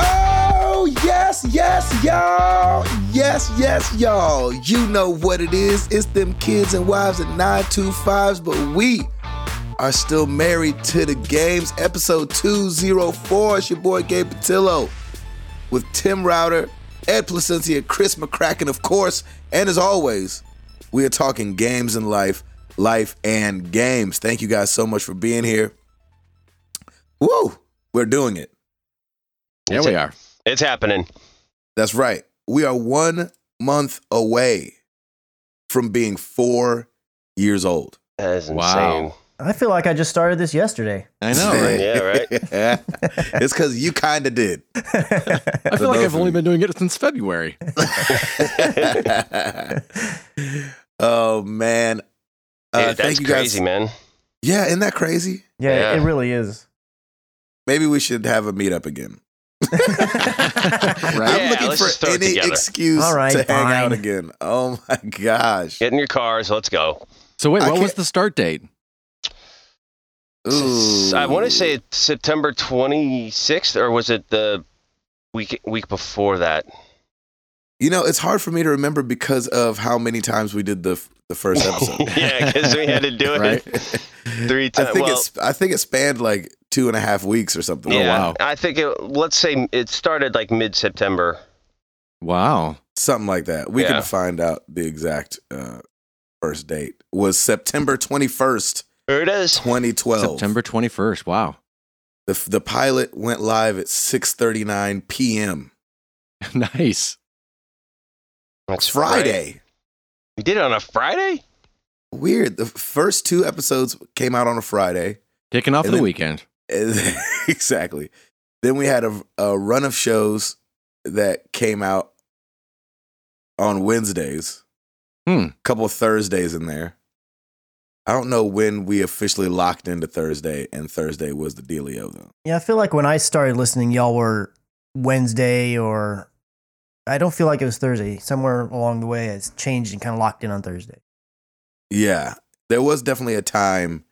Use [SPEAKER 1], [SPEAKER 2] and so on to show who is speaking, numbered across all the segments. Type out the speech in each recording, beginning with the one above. [SPEAKER 1] Oh, Yes, yes, y'all. You know what it is. It's them kids and wives and 925s, but we are still married to the games. Episode 204. It's your boy Gabe Patillo with Tim Router, Ed Placencia, Chris McCracken, of course. And as always, we are talking games and life, life and games. Thank you guys so much for being here. Woo! We're doing it.
[SPEAKER 2] Yeah,
[SPEAKER 3] It's
[SPEAKER 2] we
[SPEAKER 3] a-
[SPEAKER 2] are.
[SPEAKER 3] It's happening.
[SPEAKER 1] That's right. We are one month away from being four years old.
[SPEAKER 3] That is insane.
[SPEAKER 2] Wow.
[SPEAKER 4] I feel like I just started this yesterday.
[SPEAKER 2] I know, right?
[SPEAKER 3] Yeah, right?
[SPEAKER 1] it's because you kind of did.
[SPEAKER 2] I feel like
[SPEAKER 1] both
[SPEAKER 2] I've
[SPEAKER 1] of
[SPEAKER 2] only
[SPEAKER 1] you.
[SPEAKER 2] been doing it since February.
[SPEAKER 1] oh man, uh,
[SPEAKER 3] Dude, that's
[SPEAKER 1] thank you
[SPEAKER 3] crazy,
[SPEAKER 1] guys.
[SPEAKER 3] man.
[SPEAKER 1] Yeah, isn't that crazy?
[SPEAKER 4] Yeah,
[SPEAKER 3] Yeah.
[SPEAKER 4] it really is.
[SPEAKER 1] Maybe we should have a meetup again.
[SPEAKER 2] Right.
[SPEAKER 1] I'm
[SPEAKER 3] Yeah,
[SPEAKER 1] looking
[SPEAKER 3] let's just
[SPEAKER 1] for
[SPEAKER 3] throw it
[SPEAKER 1] any
[SPEAKER 3] together.
[SPEAKER 1] excuse
[SPEAKER 4] All right,
[SPEAKER 1] to hang out
[SPEAKER 4] fine.
[SPEAKER 1] again. Oh my gosh.
[SPEAKER 3] Get in your cars. Let's go.
[SPEAKER 2] So wait,
[SPEAKER 1] I
[SPEAKER 2] what was
[SPEAKER 1] can't-
[SPEAKER 2] the start date?
[SPEAKER 1] Ooh.
[SPEAKER 3] I want to say it's September 26th, or was it the week week before that?
[SPEAKER 1] You know, it's hard for me to remember because of how many times we did the f- the first episode.
[SPEAKER 3] yeah, because we had to do it
[SPEAKER 2] Right.
[SPEAKER 3] three
[SPEAKER 1] I
[SPEAKER 3] times.
[SPEAKER 1] think
[SPEAKER 3] Uh, well,
[SPEAKER 1] it's oh, I think it spanned like two and a half weeks or something.
[SPEAKER 3] yeah,
[SPEAKER 2] Oh, wow.
[SPEAKER 3] I think it. Let's say it started like mid September.
[SPEAKER 2] Wow.
[SPEAKER 1] something like that. We
[SPEAKER 3] Yeah.
[SPEAKER 1] can find out the exact uh, first date was September twenty first,
[SPEAKER 3] There it is.
[SPEAKER 1] twenty twelve.
[SPEAKER 2] September 21st. Wow.
[SPEAKER 1] The f- the pilot went live at six thirty nine p.m.
[SPEAKER 2] nice.
[SPEAKER 3] That's right.
[SPEAKER 1] Friday.
[SPEAKER 3] We did it on a Friday.
[SPEAKER 1] Weird. The first two episodes came out on a Friday.
[SPEAKER 2] Kicking off
[SPEAKER 1] And
[SPEAKER 2] the
[SPEAKER 1] then-
[SPEAKER 2] weekend.
[SPEAKER 1] exactly. Then we had a, a run of shows that came out on Wednesdays.
[SPEAKER 2] Hmm.
[SPEAKER 1] Couple of Thursdays in there. I don't know when we officially locked into Thursday, and Thursday was the dealio though.
[SPEAKER 4] yeah, I feel like when I started listening, y'all were Wednesday or I don't feel like it was Thursday. Somewhere along the way, it's changed and kind of locked in on Thursday.
[SPEAKER 1] Yeah, there was definitely a time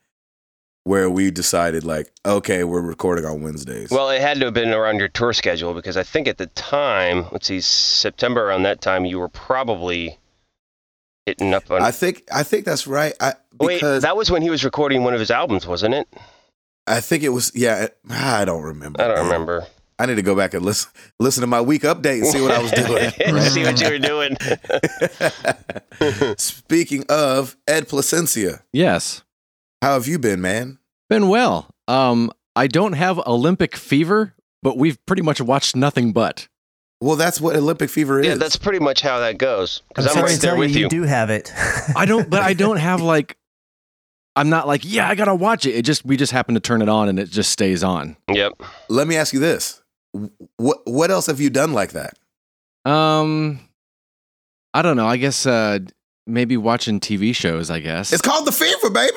[SPEAKER 1] where we decided like, okay, we're recording on Wednesdays.
[SPEAKER 3] Well, it had to have been around your tour schedule because I think at the time, let's see, September around that time, you were probably hitting up on.
[SPEAKER 1] I think I think that's right. I
[SPEAKER 3] Wait,
[SPEAKER 1] because
[SPEAKER 3] that was when he was recording one of his albums, wasn't it?
[SPEAKER 1] I think it was yeah. I don't remember.
[SPEAKER 3] I don't
[SPEAKER 1] man.
[SPEAKER 3] remember.
[SPEAKER 1] I need to go back and listen listen to my week update and see what I was doing.
[SPEAKER 3] See what you were doing.
[SPEAKER 1] Speaking of Ed Placencia,
[SPEAKER 2] Yes.
[SPEAKER 1] how have you been, man?
[SPEAKER 2] Been well. Um, I don't have Olympic fever, but we've pretty much watched nothing but.
[SPEAKER 1] Well, that's what Olympic fever is.
[SPEAKER 3] yeah, that's pretty much how that goes. Because
[SPEAKER 4] I'm
[SPEAKER 3] I'm,
[SPEAKER 4] sorry
[SPEAKER 3] right
[SPEAKER 4] to
[SPEAKER 3] there
[SPEAKER 4] tell you,
[SPEAKER 3] with
[SPEAKER 4] you
[SPEAKER 3] you.
[SPEAKER 4] do have it.
[SPEAKER 2] I don't, but I don't have like, I'm not like, yeah, I gotta watch it. It just, we just happen to turn it on and it just stays on.
[SPEAKER 3] Yep.
[SPEAKER 1] Let me ask you this: what what else have you done like that?
[SPEAKER 2] Um, I don't know. I guess, uh, maybe watching TV shows, I guess.
[SPEAKER 1] It's called the fever, baby.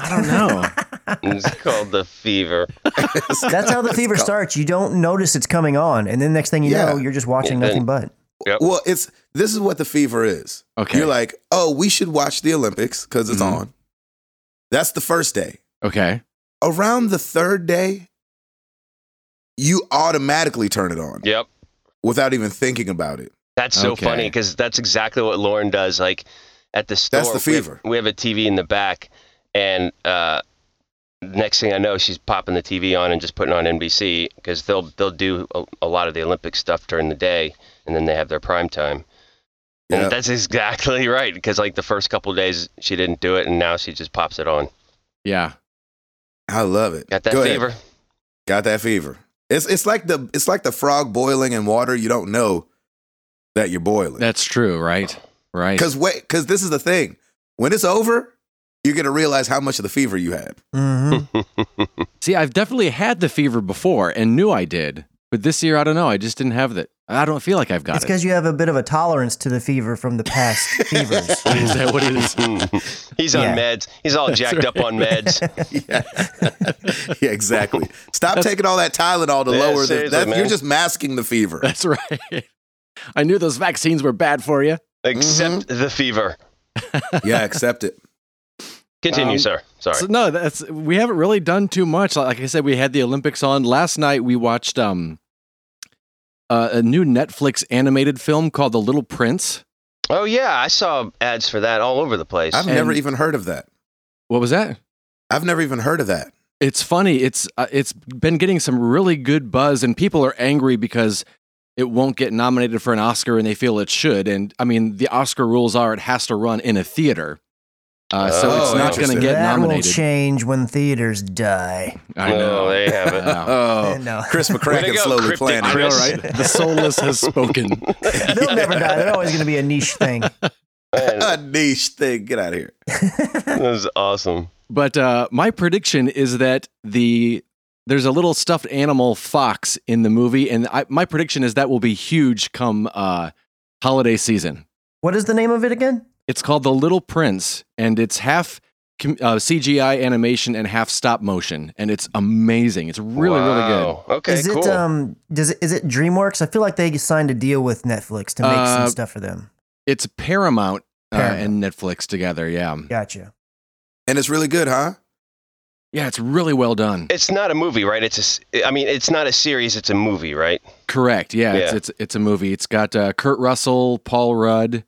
[SPEAKER 2] I don't know.
[SPEAKER 3] It's called the fever.
[SPEAKER 4] That's how the fever
[SPEAKER 1] It's called-
[SPEAKER 4] starts. You don't notice it's coming on, and then next thing you
[SPEAKER 1] Yeah.
[SPEAKER 4] know, you're just watching
[SPEAKER 3] Yeah,
[SPEAKER 4] nothing but.
[SPEAKER 3] Yep.
[SPEAKER 1] Well, it's this is what the fever is.
[SPEAKER 2] Okay.
[SPEAKER 1] You're like, oh, we should watch the Olympics because it's
[SPEAKER 3] Mm-hmm.
[SPEAKER 2] Mhm.
[SPEAKER 1] on. That's the first day.
[SPEAKER 2] okay.
[SPEAKER 1] Around the third day, you automatically turn it on
[SPEAKER 3] Yep.
[SPEAKER 1] without even thinking about it.
[SPEAKER 3] That's so
[SPEAKER 2] Okay.
[SPEAKER 3] funny because that's exactly what Lauren does. Like at the store,
[SPEAKER 1] That's the
[SPEAKER 3] we have-
[SPEAKER 1] fever.
[SPEAKER 3] We have, a TV in the back, and uh, next thing I know, she's popping the TV on and just putting on NBC because they'll they'll do a, a lot of the Olympic stuff during the day, and then they have their prime time.
[SPEAKER 1] Yeah.
[SPEAKER 3] And that's exactly right because like the first couple of days she didn't do it, and now she just pops it on.
[SPEAKER 2] Yeah.
[SPEAKER 1] I love it.
[SPEAKER 3] Got that
[SPEAKER 1] Go ahead.
[SPEAKER 3] fever?
[SPEAKER 1] Got that fever. It's it's like the it's like the frog boiling in water. You don't know that you're boiling.
[SPEAKER 2] That's true. Right. Right.
[SPEAKER 1] Because wait, because this is the thing. When it's over, you're gonna realize how much of the fever you had.
[SPEAKER 4] hmm
[SPEAKER 2] See, I've definitely had the fever before and knew I did, but this year I don't know. I just didn't have that. I don't feel like I've got
[SPEAKER 4] It's
[SPEAKER 2] it.
[SPEAKER 4] because you have a bit of a tolerance to the fever from the past fevers.
[SPEAKER 2] Is that what it is?
[SPEAKER 3] He's on
[SPEAKER 4] Yeah.
[SPEAKER 3] meds. He's all jacked up on meds.
[SPEAKER 1] Yeah, yeah exactly. Stop taking all that Tylenol to
[SPEAKER 3] Yeah,
[SPEAKER 1] lower the.
[SPEAKER 3] seriously,
[SPEAKER 1] That,
[SPEAKER 3] man.
[SPEAKER 1] you're just masking the fever.
[SPEAKER 2] That's right. I knew those vaccines were bad for you.
[SPEAKER 3] Except the fever.
[SPEAKER 1] yeah, accept it.
[SPEAKER 3] Continue,
[SPEAKER 2] Um,
[SPEAKER 3] sir. Sorry.
[SPEAKER 2] So no, that's we haven't really done too much. Like I said, we had the Olympics on last night. We watched um uh, a new Netflix animated film called The Little Prince.
[SPEAKER 3] Oh yeah, I saw ads for that all over the place.
[SPEAKER 1] I've
[SPEAKER 2] And-
[SPEAKER 1] never even heard of that.
[SPEAKER 2] What was that?
[SPEAKER 1] I've never even heard of that.
[SPEAKER 2] It's funny. It's uh, it's been getting some really good buzz, and people are angry because it won't get nominated for an Oscar, and they feel it should. And I mean, the Oscar rules are it has to run in a theater, uh, so
[SPEAKER 3] Oh,
[SPEAKER 2] it's not going
[SPEAKER 1] interesting.
[SPEAKER 2] to get
[SPEAKER 4] that will
[SPEAKER 2] nominated.
[SPEAKER 4] change when theaters die.
[SPEAKER 2] I know. Uh,
[SPEAKER 3] Oh, there you have it.
[SPEAKER 2] I know.
[SPEAKER 1] Oh,
[SPEAKER 4] No.
[SPEAKER 1] Chris
[SPEAKER 3] Way to
[SPEAKER 1] McCracken
[SPEAKER 3] go,
[SPEAKER 1] slowly
[SPEAKER 3] Cryptic
[SPEAKER 1] planning.
[SPEAKER 2] I know,
[SPEAKER 3] Chris.
[SPEAKER 2] right? The soulless has spoken.
[SPEAKER 4] They'll never die. They're always going to be a niche thing.
[SPEAKER 1] A niche thing. Get out of here.
[SPEAKER 3] that was awesome.
[SPEAKER 2] But uh, my prediction is that the there's a little stuffed animal fox in the movie, and I, my prediction is that will be huge come uh, holiday season.
[SPEAKER 4] What is the name of it again?
[SPEAKER 2] It's called The Little Prince, and it's half com- uh, CGI animation and half stop motion, and it's amazing. It's really really good.
[SPEAKER 3] Wow. Okay,
[SPEAKER 4] is it
[SPEAKER 3] cool.
[SPEAKER 4] um does it is it DreamWorks? I feel like they signed a deal with Netflix to make
[SPEAKER 2] Uh,
[SPEAKER 4] some stuff for them.
[SPEAKER 2] It's Paramount, Uh,
[SPEAKER 4] Paramount.
[SPEAKER 2] and Netflix together. Yeah,
[SPEAKER 4] Gotcha.
[SPEAKER 1] And it's really good, huh?
[SPEAKER 2] yeah, it's really well done.
[SPEAKER 3] it's not a movie, right? It's a. s- I mean, it's not a series. It's a movie, right?
[SPEAKER 2] Correct. Yeah, It's,
[SPEAKER 3] Yeah.
[SPEAKER 2] it's it's a movie. It's got uh, Kurt Russell, Paul Rudd,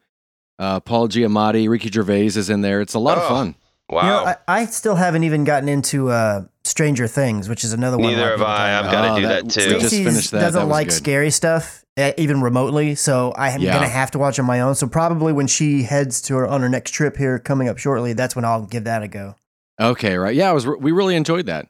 [SPEAKER 2] uh, Paul Giamatti, Ricky Gervais is in there. It's a lot
[SPEAKER 3] Oh,
[SPEAKER 2] of fun.
[SPEAKER 3] Wow.
[SPEAKER 4] You know, I, I still haven't even gotten into uh Stranger Things, which is another one. a lot
[SPEAKER 3] Neither have
[SPEAKER 4] of people
[SPEAKER 3] I.
[SPEAKER 4] talk
[SPEAKER 3] I've
[SPEAKER 4] about.
[SPEAKER 3] got to
[SPEAKER 2] Oh,
[SPEAKER 3] do
[SPEAKER 2] that-
[SPEAKER 3] that,
[SPEAKER 2] we
[SPEAKER 3] too.
[SPEAKER 2] just-
[SPEAKER 4] Stacey's
[SPEAKER 2] finished that.
[SPEAKER 4] doesn't
[SPEAKER 2] That was
[SPEAKER 4] like
[SPEAKER 2] good.
[SPEAKER 4] scary stuff eh, even remotely, so I am
[SPEAKER 2] Yeah.
[SPEAKER 4] gonna have to watch on my own. So probably when she heads to her on her next trip here coming up shortly, that's when I'll give that a go.
[SPEAKER 2] Okay, right. Yeah, I was. We really enjoyed that.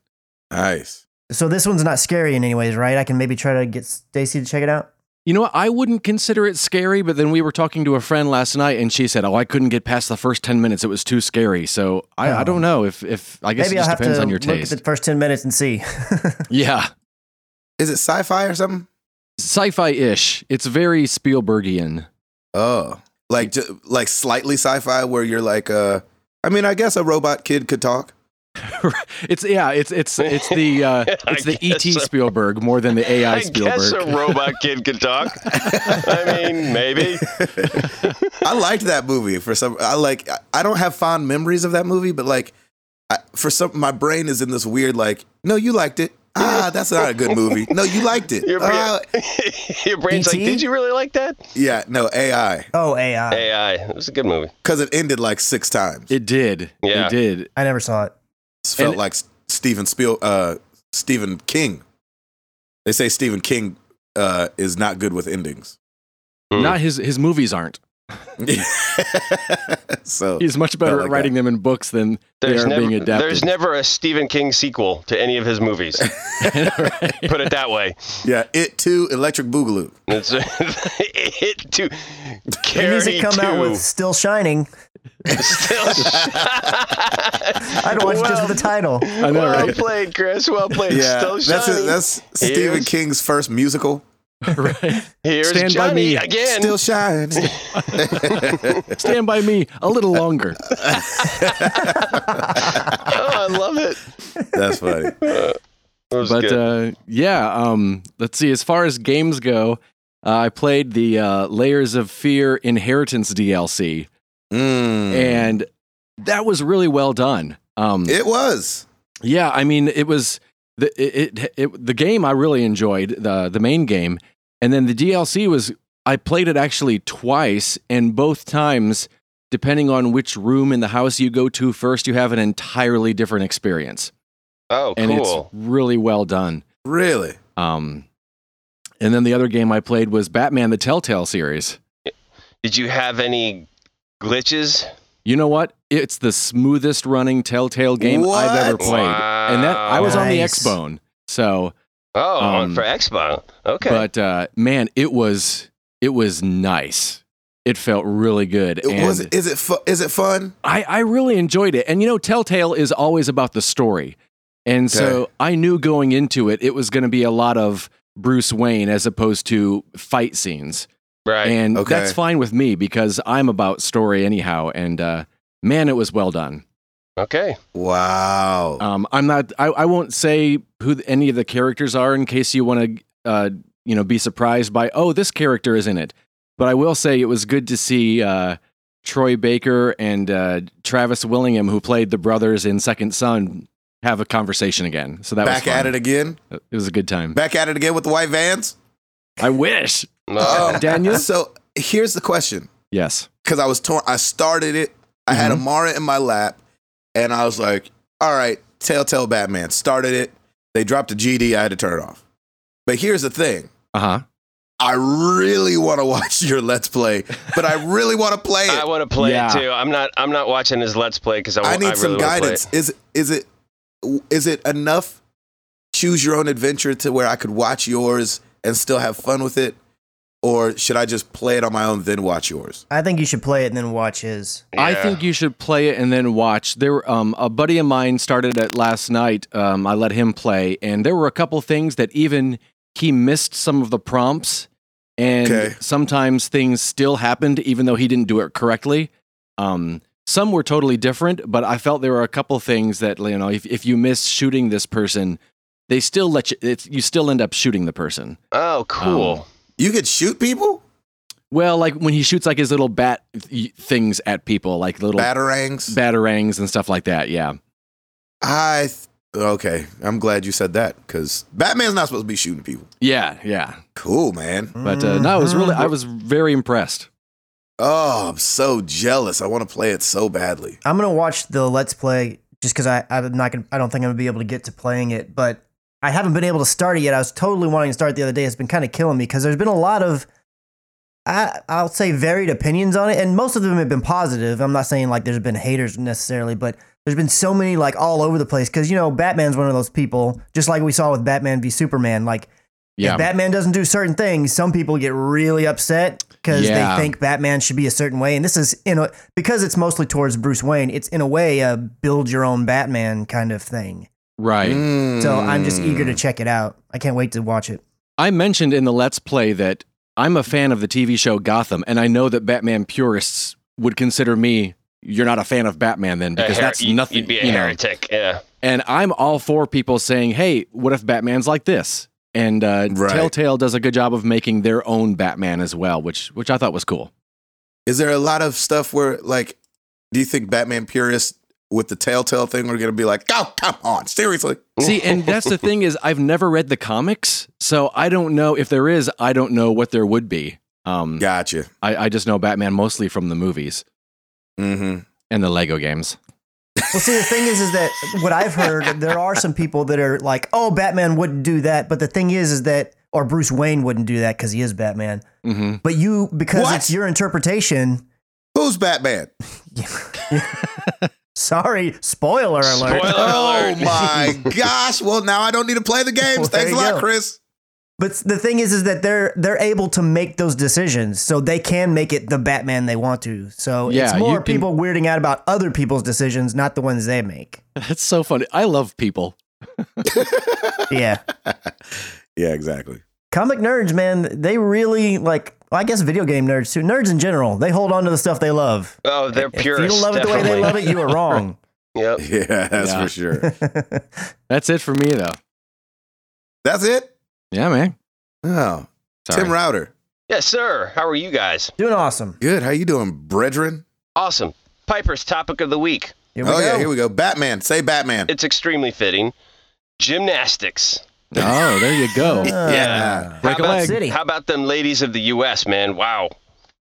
[SPEAKER 1] Nice.
[SPEAKER 4] So this one's not scary in any ways, right? I can maybe try to get Stacy to check it out.
[SPEAKER 2] You know, what? I wouldn't consider it scary, but then we were talking to a friend last night, and she said, "Oh, I couldn't get past the first ten minutes; it was too scary." So I, I
[SPEAKER 4] Oh.
[SPEAKER 2] don't know if if I guess
[SPEAKER 4] Maybe
[SPEAKER 2] it
[SPEAKER 4] I'll
[SPEAKER 2] just
[SPEAKER 4] have
[SPEAKER 2] depends
[SPEAKER 4] to
[SPEAKER 2] on your
[SPEAKER 4] look
[SPEAKER 2] taste.
[SPEAKER 4] at the first ten minutes and see.
[SPEAKER 2] yeah,
[SPEAKER 1] Is it sci-fi or something?
[SPEAKER 2] sci-fi ish. It's very Spielbergian.
[SPEAKER 1] Oh, like ju- like slightly sci-fi where you're like, uh, I mean, I guess a robot kid could talk.
[SPEAKER 2] It's yeah. It's it's it's the uh,
[SPEAKER 3] I
[SPEAKER 2] it's the
[SPEAKER 3] guess
[SPEAKER 2] E.T.
[SPEAKER 3] so.
[SPEAKER 2] Spielberg more than the AI
[SPEAKER 3] I
[SPEAKER 2] Spielberg.
[SPEAKER 3] guess a robot kid can talk. I mean, maybe.
[SPEAKER 1] I liked that movie for some. I like. I- I don't have fond memories of that movie, but like, I, for some, my brain is in this weird like. No, you liked it. Ah, that's not a good movie. No, you liked it.
[SPEAKER 3] Your,
[SPEAKER 1] Ah,
[SPEAKER 3] your brain's like,
[SPEAKER 4] E.T.?
[SPEAKER 3] did you really like that?
[SPEAKER 1] yeah, no AI
[SPEAKER 4] oh AI.
[SPEAKER 2] Uh,
[SPEAKER 3] AI. It was a good movie.
[SPEAKER 1] because it ended like six times. It
[SPEAKER 2] It did.
[SPEAKER 3] Yeah.
[SPEAKER 2] It did.
[SPEAKER 4] I never saw it.
[SPEAKER 1] felt
[SPEAKER 2] and-
[SPEAKER 1] like S- Stephen Spiel, uh, Stephen King. They say Stephen King uh, is not good with endings.
[SPEAKER 3] Mm.
[SPEAKER 2] Not his his movies aren't.
[SPEAKER 1] so
[SPEAKER 2] He's much better
[SPEAKER 1] Not like
[SPEAKER 2] at writing them in books than
[SPEAKER 3] Oh, There's
[SPEAKER 2] they are
[SPEAKER 3] never,
[SPEAKER 2] being adapted.
[SPEAKER 3] there's never a Stephen King sequel to any of his movies.
[SPEAKER 2] Right.
[SPEAKER 3] Put it that way.
[SPEAKER 1] yeah, it too. Electric Boogaloo.
[SPEAKER 3] It's, it too.
[SPEAKER 4] It needs to
[SPEAKER 3] Carrie
[SPEAKER 4] come
[SPEAKER 3] too.
[SPEAKER 4] out with Still Shining.
[SPEAKER 3] Still
[SPEAKER 4] I'd watch just
[SPEAKER 3] Well-
[SPEAKER 4] for the title.
[SPEAKER 2] I know,
[SPEAKER 3] well
[SPEAKER 2] right?
[SPEAKER 3] played, Chris. Well played.
[SPEAKER 1] Yeah,
[SPEAKER 3] Still
[SPEAKER 1] that's
[SPEAKER 3] shining.
[SPEAKER 1] that's Stephen
[SPEAKER 3] Here's-
[SPEAKER 1] King's first musical.
[SPEAKER 2] Right.
[SPEAKER 3] Here's
[SPEAKER 2] Stand by
[SPEAKER 3] Johnny
[SPEAKER 2] me.
[SPEAKER 3] again.
[SPEAKER 1] Still shining.
[SPEAKER 2] Stand by me a little longer.
[SPEAKER 3] oh, I love it.
[SPEAKER 1] that's funny.
[SPEAKER 3] It was
[SPEAKER 2] but
[SPEAKER 3] good.
[SPEAKER 2] uh, yeah, um, let's see. As far as games go, uh, I played the uh, Layers of Fear Inheritance DLC,
[SPEAKER 1] Mm.
[SPEAKER 3] Hmm.
[SPEAKER 2] and that was really well done. Um,
[SPEAKER 1] it was.
[SPEAKER 2] yeah, I mean, it was the it, it, it the game I really enjoyed the the main game, and then the DLC was I played it actually twice, and both times, depending on which room in the house you go to first, you have an entirely different experience,
[SPEAKER 3] oh,
[SPEAKER 2] and
[SPEAKER 3] cool.
[SPEAKER 2] it's really well done.
[SPEAKER 1] Really?
[SPEAKER 2] Um, and then the other game I played was Batman the Telltale series.
[SPEAKER 3] Did you have any glitches?
[SPEAKER 2] You know what? It's the smoothest running Telltale game I've ever
[SPEAKER 1] What?
[SPEAKER 2] played, and that I was on the
[SPEAKER 4] Nice.
[SPEAKER 2] Xbone, so.
[SPEAKER 3] Oh,
[SPEAKER 2] Um,
[SPEAKER 3] for Xbox. Okay.
[SPEAKER 2] But uh, man, it was it was nice. It felt really good,
[SPEAKER 1] It
[SPEAKER 2] and
[SPEAKER 1] was. Is it? Fu- is it fun?
[SPEAKER 2] I I really enjoyed it. And you know, Telltale is always about the story, and so I knew going into it, it was going to be a lot of Bruce Wayne as opposed to fight scenes,
[SPEAKER 3] right.
[SPEAKER 2] and
[SPEAKER 1] Okay.
[SPEAKER 2] that's fine with me because I'm about story anyhow. And uh, man, it was well done.
[SPEAKER 3] okay.
[SPEAKER 1] Wow.
[SPEAKER 2] Um, I'm not. I, I won't say who th- any of the characters are in case you want to, uh, you know, be surprised by oh this character is in it. But I will say it was good to see uh, Troy Baker and uh, Travis Willingham, who played the brothers in Second Son, have a conversation again. So that was
[SPEAKER 1] Back at
[SPEAKER 2] fun.
[SPEAKER 1] it again.
[SPEAKER 2] It was a good time.
[SPEAKER 1] Back at it again with the white vans.
[SPEAKER 2] I wish.
[SPEAKER 1] Um,
[SPEAKER 2] Uh, Daniel?
[SPEAKER 1] So here's the question
[SPEAKER 2] Yes.
[SPEAKER 1] because I was torn. I started it. I had
[SPEAKER 3] Mm-hmm.
[SPEAKER 2] Mhm.
[SPEAKER 1] Amara in my lap, and I was like, "All right, Telltale Batman." Started it. They dropped the GD. I had to turn it off. But here's the thing:
[SPEAKER 2] Uh huh.
[SPEAKER 1] I really want to watch your Let's Play, but I really want to play
[SPEAKER 3] I
[SPEAKER 1] it.
[SPEAKER 3] want to play
[SPEAKER 2] Yeah.
[SPEAKER 3] it too. I'm not. I'm not watching his Let's Play because I, wa-
[SPEAKER 1] I, need
[SPEAKER 3] I really
[SPEAKER 1] some
[SPEAKER 3] wanna play it.
[SPEAKER 1] guidance. Is is it is it enough? Choose your own adventure to where I could watch yours and still have fun with it, or should I just play it on my own then watch yours?
[SPEAKER 4] I think you should play it and then watch his.
[SPEAKER 2] I
[SPEAKER 3] Yeah.
[SPEAKER 2] think you should play it and then watch. There, um, a buddy of mine started it last night. Um, I let him play, and there were a couple things that even he missed some of the prompts, and
[SPEAKER 1] Okay.
[SPEAKER 2] sometimes things still happened even though he didn't do it correctly. Um, some were totally different, but I felt there were a couple things that you know, if if you miss shooting this person, they still let you. It's, you still end up shooting the person.
[SPEAKER 3] Oh, cool.
[SPEAKER 2] um,
[SPEAKER 1] You could shoot people,
[SPEAKER 2] Well, like when he shoots like his little bat y- things at people, like little
[SPEAKER 1] batarangs.
[SPEAKER 2] batarangs and stuff like that. Yeah.
[SPEAKER 1] I th- okay. I'm glad you said that because Batman's not supposed to be shooting people.
[SPEAKER 2] Yeah, yeah.
[SPEAKER 1] Cool, man.
[SPEAKER 2] But uh, no, I was really,
[SPEAKER 4] Mm-hmm.
[SPEAKER 2] I was very impressed.
[SPEAKER 1] Oh, I'm so jealous. I want to play it so badly.
[SPEAKER 4] I'm gonna watch the Let's Play just because I I'm not gonna I don't think I'm gonna be able to get to playing it, but I haven't been able to start it yet. I was totally wanting to start it the other day. It's been kind of killing me because there's been a lot of I I'll say varied opinions on it, and most of them have been positive. I'm not saying like there's been haters necessarily, but there's been so many like all over the place because you know Batman's one of those people, just like we saw with Batman v Superman. Like
[SPEAKER 2] Yeah,
[SPEAKER 4] if Batman doesn't do certain things, some people get really upset because
[SPEAKER 2] Yeah.
[SPEAKER 4] they think Batman should be a certain way. And this is in a because it's mostly towards Bruce Wayne. It's in a way a build your own Batman kind of thing.
[SPEAKER 2] right.
[SPEAKER 1] Mm. Hmm.
[SPEAKER 4] So I'm just eager to check it out. I can't wait to watch it.
[SPEAKER 2] I mentioned in the Let's Play that I'm a fan of the TV show Gotham, and I know that Batman purists would consider me. You're not a fan of Batman then,
[SPEAKER 3] A
[SPEAKER 2] because
[SPEAKER 3] her-
[SPEAKER 2] that's
[SPEAKER 3] you'd-
[SPEAKER 2] nothing.
[SPEAKER 3] You'd be a
[SPEAKER 2] you know.
[SPEAKER 3] heretic. Yeah.
[SPEAKER 2] And I'm all for people saying, "Hey, what if Batman's like this?" And uh,
[SPEAKER 1] Right.
[SPEAKER 2] Telltale does a good job of making their own Batman as well, which which I thought was cool.
[SPEAKER 1] Is there a lot of stuff where, like, do you think Batman purists with the Telltale thing are going to be like, "Oh, come on, seriously"?
[SPEAKER 2] See, and that's the thing is I've never read the comics, so I don't know if there is. I don't know what there would be. Um,
[SPEAKER 1] Gotcha.
[SPEAKER 2] I, I just know Batman mostly from the movies
[SPEAKER 1] Mm-hmm.
[SPEAKER 2] and the Lego games.
[SPEAKER 4] Well, see, the thing is, is that what I've heard, there are some people that are like, "Oh, Batman wouldn't do that," but the thing is, is that or Bruce Wayne wouldn't do that because he is Batman.
[SPEAKER 2] Mm-hmm.
[SPEAKER 4] But you, because
[SPEAKER 1] What?
[SPEAKER 4] it's your interpretation.
[SPEAKER 1] Who's Batman?
[SPEAKER 4] Sorry, spoiler alert.
[SPEAKER 3] Spoiler
[SPEAKER 1] Oh
[SPEAKER 3] alert.
[SPEAKER 1] my gosh! Well, now I don't need to play the games.
[SPEAKER 4] Well, there
[SPEAKER 1] Thanks a
[SPEAKER 4] you
[SPEAKER 1] lot,
[SPEAKER 4] go.
[SPEAKER 1] Chris.
[SPEAKER 4] But the thing is, is that they're they're able to make those decisions, so they can make it the Batman they want to. So
[SPEAKER 2] Yeah,
[SPEAKER 4] it's
[SPEAKER 2] you
[SPEAKER 4] more
[SPEAKER 2] can-
[SPEAKER 4] people weirding out about other people's decisions, not the ones they make.
[SPEAKER 2] That's so funny. I love people.
[SPEAKER 4] Yeah,
[SPEAKER 1] Yeah, exactly.
[SPEAKER 4] comic nerds, man, they really like. Well, I guess video game nerds too. Nerds in general, they hold on to the stuff they love.
[SPEAKER 3] Oh, they're
[SPEAKER 4] if
[SPEAKER 3] purists.
[SPEAKER 4] you don't love
[SPEAKER 3] definitely.
[SPEAKER 4] it the way they love it, you are wrong.
[SPEAKER 3] Yep.
[SPEAKER 1] Yeah, that's
[SPEAKER 2] Yeah.
[SPEAKER 1] for sure.
[SPEAKER 2] That's it for me though.
[SPEAKER 1] That's it.
[SPEAKER 2] Yeah, man.
[SPEAKER 1] Oh,
[SPEAKER 2] Sorry.
[SPEAKER 1] Tim Router.
[SPEAKER 3] Yes, sir. How are you guys?
[SPEAKER 4] Doing awesome.
[SPEAKER 1] Good. How you doing, brethren?
[SPEAKER 3] Awesome. Piper's topic of the week.
[SPEAKER 4] Here we
[SPEAKER 1] Oh
[SPEAKER 4] go.
[SPEAKER 1] yeah, here we go. Batman. Say Batman.
[SPEAKER 3] It's extremely fitting. Gymnastics.
[SPEAKER 2] oh, there you go.
[SPEAKER 4] Ah.
[SPEAKER 1] Yeah.
[SPEAKER 2] Break a
[SPEAKER 3] How about
[SPEAKER 2] leg.
[SPEAKER 4] City.
[SPEAKER 3] How about them ladies of the U.S., man? Wow.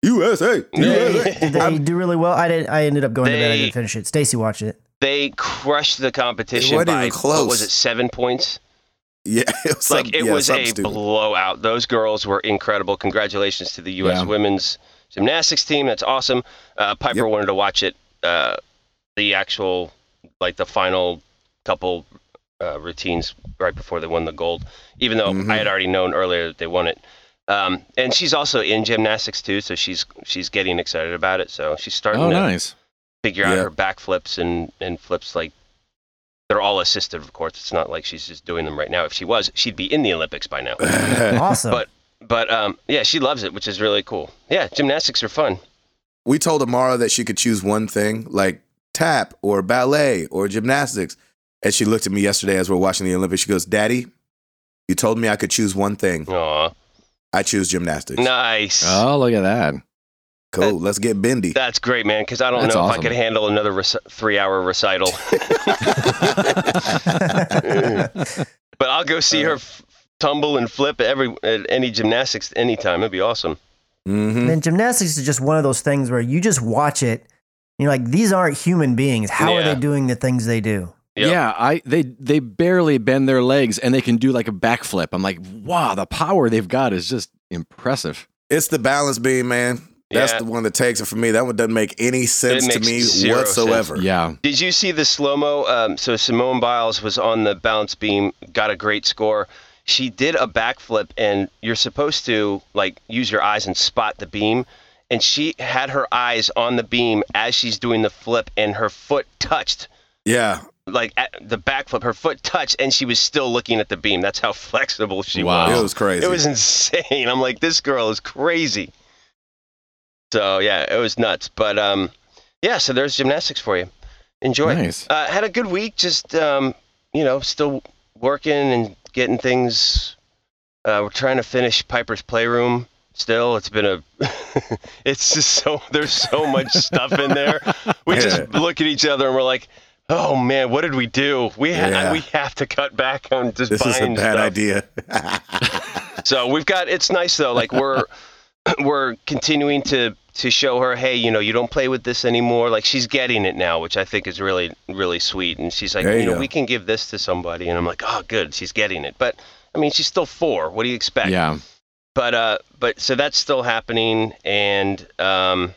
[SPEAKER 1] USA.
[SPEAKER 4] Did they do really well? I did. I ended up going to bed. I
[SPEAKER 3] They-
[SPEAKER 4] didn't finish it. Stacy watched it.
[SPEAKER 3] They crushed the competition
[SPEAKER 1] It wasn't
[SPEAKER 3] by
[SPEAKER 1] even close.
[SPEAKER 3] what was it, seven points?
[SPEAKER 1] Yeah, it was
[SPEAKER 3] like
[SPEAKER 1] some-
[SPEAKER 3] it
[SPEAKER 1] yeah,
[SPEAKER 3] was
[SPEAKER 1] something
[SPEAKER 3] a
[SPEAKER 1] stupid.
[SPEAKER 3] blowout. Those girls were incredible. Congratulations to the U.S.
[SPEAKER 2] Yeah.
[SPEAKER 3] women's gymnastics team. That's awesome. Uh, Piper
[SPEAKER 1] Yep.
[SPEAKER 3] wanted to watch it, uh, the actual, like the final couple uh, routines right before they won the gold. Even though
[SPEAKER 1] Mhm.
[SPEAKER 3] I had already known earlier that they won it. Um, and she's also in gymnastics too, so she's she's getting excited about it. So she's starting
[SPEAKER 2] Oh,
[SPEAKER 3] to
[SPEAKER 2] nice.
[SPEAKER 3] figure out
[SPEAKER 1] Yeah.
[SPEAKER 3] her backflips and and flips like they're all assisted, of course. It's not like she's just doing them right now. If she was, she'd be in the Olympics by now.
[SPEAKER 4] Awesome.
[SPEAKER 3] But- But um, yeah, she loves it, which is really cool. Yeah, gymnastics are fun.
[SPEAKER 1] we told Amara that she could choose one thing, like tap or ballet or gymnastics. And she looked at me yesterday as we are watching the Olympics. She goes, "Daddy, you told me I could choose one thing.
[SPEAKER 3] Aw,
[SPEAKER 1] I choose gymnastics.
[SPEAKER 3] nice.
[SPEAKER 2] Oh, look at that.
[SPEAKER 1] Cool. Let's get bendy.
[SPEAKER 3] That's great, man. Because I don't
[SPEAKER 2] That's
[SPEAKER 3] know if I
[SPEAKER 2] awesome.
[SPEAKER 3] could handle another reci- three-hour
[SPEAKER 2] Uh.
[SPEAKER 3] recital. but I'll go see her f- tumble and flip every at any gymnastics anytime. That'd be awesome.
[SPEAKER 1] Mm-hmm.
[SPEAKER 4] And gymnastics is just one of those things where you just watch it. And you're like, these aren't human beings. How
[SPEAKER 3] Yeah.
[SPEAKER 4] are they doing the things they do?
[SPEAKER 3] Yep.
[SPEAKER 2] Yeah, I they they barely bend their legs and they can do like a backflip. I'm like, wow, the power they've got is just impressive.
[SPEAKER 1] It's the balance beam, man. That's
[SPEAKER 3] Yeah.
[SPEAKER 1] the one that takes it for me. That one doesn't make any sense to
[SPEAKER 3] makes
[SPEAKER 1] me
[SPEAKER 3] zero
[SPEAKER 1] whatsoever.
[SPEAKER 2] Yeah,
[SPEAKER 3] Did you see the slow mo? Um, so Simone Biles was on the bounce beam, got a great score. She did a backflip, and you're supposed to like use your eyes and spot the beam. And she had her eyes on the beam as she's doing the flip, and her foot touched
[SPEAKER 1] Yeah.
[SPEAKER 3] like at the backflip. Her foot touched, and she was still looking at the beam. That's how flexible she
[SPEAKER 2] Wow.
[SPEAKER 3] was.
[SPEAKER 4] Oh.
[SPEAKER 1] It was crazy.
[SPEAKER 3] It was insane. I'm like, this girl is crazy. So yeah, it was nuts. But um, yeah, so there's gymnastics for you. Enjoy.
[SPEAKER 2] Nice.
[SPEAKER 3] Uh, had a good week. Just um, you know, still working and getting things. Uh, we're trying to finish Piper's Playroom. Still, it's been a. it's just so there's so much stuff in there. We just
[SPEAKER 1] Yeah.
[SPEAKER 3] look at each other and we're like, "Oh man, what did we do? We ha-
[SPEAKER 1] Yeah.
[SPEAKER 3] we have to cut back on just
[SPEAKER 1] this is a
[SPEAKER 3] buying
[SPEAKER 1] bad
[SPEAKER 3] stuff."
[SPEAKER 1] idea.
[SPEAKER 3] So we've got it's nice though. Like we're we're continuing to to show her, hey, you know, you don't play with this anymore. Like she's getting it now, which I think is really really sweet. And she's like,
[SPEAKER 1] There
[SPEAKER 3] you,
[SPEAKER 1] you
[SPEAKER 3] know,
[SPEAKER 1] go.
[SPEAKER 3] we can give this to somebody. And I'm like, oh, good, she's getting it. But I mean, she's still four. What do you expect?
[SPEAKER 2] yeah.
[SPEAKER 3] But uh, but so that's still happening, and um,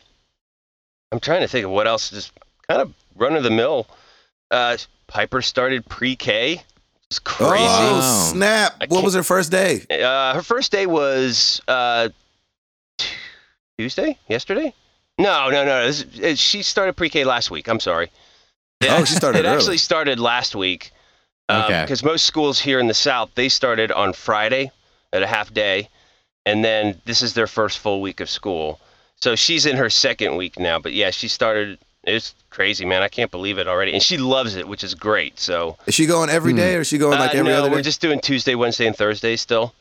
[SPEAKER 3] I'm trying to think of what else. Just kind of run of the mill. Uh, Piper started pre-K. It's crazy.
[SPEAKER 1] Oh,
[SPEAKER 2] Wow.
[SPEAKER 1] snap.
[SPEAKER 3] I
[SPEAKER 1] What
[SPEAKER 3] can't-
[SPEAKER 1] was her first day?
[SPEAKER 3] Uh, her first day was uh, t- Tuesday, yesterday. No, no, no. This, it, she started pre-K last week. I'm sorry. It
[SPEAKER 1] Oh, she
[SPEAKER 3] act-
[SPEAKER 1] started
[SPEAKER 3] It
[SPEAKER 1] early.
[SPEAKER 3] actually started last week.
[SPEAKER 2] Okay.
[SPEAKER 3] Because most schools here in the South, they started on Friday at a half day, and then this is their first full week of school. So she's in her second week now. But yeah, she started. It's crazy, man. I can't believe it already. And she loves it, which is great. So
[SPEAKER 1] Is she going every
[SPEAKER 2] Hmm.
[SPEAKER 1] day or is she going like
[SPEAKER 3] uh,
[SPEAKER 1] every
[SPEAKER 3] no,
[SPEAKER 1] other
[SPEAKER 3] we're
[SPEAKER 1] day?
[SPEAKER 3] just doing Tuesday, Wednesday, and Thursday still.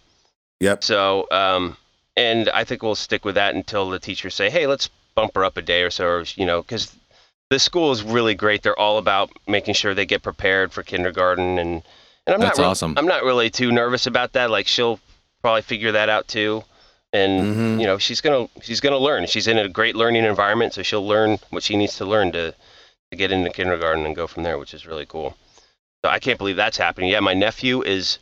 [SPEAKER 1] Yep.
[SPEAKER 3] So, um, and I think we'll stick with that until the teachers say, "Hey, let's bump her up a day or so," or, you know, because the school is really great. They're all about making sure they get prepared for kindergarten, and and I'm
[SPEAKER 2] That's
[SPEAKER 3] not re-
[SPEAKER 2] awesome.
[SPEAKER 3] I'm not really too nervous about that. Like she'll probably figure that out too, and
[SPEAKER 1] Mhm.
[SPEAKER 3] you
[SPEAKER 2] Mm-hmm.
[SPEAKER 3] know she's gonna she's gonna learn. She's in a great learning environment, so she'll learn what she needs to learn to to get into kindergarten and go from there, which is really cool. So I can't believe that's happening. Yeah, my nephew is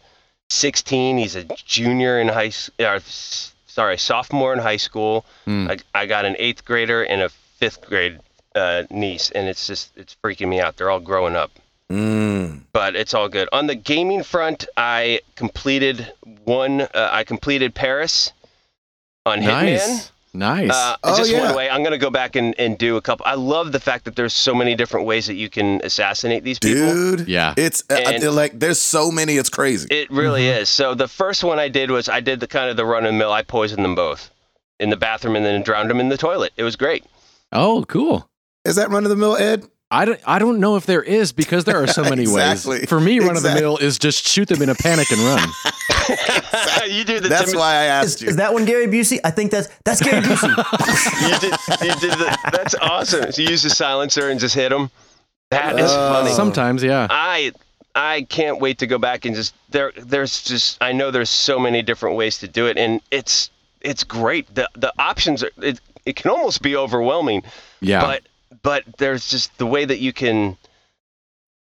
[SPEAKER 3] 16. He's a junior in high s- or, s- sorry, sophomore in high school.
[SPEAKER 2] Hmm.
[SPEAKER 3] I, I got an eighth grader and a fifth grade uh, niece, and it's just it's freaking me out. They're all growing up
[SPEAKER 1] Mm.
[SPEAKER 3] but it's all good. On the gaming front, I completed one. Uh, I completed Paris on Hitman.
[SPEAKER 2] Nice, nice.
[SPEAKER 3] Uh, I
[SPEAKER 1] Oh,
[SPEAKER 3] just
[SPEAKER 1] yeah.
[SPEAKER 3] went away. I'm gonna go back and, and do a couple. I love the fact that there's so many different ways that you can assassinate these people.
[SPEAKER 1] Dude.
[SPEAKER 2] Yeah.
[SPEAKER 1] It's uh,
[SPEAKER 3] And-
[SPEAKER 1] they're like there's so many it's crazy.
[SPEAKER 3] It really
[SPEAKER 1] Mm-hmm.
[SPEAKER 3] is. So the first one I did was I did the kind of the run and mill. I poisoned them both in the bathroom and then drowned them in the toilet. It was great.
[SPEAKER 2] oh, cool.
[SPEAKER 1] Is that run of the mill Ed?
[SPEAKER 2] I don't, I don't know if there is because there are so many
[SPEAKER 1] Exactly.
[SPEAKER 2] ways. For me, run of the mill is just shoot them in a panic and run.
[SPEAKER 3] you do the
[SPEAKER 1] That's
[SPEAKER 3] Timothy-
[SPEAKER 1] why I
[SPEAKER 4] Is,
[SPEAKER 1] asked you.
[SPEAKER 4] is that one Gary Busey? I think that's that's Gary Busey.
[SPEAKER 3] you did, you did the, that's awesome. So you use the silencer and just hit them. That is
[SPEAKER 1] Uh,
[SPEAKER 3] funny.
[SPEAKER 2] Sometimes, yeah.
[SPEAKER 3] I I can't wait to go back and just there there's just I know there's so many different ways to do it and it's it's great. The the options are it, it can almost be overwhelming,
[SPEAKER 2] Yeah.
[SPEAKER 3] but but there's just the way that you can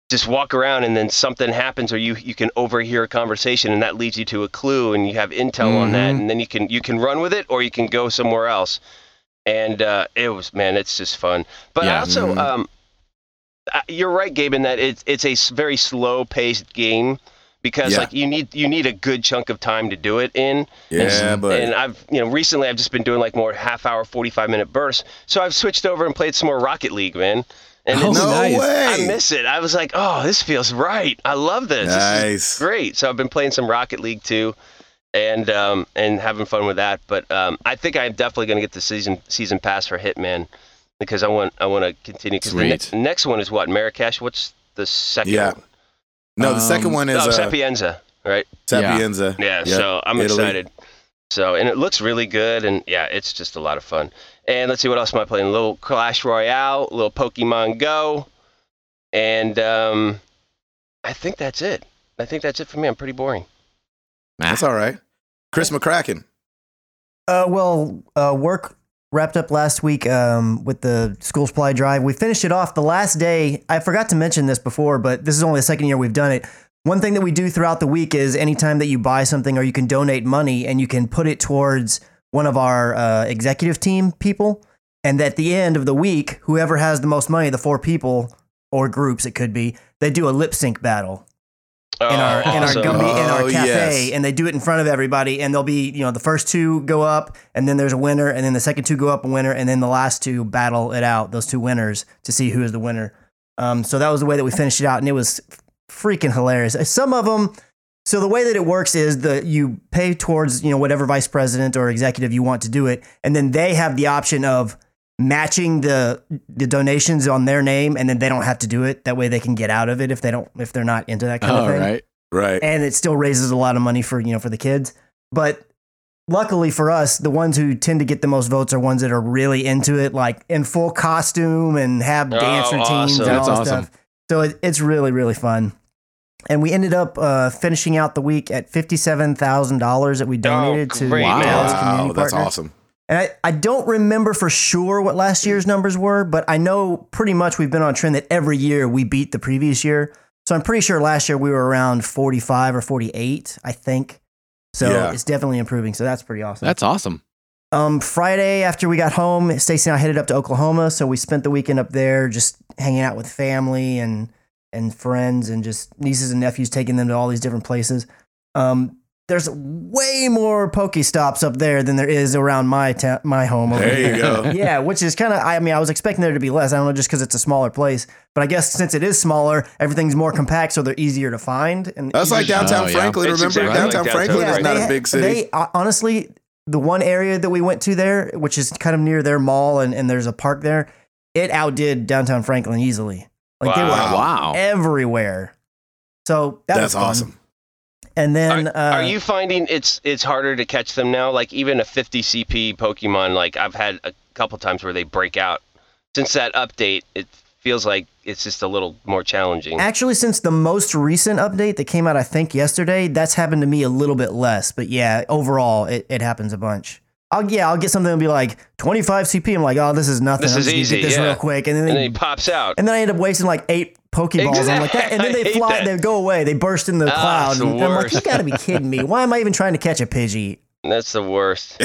[SPEAKER 3] just walk around and then something happens or you you can overhear a conversation and that leads you to a clue and you have intel on that
[SPEAKER 2] Mhm.
[SPEAKER 3] and then you can you can run with it or you can go somewhere else and uh, it was man it's just fun but I
[SPEAKER 2] Yeah. Mm-hmm.
[SPEAKER 3] also
[SPEAKER 1] Mhm.
[SPEAKER 3] um I- you're right Gabe in that it's it's a s- very slow paced game because
[SPEAKER 1] Yeah.
[SPEAKER 3] like you need you need a good chunk of time to do it in
[SPEAKER 1] yeah,
[SPEAKER 3] and, and
[SPEAKER 1] but
[SPEAKER 3] I've you know recently I've just been doing like more half hour, forty five minute bursts. So I've switched over and played some more Rocket League, man. And
[SPEAKER 2] Oh,
[SPEAKER 3] it's-
[SPEAKER 1] no
[SPEAKER 2] nice.
[SPEAKER 1] way.
[SPEAKER 3] I miss it. I was like, oh, this feels right. I love this. This is
[SPEAKER 1] nice.
[SPEAKER 3] great. So I've been playing some Rocket League too, and um, and having fun with that. But um, I think I'm definitely gonna get the season season pass for Hitman because I want I want to continue. 'Cause the ne-
[SPEAKER 2] Sweet.
[SPEAKER 3] next one is what Marrakesh. What's the second?
[SPEAKER 1] Yeah.
[SPEAKER 3] one?
[SPEAKER 1] No, the second
[SPEAKER 2] Um,
[SPEAKER 1] one is
[SPEAKER 3] Oh,
[SPEAKER 1] uh,
[SPEAKER 3] Sapienza. Right.
[SPEAKER 1] Sapienza.
[SPEAKER 3] Yeah,
[SPEAKER 1] Yep.
[SPEAKER 3] so I'm
[SPEAKER 1] Italy.
[SPEAKER 3] excited. So and it looks really good, and yeah, it's just a lot of fun. And let's see what else am I playing? A little Clash Royale, a little Pokemon Go, and um, I think that's it. I think that's it for me. I'm pretty boring.
[SPEAKER 2] Ah.
[SPEAKER 1] That's all right. Chris McCracken.
[SPEAKER 4] Uh, well, uh, work wrapped up last week um, with the school supply drive. We finished it off the last day. I forgot to mention this before, but this is only the second year we've done it. One thing that we do throughout the week is anytime that you buy something or you can donate money and you can put it towards one of our uh, executive team people. And at the end of the week, whoever has the most money, the four people or groups, it could be, they do a lip sync battle in our
[SPEAKER 3] Oh,
[SPEAKER 4] in our
[SPEAKER 3] awesome.
[SPEAKER 4] Gumby in
[SPEAKER 1] Oh,
[SPEAKER 4] our cafe,
[SPEAKER 1] yes.
[SPEAKER 4] and they do it in front of everybody. And they'll be you know the first two go up, and then there's a winner, and then the second two go up a winner, and then the last two battle it out. Those two winners to see who is the winner. Um, so that was the way that we finished it out, and it was freaking hilarious. Some of them. So the way that it works is that you pay towards you know whatever vice president or executive you want to do it, and then they have the option of matching the the donations on their name, and then they don't have to do it. That way they can get out of it if they don't if they're not into that kind
[SPEAKER 3] Oh,
[SPEAKER 2] All
[SPEAKER 4] of thing
[SPEAKER 2] right.
[SPEAKER 1] Right.
[SPEAKER 4] and it still raises a lot of money for you know for the kids but luckily for us the ones who tend to get the most votes are ones that are really into it like in full costume and have
[SPEAKER 3] Oh,
[SPEAKER 4] dance routines
[SPEAKER 3] awesome.
[SPEAKER 4] and
[SPEAKER 2] That's
[SPEAKER 4] all that
[SPEAKER 2] awesome.
[SPEAKER 4] stuff so it, it's really really fun and we ended up uh, finishing out the week at $57,000 that we donated to
[SPEAKER 3] Oh, great, man.
[SPEAKER 4] Dallas Community
[SPEAKER 1] Wow, that's
[SPEAKER 4] Partners.
[SPEAKER 1] awesome.
[SPEAKER 4] And I, I don't remember for sure what last year's numbers were, but I know pretty much we've been on a trend that every year we beat the previous year. So I'm pretty sure last year we were around 45 or 48, I think. So
[SPEAKER 1] Yeah.
[SPEAKER 4] it's definitely improving. So that's pretty awesome.
[SPEAKER 2] That's awesome.
[SPEAKER 4] um, Friday after we got home, Stacy and I headed up to Oklahoma. So we spent the weekend up there just hanging out with family and and friends and just nieces and nephews taking them to all these different places. Um, there's way more Pokestops up there than there is around my ta- my home. Over
[SPEAKER 1] There
[SPEAKER 4] here
[SPEAKER 1] you go.
[SPEAKER 4] yeah, which is kind of, I mean, I was expecting there to be less. I don't know, just because it's a smaller place. But I guess since it is smaller, everything's more compact, so they're easier to find. And
[SPEAKER 1] That's
[SPEAKER 4] easier
[SPEAKER 1] like
[SPEAKER 4] to-
[SPEAKER 1] downtown
[SPEAKER 2] Oh, yeah.
[SPEAKER 1] Franklin.
[SPEAKER 3] It's
[SPEAKER 1] Remember,
[SPEAKER 3] exactly
[SPEAKER 1] downtown,
[SPEAKER 3] like downtown
[SPEAKER 1] Franklin is
[SPEAKER 3] Franklin.
[SPEAKER 1] not
[SPEAKER 4] they-
[SPEAKER 1] a big city.
[SPEAKER 4] They, uh, honestly, the one area that we went to there, which is kind of near their mall and, and there's a park there, it outdid downtown Franklin easily. Like
[SPEAKER 3] Wow.
[SPEAKER 4] they were
[SPEAKER 2] Wow.
[SPEAKER 4] everywhere. So that was
[SPEAKER 1] that's
[SPEAKER 4] fun.
[SPEAKER 1] awesome.
[SPEAKER 4] And then, uh,
[SPEAKER 3] Are you finding it's it's harder to catch them now? Like even a 50 CP Pokemon, like I've had a couple times where they break out. Since that update, it feels like it's just a little more challenging.
[SPEAKER 4] Actually, since the most recent update that came out, I think yesterday, that's happened to me a little bit less. But yeah, overall, it, it happens a bunch. I'll yeah, I'll get something and be like 25 CP. I'm like, oh, this is nothing.
[SPEAKER 3] This
[SPEAKER 4] I'm
[SPEAKER 3] is
[SPEAKER 4] just gonna
[SPEAKER 3] easy,
[SPEAKER 4] Get this
[SPEAKER 3] yeah.
[SPEAKER 4] real quick, and then
[SPEAKER 3] And
[SPEAKER 4] and,
[SPEAKER 3] then he pops out.
[SPEAKER 4] and then I end up wasting like eight Pokeballs. I'm like that, and
[SPEAKER 3] Exactly.
[SPEAKER 4] then
[SPEAKER 3] I
[SPEAKER 4] they
[SPEAKER 3] hate
[SPEAKER 4] fly,
[SPEAKER 3] that.
[SPEAKER 4] they go away, they burst in the
[SPEAKER 3] Ah,
[SPEAKER 4] cloud.
[SPEAKER 3] it's the
[SPEAKER 4] and I'm like,
[SPEAKER 3] worst.
[SPEAKER 4] you gotta be kidding me. Why am I even trying to catch a Pidgey?
[SPEAKER 3] That's the worst.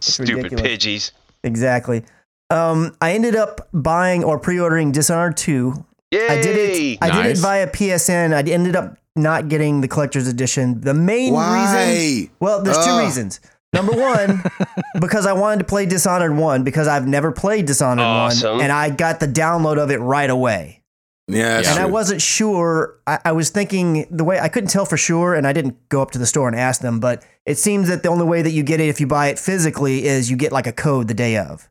[SPEAKER 3] Stupid Pidgeys.
[SPEAKER 4] Exactly. Um, I ended up buying or pre-ordering Dishonored 2
[SPEAKER 3] Yay!
[SPEAKER 4] I did it. I did it
[SPEAKER 2] Nice.
[SPEAKER 4] via PSN. I ended up not getting the collector's edition. The main reason,
[SPEAKER 1] Why?
[SPEAKER 4] well, there's
[SPEAKER 1] Ugh.
[SPEAKER 4] two reasons. Number one, because I wanted to play Dishonored One because I've never played Dishonored
[SPEAKER 3] Awesome.
[SPEAKER 4] One, and I got the download of it right away.
[SPEAKER 1] Yeah, that's
[SPEAKER 2] And
[SPEAKER 4] And I
[SPEAKER 1] true.
[SPEAKER 4] wasn't sure. I, I was thinking the way I couldn't tell for sure, and I didn't go up to the store and ask them. But it seems that the only way that you get it if you buy it physically is you get like a code the day of.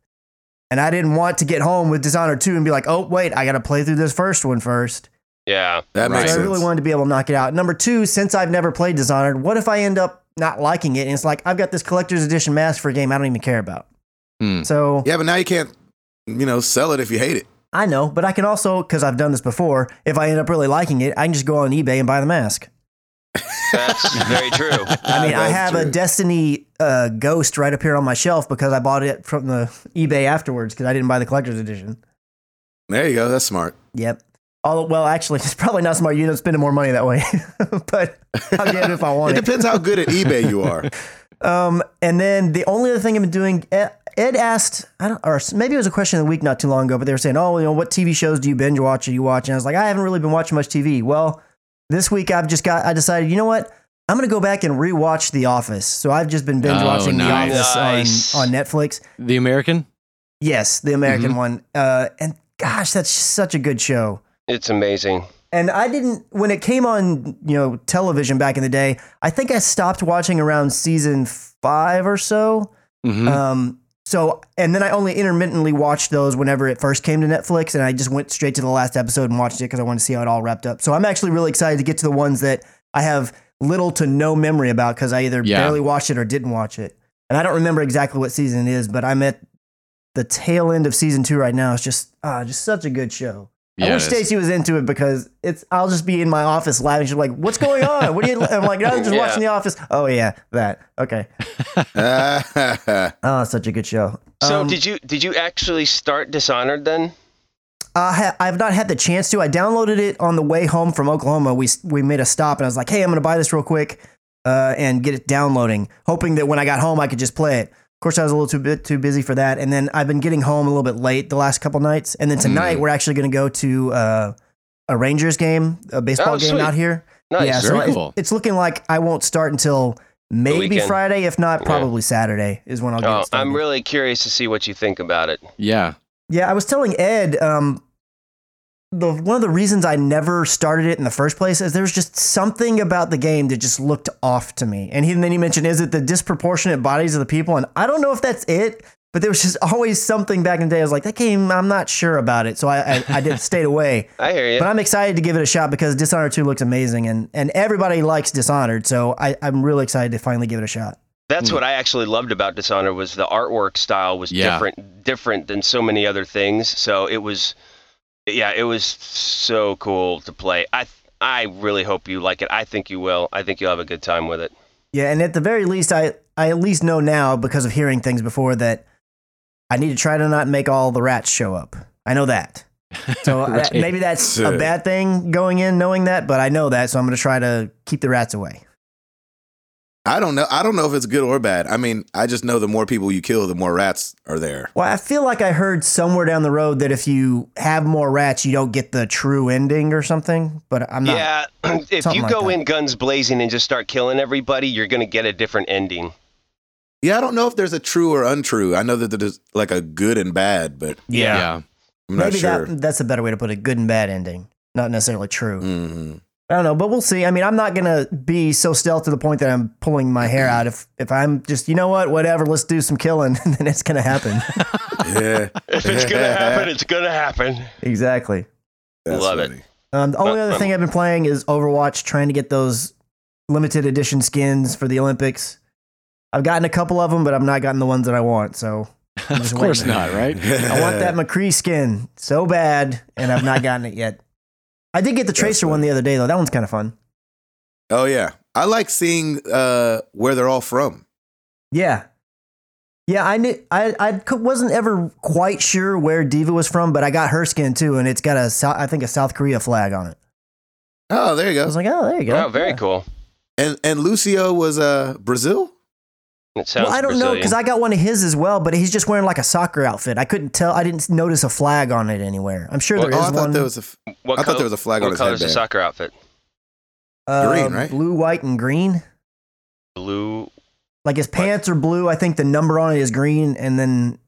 [SPEAKER 4] And I didn't want to get home with Dishonored 2 and be like, oh, wait, I got to play through this first one first.
[SPEAKER 3] yeah.
[SPEAKER 1] that
[SPEAKER 2] Right.
[SPEAKER 1] makes
[SPEAKER 4] So I
[SPEAKER 1] sense.
[SPEAKER 4] really wanted to be able to knock it out. Number two, since I've never played Dishonored, what if I end up not liking it? And it's like I've got this collector's edition mask for a game I don't even care about.
[SPEAKER 2] Hmm.
[SPEAKER 4] So
[SPEAKER 1] yeah, but now you can't, you know, sell it if you hate it.
[SPEAKER 4] I know, but I can also because I've done this before. If I end up really liking it, I can just go on eBay and buy the mask.
[SPEAKER 3] That's very true.
[SPEAKER 4] I mean, I
[SPEAKER 1] That's
[SPEAKER 4] have a
[SPEAKER 1] true.
[SPEAKER 4] Destiny uh, Ghost right up here on my shelf because I bought it from the eBay afterwards because I didn't buy the collector's edition.
[SPEAKER 1] There you go. That's smart.
[SPEAKER 4] Yep. Although, well, actually, it's probably not smart. You end up spending more money that way, but I'll get it if I want
[SPEAKER 1] It
[SPEAKER 4] it.
[SPEAKER 1] depends how good at eBay you are.
[SPEAKER 4] Um, and then the only other thing I've been doing, Ed Ed asked, I don't, or maybe it was a question of the week not too long ago, but they were saying, oh, you know, what TV shows do you binge watch? Are you watching? I was like, I haven't really been watching much TV. Well, this week I've just got, I decided, you know what? I'm going to go back and rewatch The Office. So I've just been binge watching
[SPEAKER 2] nice.
[SPEAKER 4] The Office
[SPEAKER 3] Nice.
[SPEAKER 4] on, on Netflix.
[SPEAKER 2] The American?
[SPEAKER 4] Yes, the American one. Uh, and gosh, that's such a good show.
[SPEAKER 3] It's amazing.
[SPEAKER 4] And I didn't when it came on, you know, television back in the day. I think I stopped watching around season five or so.
[SPEAKER 2] Mhm.
[SPEAKER 4] Um, so and then I only intermittently watched those whenever it first came to Netflix, and I just went straight to the last episode and watched it because I wanted to see how it all wrapped up. So I'm actually really excited to get to the ones that I have little to no memory about because I either
[SPEAKER 2] Yeah.
[SPEAKER 4] barely watched it or didn't watch it, and I don't remember exactly what season it is, but I'm at the tail end of season two right now. It's just ah, just such a good show.
[SPEAKER 2] Yeah,
[SPEAKER 4] I wish
[SPEAKER 2] it is.
[SPEAKER 4] Stacy was into it because it's. I'll just be in my office laughing. She's like, "What's going on? What are you?" I'm like, "I'm just
[SPEAKER 3] Yeah.
[SPEAKER 4] watching The Office." Oh yeah, that. Okay. Oh, such a good show.
[SPEAKER 3] So
[SPEAKER 4] Um,
[SPEAKER 3] did you did you actually start Dishonored then?
[SPEAKER 4] I ha- I've not had the chance to. I downloaded it on the way home from Oklahoma. We s- we made a stop, and I was like, "Hey, I'm gonna buy this real quick uh, and get it downloading, hoping that when I got home I could just play it." Of course, I was a little too bit too busy for that, and then I've been getting home a little bit late the last couple nights, and then tonight
[SPEAKER 3] Mm.
[SPEAKER 4] we're actually gonna go to uh, a Rangers game, a baseball
[SPEAKER 3] Oh,
[SPEAKER 4] game
[SPEAKER 3] sweet.
[SPEAKER 4] out here.
[SPEAKER 3] Nice.
[SPEAKER 2] Very
[SPEAKER 4] yeah, so it's-
[SPEAKER 2] cool.
[SPEAKER 4] it's, looking like I won't start until maybe
[SPEAKER 3] weekend.
[SPEAKER 4] Friday, if not
[SPEAKER 3] Yeah.
[SPEAKER 4] probably Saturday, is when I'll get.
[SPEAKER 3] Oh,
[SPEAKER 4] it started.
[SPEAKER 3] I'm really curious to see what you think about it.
[SPEAKER 2] Yeah.
[SPEAKER 4] Yeah, I was telling Ed, um, the one of the reasons I never started it in the first place is there was just something about the game that just looked off to me. And, he, and then he mentioned, is it the disproportionate bodies of the people? And I don't know if that's it, but there was just always something back in the day. I was like, that game, I'm not sure about it. So I, I, I did stayed away.
[SPEAKER 3] I hear you.
[SPEAKER 4] But I'm excited to give it a shot because Dishonored 2 looks amazing and, and everybody likes Dishonored. So I, I'm really excited to finally give it a shot.
[SPEAKER 3] That's
[SPEAKER 2] Hmm.
[SPEAKER 3] what I actually loved about Dishonored was the artwork style was
[SPEAKER 2] Yeah.
[SPEAKER 3] different different than so many other things. So it was yeah, it was so cool to play. I I really hope you like it. I think you will. I think you'll have a good time with it.
[SPEAKER 4] Yeah, and at the very least, I I at least know now because of hearing things before that I need to try to not make all the rats show up. I know that. So I-
[SPEAKER 2] Right.
[SPEAKER 4] maybe that's a bad thing going in knowing that, but I know that, so I'm going to try to keep the rats away.
[SPEAKER 1] I don't know. I don't know if it's good or bad. I mean, I just know the more people you kill, the more rats are there.
[SPEAKER 4] Well, I feel like I heard somewhere down the road that if you have more rats, you don't get the true ending or something, but I'm not.
[SPEAKER 3] Yeah, if
[SPEAKER 4] Something
[SPEAKER 3] you
[SPEAKER 4] like
[SPEAKER 3] go
[SPEAKER 4] that.
[SPEAKER 3] in guns blazing and just start killing everybody, you're going to get a different ending.
[SPEAKER 1] Yeah, I don't know if there's a true or untrue. I know that there's like a good and bad, but
[SPEAKER 2] Yeah.
[SPEAKER 1] I'm not
[SPEAKER 4] Maybe
[SPEAKER 1] sure.
[SPEAKER 4] that that's a better way to put it, good and bad ending, not necessarily true.
[SPEAKER 1] Mhm.
[SPEAKER 4] I don't know, but we'll see. I mean, I'm not gonna be so stealth to the point that I'm pulling my hair out. If if I'm just, you know what, whatever, let's do some killing, then it's gonna happen.
[SPEAKER 1] Mm-hmm. Yeah,
[SPEAKER 3] If it's going to happen, it's going to happen.
[SPEAKER 4] exactly.
[SPEAKER 1] That's
[SPEAKER 3] Love it.
[SPEAKER 1] funny.
[SPEAKER 4] Um, the only
[SPEAKER 3] Uh,
[SPEAKER 4] other
[SPEAKER 3] um,
[SPEAKER 4] thing I've been playing is Overwatch, trying to get those limited edition skins for the Olympics. I've gotten a couple of them, but I've not gotten the ones that I want. So
[SPEAKER 2] of course not, right?
[SPEAKER 4] I want that McCree skin so bad, and I've not gotten it yet. I did get the Tracer one
[SPEAKER 1] funny.
[SPEAKER 4] the other day though. That one's kind of fun.
[SPEAKER 1] Oh yeah, I like seeing uh, where they're all from.
[SPEAKER 4] Yeah. Yeah, I knew I I cou- wasn't ever quite sure where Diva was from, but I got her skin too, and it's got a Sou- I think a South Korea flag on it.
[SPEAKER 1] Oh, there you
[SPEAKER 4] I
[SPEAKER 1] go.
[SPEAKER 4] was like, oh, there you go.
[SPEAKER 3] Oh, very
[SPEAKER 4] Yeah.
[SPEAKER 3] cool.
[SPEAKER 1] And and Lucio was uh, Brazil.
[SPEAKER 3] It sounds
[SPEAKER 4] Well, I don't know
[SPEAKER 3] Brazilian.
[SPEAKER 4] because I got one of his as well, but he's just wearing like a soccer outfit. I couldn't tell. I didn't notice a flag on it anywhere. I'm sure
[SPEAKER 3] Well,
[SPEAKER 4] there
[SPEAKER 1] Oh,
[SPEAKER 4] is
[SPEAKER 1] I thought
[SPEAKER 4] one.
[SPEAKER 1] there was a. f-
[SPEAKER 3] what
[SPEAKER 1] I
[SPEAKER 3] col-
[SPEAKER 1] thought there was a flag on
[SPEAKER 3] what
[SPEAKER 1] his
[SPEAKER 3] color is the
[SPEAKER 1] headband.
[SPEAKER 3] soccer outfit?
[SPEAKER 4] uh,
[SPEAKER 1] green, right?
[SPEAKER 4] Blue, white, and green.
[SPEAKER 3] Blue.
[SPEAKER 4] Like his pants are blue. I think the number on it is green, and then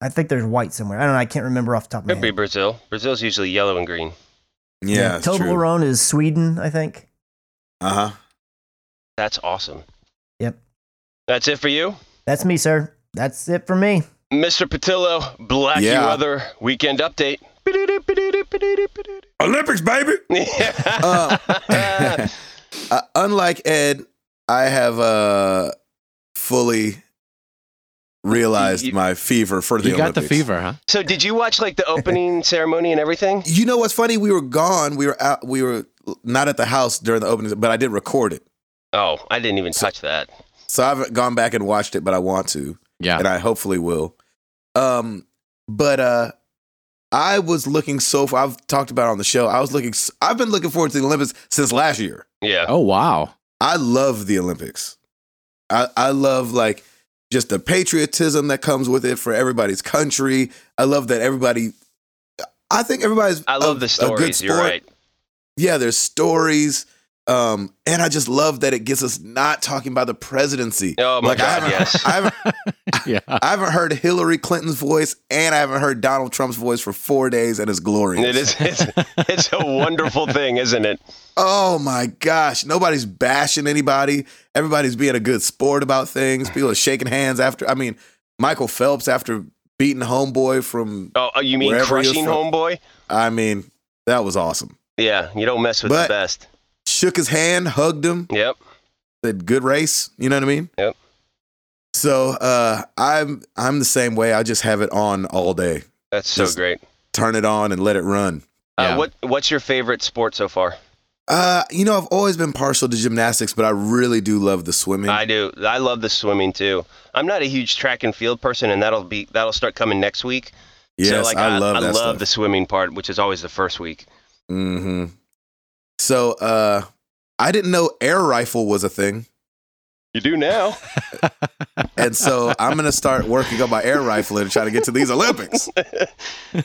[SPEAKER 4] I think there's white somewhere. I don't know. I can't remember off the top of my
[SPEAKER 3] Could be
[SPEAKER 4] head.
[SPEAKER 3] Brazil. Brazil's usually yellow and green.
[SPEAKER 1] Yeah, it's true.
[SPEAKER 4] Toblerone is Sweden, I think.
[SPEAKER 1] Uh huh.
[SPEAKER 3] That's awesome.
[SPEAKER 4] Yep.
[SPEAKER 3] That's it for you,
[SPEAKER 4] That's me, sir. That's it for me.
[SPEAKER 3] Mr. Patillo. Black you
[SPEAKER 1] Yeah.
[SPEAKER 3] other weekend update.
[SPEAKER 1] Olympics, baby. Uh, uh, unlike Ed, I have uh, fully realized
[SPEAKER 3] You- you-
[SPEAKER 1] my fever for the
[SPEAKER 2] You got the
[SPEAKER 1] Olympics.
[SPEAKER 2] fever, huh?
[SPEAKER 3] so, did you watch like the opening ceremony and everything?
[SPEAKER 1] You know what's funny? We were gone. We were out. We were not at the house during the opening, but I did record it.
[SPEAKER 3] Oh, I didn't even
[SPEAKER 1] So-
[SPEAKER 3] touch that.
[SPEAKER 1] So I haven't gone back and watched it, but I want to,
[SPEAKER 2] Yeah.
[SPEAKER 1] and I hopefully will. Um, but uh, I was looking so. f- I've talked about it on the show. I was looking. s- I've been looking forward to the Olympics since last year.
[SPEAKER 3] Yeah.
[SPEAKER 2] Oh wow.
[SPEAKER 1] I love the Olympics. I, I love like just the patriotism that comes with it for everybody's country. I love that everybody. I think everybody's.
[SPEAKER 3] I love
[SPEAKER 1] a-
[SPEAKER 3] the
[SPEAKER 1] A good
[SPEAKER 3] stories.
[SPEAKER 1] sport.
[SPEAKER 3] You're right.
[SPEAKER 1] Yeah, there's stories, um, and I just love that it gets us not talking about the presidency.
[SPEAKER 3] Oh my
[SPEAKER 1] like I
[SPEAKER 3] God.
[SPEAKER 1] haven't,
[SPEAKER 3] Yes.
[SPEAKER 1] I haven't,
[SPEAKER 2] Yeah.
[SPEAKER 1] I haven't heard Hillary Clinton's voice, and I haven't heard Donald Trump's voice for four days, and it's glorious.
[SPEAKER 3] It is. It's, it's a wonderful thing, isn't it?
[SPEAKER 1] Oh my gosh. Nobody's bashing anybody. Everybody's being a good sport about things. People are shaking hands after. I mean, Michael Phelps after beating Homeboy from,
[SPEAKER 3] Oh, you mean
[SPEAKER 1] Wherever you're
[SPEAKER 3] crushing
[SPEAKER 1] from.
[SPEAKER 3] homeboy?
[SPEAKER 1] I mean, that was awesome.
[SPEAKER 3] Yeah. You don't mess with
[SPEAKER 1] But-
[SPEAKER 3] the best.
[SPEAKER 1] Shook his hand, hugged him,
[SPEAKER 3] Yep.
[SPEAKER 1] said, good race. You know what I mean?
[SPEAKER 3] Yep.
[SPEAKER 1] So uh, I'm I'm the same way. I just have it on all day.
[SPEAKER 3] That's so
[SPEAKER 1] Just-
[SPEAKER 3] great.
[SPEAKER 1] Turn it on and let it run.
[SPEAKER 3] Uh,
[SPEAKER 2] Yeah.
[SPEAKER 3] What What's your favorite sport so far?
[SPEAKER 1] Uh, you know, I've always been partial to gymnastics, but I really do love the swimming.
[SPEAKER 3] I do. I love the swimming too. I'm not a huge track and field person, and that'll be that'll start coming next week.
[SPEAKER 1] yes,
[SPEAKER 3] so like
[SPEAKER 1] I, love
[SPEAKER 3] I
[SPEAKER 1] that
[SPEAKER 3] love
[SPEAKER 1] stuff.
[SPEAKER 3] the swimming part, which is always the first week.
[SPEAKER 1] hmm So, uh, I didn't know air rifle was a thing,
[SPEAKER 3] You do now.
[SPEAKER 1] and so I'm gonna start working on my air rifle and try to get to these Olympics.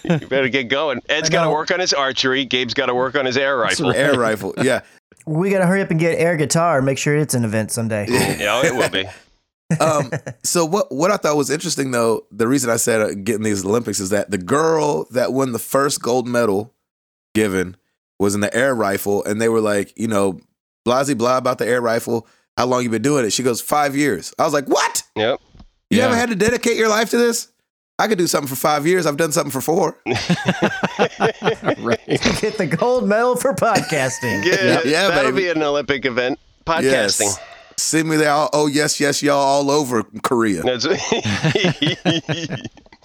[SPEAKER 3] you better get going. Ed's
[SPEAKER 4] I
[SPEAKER 3] got to
[SPEAKER 4] know.
[SPEAKER 3] work on his archery. Gabe's got to work on his air rifle.
[SPEAKER 1] Air rifle, yeah.
[SPEAKER 4] We gotta hurry up and get air guitar. and Make sure it's an event someday.
[SPEAKER 3] yeah, it will be.
[SPEAKER 1] um, so what what I thought was interesting though, the reason I said uh, getting these Olympics is that the girl that won the first gold medal given was in the air rifle, and they were like, you know, blasey blah about the air rifle. How long you been doing it? She goes five years. I was like, what?
[SPEAKER 3] Yep.
[SPEAKER 1] You
[SPEAKER 2] Yeah.
[SPEAKER 1] haven't had to dedicate your life to this? I could do something for five years. I've done something for four.
[SPEAKER 2] right.
[SPEAKER 4] Get the gold medal for podcasting.
[SPEAKER 3] Yeah,
[SPEAKER 1] Yeah,
[SPEAKER 3] that'll
[SPEAKER 1] baby.
[SPEAKER 3] be an Olympic event. Podcasting.
[SPEAKER 1] Yes. Send me there. All, oh yes, yes, y'all all over Korea.
[SPEAKER 3] That's-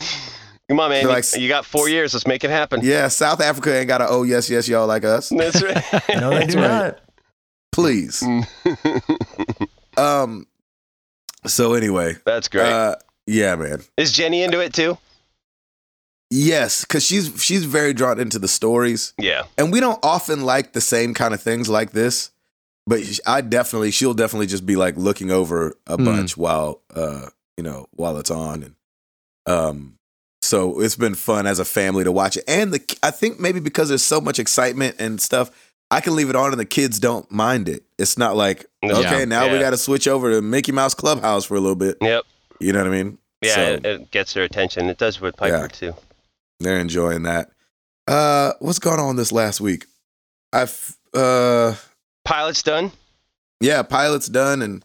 [SPEAKER 3] Come on, man.
[SPEAKER 1] They're
[SPEAKER 3] You-
[SPEAKER 1] like-
[SPEAKER 3] you got four years. Let's make it happen.
[SPEAKER 1] Yeah, South Africa ain't got a oh yes, yes, y'all like us.
[SPEAKER 3] That's right.
[SPEAKER 4] No, they
[SPEAKER 2] That's
[SPEAKER 4] do
[SPEAKER 2] right.
[SPEAKER 4] not.
[SPEAKER 1] Please. Um. So anyway,
[SPEAKER 3] That's great.
[SPEAKER 1] Uh, yeah, man.
[SPEAKER 3] Is Jenny into it too?
[SPEAKER 1] Yes, because she's she's very drawn into the stories,
[SPEAKER 3] Yeah.
[SPEAKER 1] and we don't often like the same kind of things like this. But sh- I definitely, she'll definitely just be like looking over a
[SPEAKER 2] Hmm.
[SPEAKER 1] bunch while uh, you know while it's on, and um, so it's been fun as a family to watch it. And the I think maybe because there's so much excitement and stuff. I can leave it on and the kids don't mind it. It's not like,
[SPEAKER 3] Yeah.
[SPEAKER 1] okay, now we
[SPEAKER 3] Yeah.
[SPEAKER 1] got to switch over to Mickey Mouse Clubhouse for a little bit.
[SPEAKER 3] Yep.
[SPEAKER 1] You know what I mean?
[SPEAKER 3] Yeah.
[SPEAKER 1] So-
[SPEAKER 3] it, it gets their attention. It does with Piper
[SPEAKER 1] Yeah.
[SPEAKER 3] too.
[SPEAKER 1] They're enjoying that. Uh, what's going on this last week? I've uh,
[SPEAKER 3] Pilot's done.
[SPEAKER 1] yeah, pilot's done and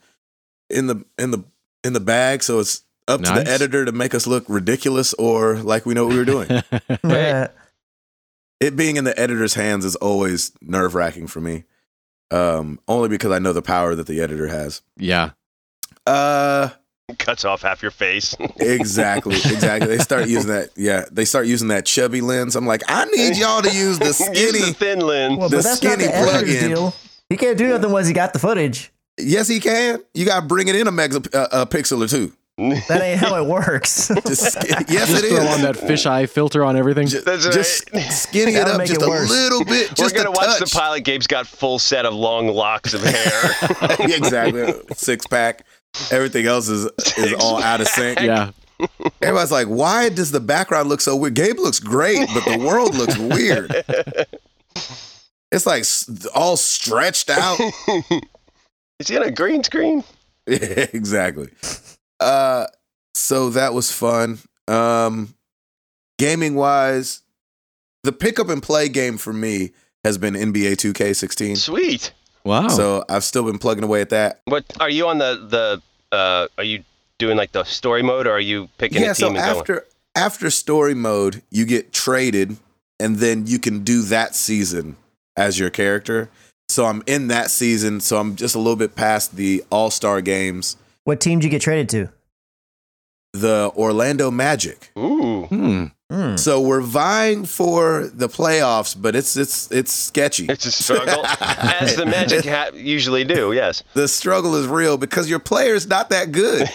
[SPEAKER 1] in the in the in the bag, so it's up to
[SPEAKER 2] Nice.
[SPEAKER 1] the editor to make us look ridiculous or like we know what we were doing.
[SPEAKER 3] Right.
[SPEAKER 1] it being in the editor's hands is always nerve wracking for me, um, only because I know the power that the editor has.
[SPEAKER 2] yeah.
[SPEAKER 1] Uh,
[SPEAKER 3] Cuts off half your face.
[SPEAKER 1] exactly, exactly. They start using that. Yeah, they start using that chubby lens. I'm like, I need y'all to use the
[SPEAKER 3] Use the
[SPEAKER 1] skinny.
[SPEAKER 3] thin lens.
[SPEAKER 4] Well,
[SPEAKER 1] The
[SPEAKER 4] but that's not the
[SPEAKER 1] skinny
[SPEAKER 4] editor's
[SPEAKER 1] plug-in.
[SPEAKER 4] deal. He can't do nothing once he got the footage.
[SPEAKER 1] Yes, he can. You got to bring it in a, megs- a, a pixel or two.
[SPEAKER 4] That ain't how it works.
[SPEAKER 1] Just skin- yes,
[SPEAKER 2] Just
[SPEAKER 1] it
[SPEAKER 2] throw
[SPEAKER 1] is.
[SPEAKER 2] on that fisheye filter on everything.
[SPEAKER 1] Ju-
[SPEAKER 3] That's
[SPEAKER 1] just skinny it
[SPEAKER 4] That'll
[SPEAKER 1] up
[SPEAKER 4] make
[SPEAKER 1] just
[SPEAKER 4] it
[SPEAKER 1] a
[SPEAKER 4] worse.
[SPEAKER 1] little bit.
[SPEAKER 3] We're
[SPEAKER 1] Just
[SPEAKER 3] gonna
[SPEAKER 1] a
[SPEAKER 3] watch
[SPEAKER 1] touch.
[SPEAKER 3] the pilot. Gabe's got full set of long locks of hair.
[SPEAKER 1] Yeah, exactly. Six pack. Everything else is is all out of sync.
[SPEAKER 2] yeah.
[SPEAKER 1] Everybody's like, why does the background look so weird? Gabe looks great, but the world looks weird. It's like s- all stretched out.
[SPEAKER 3] Is he on a green screen?
[SPEAKER 1] exactly. Uh, so that was fun. Um, gaming wise, the pick up and play game for me has been NBA 2K16.
[SPEAKER 3] Sweet. Oh.
[SPEAKER 2] Wow.
[SPEAKER 1] So I've still been plugging away at that.
[SPEAKER 3] What are you on the the? Uh, are you doing like the story mode, or are you picking
[SPEAKER 1] yeah.
[SPEAKER 3] a team
[SPEAKER 1] So
[SPEAKER 3] and going?
[SPEAKER 1] after after story mode, you get traded, and then you can do that season as your character. So I'm in that season. So I'm just a little bit past the All Star games,
[SPEAKER 4] what team did you get traded to?
[SPEAKER 1] the Orlando Magic.
[SPEAKER 3] Ooh,
[SPEAKER 2] Hmm.
[SPEAKER 4] Hmm.
[SPEAKER 1] So we're vying for the playoffs, but it's it's it's sketchy.
[SPEAKER 3] it's a struggle, as the Magic ha- usually do. Yes.
[SPEAKER 1] The struggle is real because your player's not that good.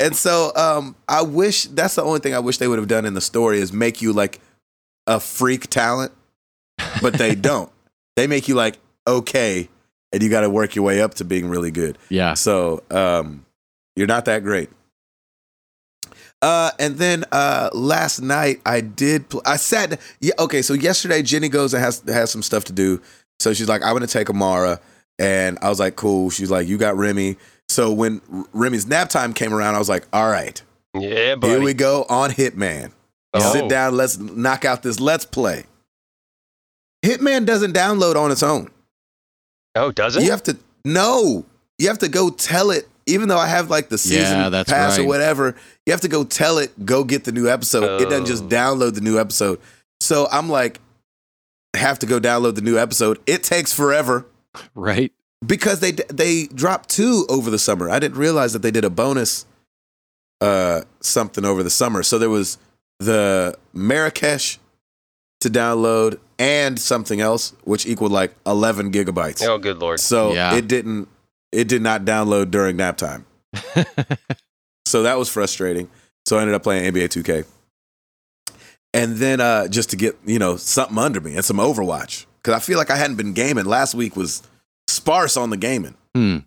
[SPEAKER 1] and so um I wish that's the only thing I wish they would have done in the story is make you like a freak talent, but they don't. they make you like okay and you got to work your way up to being really good.
[SPEAKER 2] Yeah.
[SPEAKER 1] So um, you're not that great. Uh, and then uh, last night I did. Pl- I sat. Yeah, okay. So yesterday Jenny goes and has has some stuff to do. So she's like, I'm gonna take Amara, and I was like, cool. She's like, you got Remy. So when R- Remy's nap time came around, I was like, all right,
[SPEAKER 3] yeah, buddy.
[SPEAKER 1] here we go on Hitman.
[SPEAKER 3] Oh.
[SPEAKER 1] Sit down. Let's knock out this. Let's play. Hitman doesn't download on its own.
[SPEAKER 3] Oh, does it?
[SPEAKER 1] You have to no. You have to go tell it. Even though I have like the season
[SPEAKER 2] Yeah, that's
[SPEAKER 1] pass or
[SPEAKER 2] right.
[SPEAKER 1] whatever, you have to go tell it. Go get the new episode. It doesn't
[SPEAKER 3] Oh.
[SPEAKER 1] just download the new episode. So I'm like, have to go download the new episode. It takes forever
[SPEAKER 2] Right.
[SPEAKER 1] because they they dropped two over the summer. I didn't realize that they did a bonus uh something over the summer. So there was the Marrakesh to download and something else, which equaled like 11 gigabytes.
[SPEAKER 3] Oh, good lord.
[SPEAKER 1] So
[SPEAKER 2] Yeah.
[SPEAKER 1] it didn't it did not download during nap time. So that was frustrating. So I ended up playing NBA 2K. And then uh, just to get, you know, something under me and some Overwatch. Cause I feel like I hadn't been gaming. Last week was sparse on the gaming.
[SPEAKER 2] Hmm.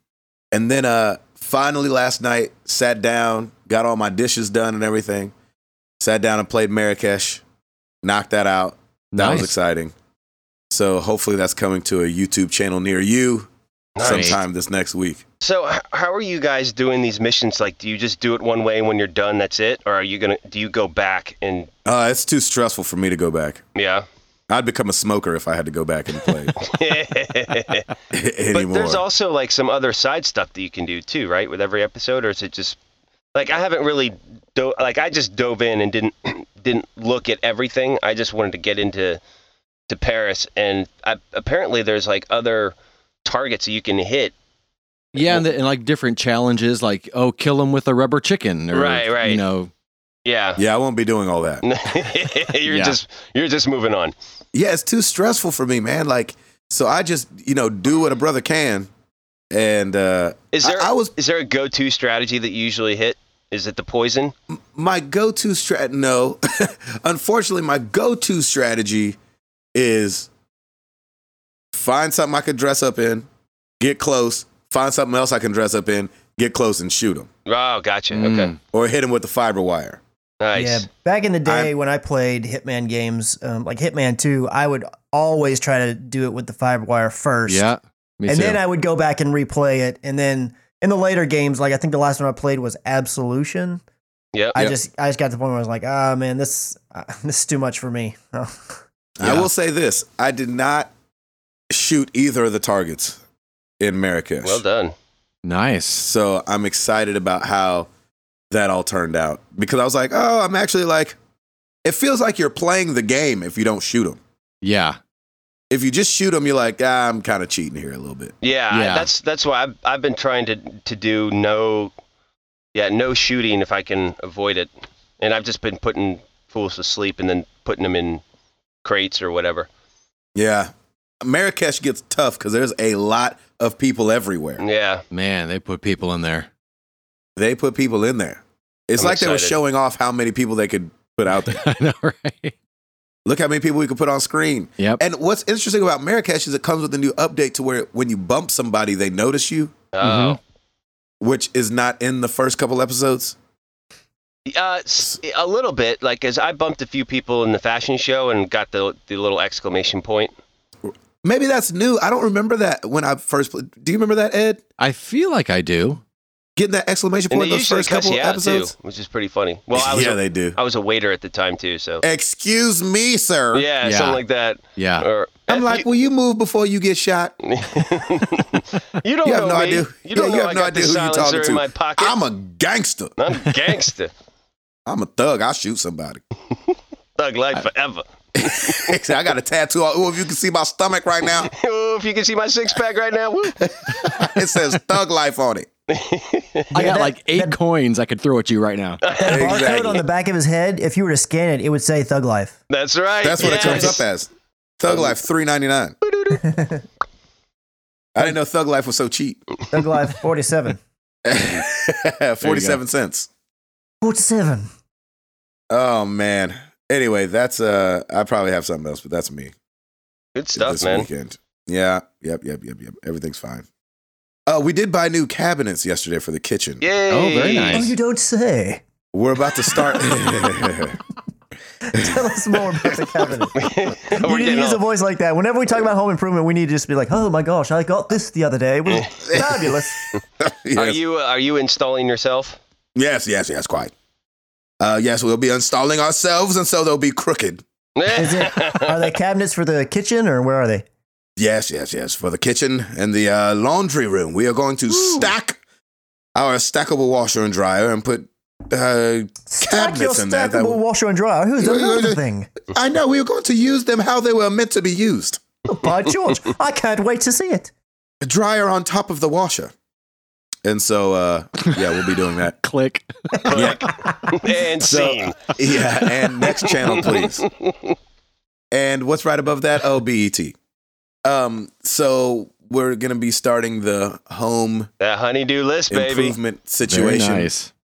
[SPEAKER 1] And then uh, finally last night, sat down, got all my dishes done and everything. Sat down and played Marrakesh, knocked that out. That was
[SPEAKER 2] Nice.
[SPEAKER 1] exciting. So hopefully that's coming to a YouTube channel near you
[SPEAKER 3] Nice.
[SPEAKER 1] sometime this next week.
[SPEAKER 3] So h- how are you guys doing these missions? Like, do you just do it one way and when you're done, that's it, or are you gonna do you go back and
[SPEAKER 1] Uh, it's too stressful for me to go back.
[SPEAKER 3] yeah?
[SPEAKER 1] I'd become a smoker if I had to go back and play
[SPEAKER 3] but
[SPEAKER 1] anymore.
[SPEAKER 3] there's also like some other side stuff that you can do too, right? With every episode, or is it just like I haven't really do- like I just dove in and didn't didn't look at everything. I just wanted to get into to Paris, and I, apparently there's like other targets that you can hit.
[SPEAKER 2] Yeah, and, the, and like different challenges, like oh, kill him with a rubber chicken, or
[SPEAKER 3] Right, right.
[SPEAKER 2] you know,
[SPEAKER 3] Yeah.
[SPEAKER 1] yeah, I won't be doing all that.
[SPEAKER 3] you're
[SPEAKER 2] Yeah.
[SPEAKER 3] just you're just moving on.
[SPEAKER 1] Yeah, it's too stressful for me, man. Like, so I just, you know, do what a brother can. And uh,
[SPEAKER 3] Is
[SPEAKER 1] I-
[SPEAKER 3] there
[SPEAKER 1] I was
[SPEAKER 3] Is there a go-to strategy that you usually hit? Is it the poison?
[SPEAKER 1] my go-to strat no unfortunately my go-to strategy is find something i could dress up in get close find something else i can dress up in get close and shoot him
[SPEAKER 3] Oh, gotcha.
[SPEAKER 1] Hmm.
[SPEAKER 3] Okay,
[SPEAKER 2] Mm.
[SPEAKER 1] or hit him with the fiber wire
[SPEAKER 3] nice.
[SPEAKER 4] Yeah, back in the day when I played Hitman games, um, like Hitman 2, I would always try to do it with the fiber wire first.
[SPEAKER 2] yeah, me
[SPEAKER 4] and
[SPEAKER 2] too.
[SPEAKER 4] then I would go back and replay it. And then in the later games, like I think the last one I played was Absolution.
[SPEAKER 3] Yep.
[SPEAKER 4] I
[SPEAKER 1] Yep.
[SPEAKER 4] just I just got to the point where I was like, ah man, this uh, this is too much for me.
[SPEAKER 1] i
[SPEAKER 2] Yeah.
[SPEAKER 1] will say this i did not shoot either of the targets in marrakesh
[SPEAKER 3] Well done.
[SPEAKER 2] nice.
[SPEAKER 1] so i'm excited about how that all turned out because i was like oh i'm actually like it feels like you're playing the game if you don't shoot him
[SPEAKER 2] Yeah,
[SPEAKER 1] if you just shoot them, you're like, ah, I'm kind of cheating here a little bit.
[SPEAKER 3] Yeah, I-
[SPEAKER 2] Yeah.
[SPEAKER 3] that's that's why I've I've been trying to to do no, yeah, no shooting if I can avoid it, and I've just been putting fools to sleep and then putting them in crates or whatever.
[SPEAKER 1] Yeah. Marrakesh gets tough because there's a lot of people everywhere.
[SPEAKER 3] Yeah,
[SPEAKER 2] man, they put people in there.
[SPEAKER 1] They put people in there. It's
[SPEAKER 3] I'm
[SPEAKER 1] like they were
[SPEAKER 3] excited.
[SPEAKER 1] showing off how many people they could put out there.
[SPEAKER 2] I know, right?
[SPEAKER 1] Look how many people we could put on screen.
[SPEAKER 2] Yep.
[SPEAKER 1] And what's interesting about Marrakesh is it comes with a new update to where when you bump somebody, they notice you,
[SPEAKER 3] uh,
[SPEAKER 1] which is not in the first couple episodes. Mm-hmm.
[SPEAKER 3] uh, s- a little bit. Like, as I bumped a few people in the fashion show and got the the little exclamation point.
[SPEAKER 1] Maybe that's new. I don't remember that when I first played. Do you remember that, Ed?
[SPEAKER 2] I feel like I do.
[SPEAKER 1] Getting that exclamation
[SPEAKER 3] And
[SPEAKER 1] point
[SPEAKER 3] they
[SPEAKER 1] in those
[SPEAKER 3] usually
[SPEAKER 1] first
[SPEAKER 3] cuss
[SPEAKER 1] couple
[SPEAKER 3] you out too,
[SPEAKER 1] episodes?
[SPEAKER 3] which is pretty funny. Well, I was
[SPEAKER 1] yeah,
[SPEAKER 3] a,
[SPEAKER 1] they do.
[SPEAKER 3] I was a waiter at the time too, so
[SPEAKER 1] Excuse me, sir.
[SPEAKER 3] yeah,
[SPEAKER 2] Yeah.
[SPEAKER 3] something like that.
[SPEAKER 2] Yeah.
[SPEAKER 3] Or eh,
[SPEAKER 1] I'm like, will you move before you get shot?
[SPEAKER 3] you don't
[SPEAKER 1] You have no
[SPEAKER 3] know me.
[SPEAKER 1] idea-
[SPEAKER 3] You don't
[SPEAKER 1] yeah, you
[SPEAKER 3] know
[SPEAKER 1] have
[SPEAKER 3] I
[SPEAKER 1] no
[SPEAKER 3] got
[SPEAKER 1] idea
[SPEAKER 3] the
[SPEAKER 1] who you're
[SPEAKER 3] silencer
[SPEAKER 1] talking to.
[SPEAKER 3] in my pocket.
[SPEAKER 1] I'm a gangster.
[SPEAKER 3] I'm gangster.
[SPEAKER 1] I'm a thug. I'll shoot somebody.
[SPEAKER 3] Thug life forever.
[SPEAKER 1] Actually, I got a tattoo. on- Oh, if you can see my stomach right now,
[SPEAKER 3] Oh, if you can see my six pack right now, woo.
[SPEAKER 1] it says thug life on it.
[SPEAKER 2] I got
[SPEAKER 4] that-
[SPEAKER 2] like eight
[SPEAKER 4] that-
[SPEAKER 2] coins I could throw at you right now.
[SPEAKER 4] that
[SPEAKER 1] Exactly.
[SPEAKER 4] barcode on the back of his head, if you were to scan it, it would say Thug Life.
[SPEAKER 3] that's right.
[SPEAKER 1] That's what it comes
[SPEAKER 3] yes.
[SPEAKER 1] up as. Thug life, three ninety nine. I didn't know thug life was so cheap.
[SPEAKER 4] Thug Life 47.
[SPEAKER 1] Forty seven cents.
[SPEAKER 4] 47.
[SPEAKER 1] Oh man. Anyway, that's uh. I probably have something else, but that's me.
[SPEAKER 3] Good stuff,
[SPEAKER 1] this
[SPEAKER 3] man.
[SPEAKER 1] weekend. Yeah. Yep. Yep. Yep. Yep. Everything's fine. Uh, we did buy new cabinets yesterday for the kitchen.
[SPEAKER 3] Yay.
[SPEAKER 2] Oh, very
[SPEAKER 4] Oh,
[SPEAKER 2] nice.
[SPEAKER 4] you don't say.
[SPEAKER 1] We're about to start.
[SPEAKER 4] Tell us more about the
[SPEAKER 3] We're
[SPEAKER 4] cabinet. We need to
[SPEAKER 3] getting
[SPEAKER 4] use a
[SPEAKER 3] off.
[SPEAKER 4] voice like that. Whenever we talk about home improvement, we need to just be like, oh my gosh, I got this the other day. It was fabulous.
[SPEAKER 1] yes.
[SPEAKER 3] Are you uh, are you installing yourself?
[SPEAKER 1] yes, yes, yes, quite. Uh, yes, we'll be installing ourselves, and so they'll be crooked.
[SPEAKER 4] Is it, are they cabinets for the kitchen or where are they?
[SPEAKER 1] Yes, yes, yes. For the kitchen and the uh, laundry room, we are going to stack our stackable washer and dryer and put. Uh,
[SPEAKER 4] Stack your
[SPEAKER 1] Cabinets in there,
[SPEAKER 4] stackable
[SPEAKER 1] that would-
[SPEAKER 4] washer and dryer. Who's
[SPEAKER 1] Yeah, yeah,
[SPEAKER 4] another
[SPEAKER 1] yeah.
[SPEAKER 4] thing?
[SPEAKER 1] I know we were going to use them how they were meant to be used.
[SPEAKER 4] By George, I can't wait to see it.
[SPEAKER 1] A dryer on top of the washer, and so uh, yeah, we'll be doing that.
[SPEAKER 2] Click.
[SPEAKER 3] and
[SPEAKER 1] So-
[SPEAKER 3] scene.
[SPEAKER 1] Yeah, and next channel, please. And what's right above that? Oh, BET. Um, so we're gonna be starting the home
[SPEAKER 3] That honeydew list, baby.
[SPEAKER 1] improvement
[SPEAKER 2] Very
[SPEAKER 1] situation.
[SPEAKER 2] nice.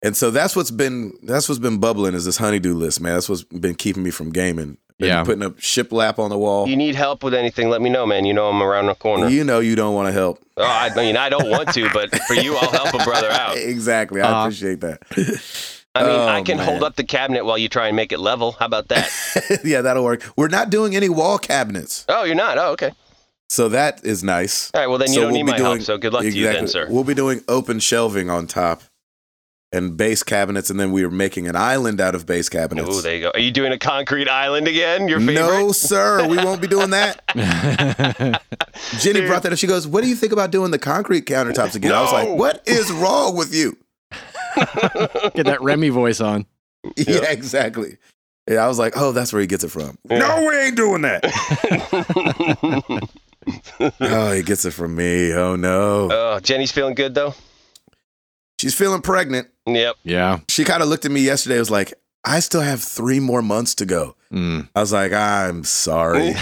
[SPEAKER 1] And so that's what's been that's what's been bubbling is this honeydew list, man. That's what's been keeping me from gaming. Been
[SPEAKER 2] Yeah.
[SPEAKER 1] putting up shiplap on the wall.
[SPEAKER 3] You need help with anything? Let me know, man. You know I'm around the corner.
[SPEAKER 1] You know you don't want to help.
[SPEAKER 3] Oh, I mean, I don't want to, but for you, I'll help a brother out.
[SPEAKER 1] exactly. I
[SPEAKER 2] Uh,
[SPEAKER 1] appreciate that.
[SPEAKER 3] I mean, I
[SPEAKER 1] Oh,
[SPEAKER 3] can hold
[SPEAKER 1] man.
[SPEAKER 3] up the cabinet while you try and make it level. How about that?
[SPEAKER 1] yeah, that'll work. We're not doing any wall cabinets,
[SPEAKER 3] oh, you're not. Oh, okay.
[SPEAKER 1] so that is nice.
[SPEAKER 3] All right. Well, then you
[SPEAKER 1] So
[SPEAKER 3] don't
[SPEAKER 1] we'll
[SPEAKER 3] need
[SPEAKER 1] be
[SPEAKER 3] my
[SPEAKER 1] doing-
[SPEAKER 3] help. So good luck to you then, sir.
[SPEAKER 1] We'll be doing open shelving on top and base cabinets, and then we are making an island out of base cabinets.
[SPEAKER 3] Oh, there you go. Are you doing a concrete island again? Your favorite?
[SPEAKER 1] no, sir, we won't be doing that. Jenny
[SPEAKER 3] Dude.
[SPEAKER 1] brought that up. She goes, "What do you think about doing the concrete countertops again?" I was like,
[SPEAKER 3] No.
[SPEAKER 1] "What is wrong with you?"
[SPEAKER 2] Get that Remy voice on.
[SPEAKER 1] Yeah, exactly. Yeah, I was like, "Oh, that's where he gets it from."
[SPEAKER 3] Yeah.
[SPEAKER 1] No, we ain't doing that. oh, he gets it from me. Oh no,
[SPEAKER 3] oh, Jenny's feeling good though.
[SPEAKER 1] she's feeling pregnant.
[SPEAKER 3] Yep.
[SPEAKER 2] Yeah.
[SPEAKER 1] She kind of looked at me yesterday. Was like, "I still have three more months to go."
[SPEAKER 2] Mm.
[SPEAKER 1] I was like, "I'm sorry."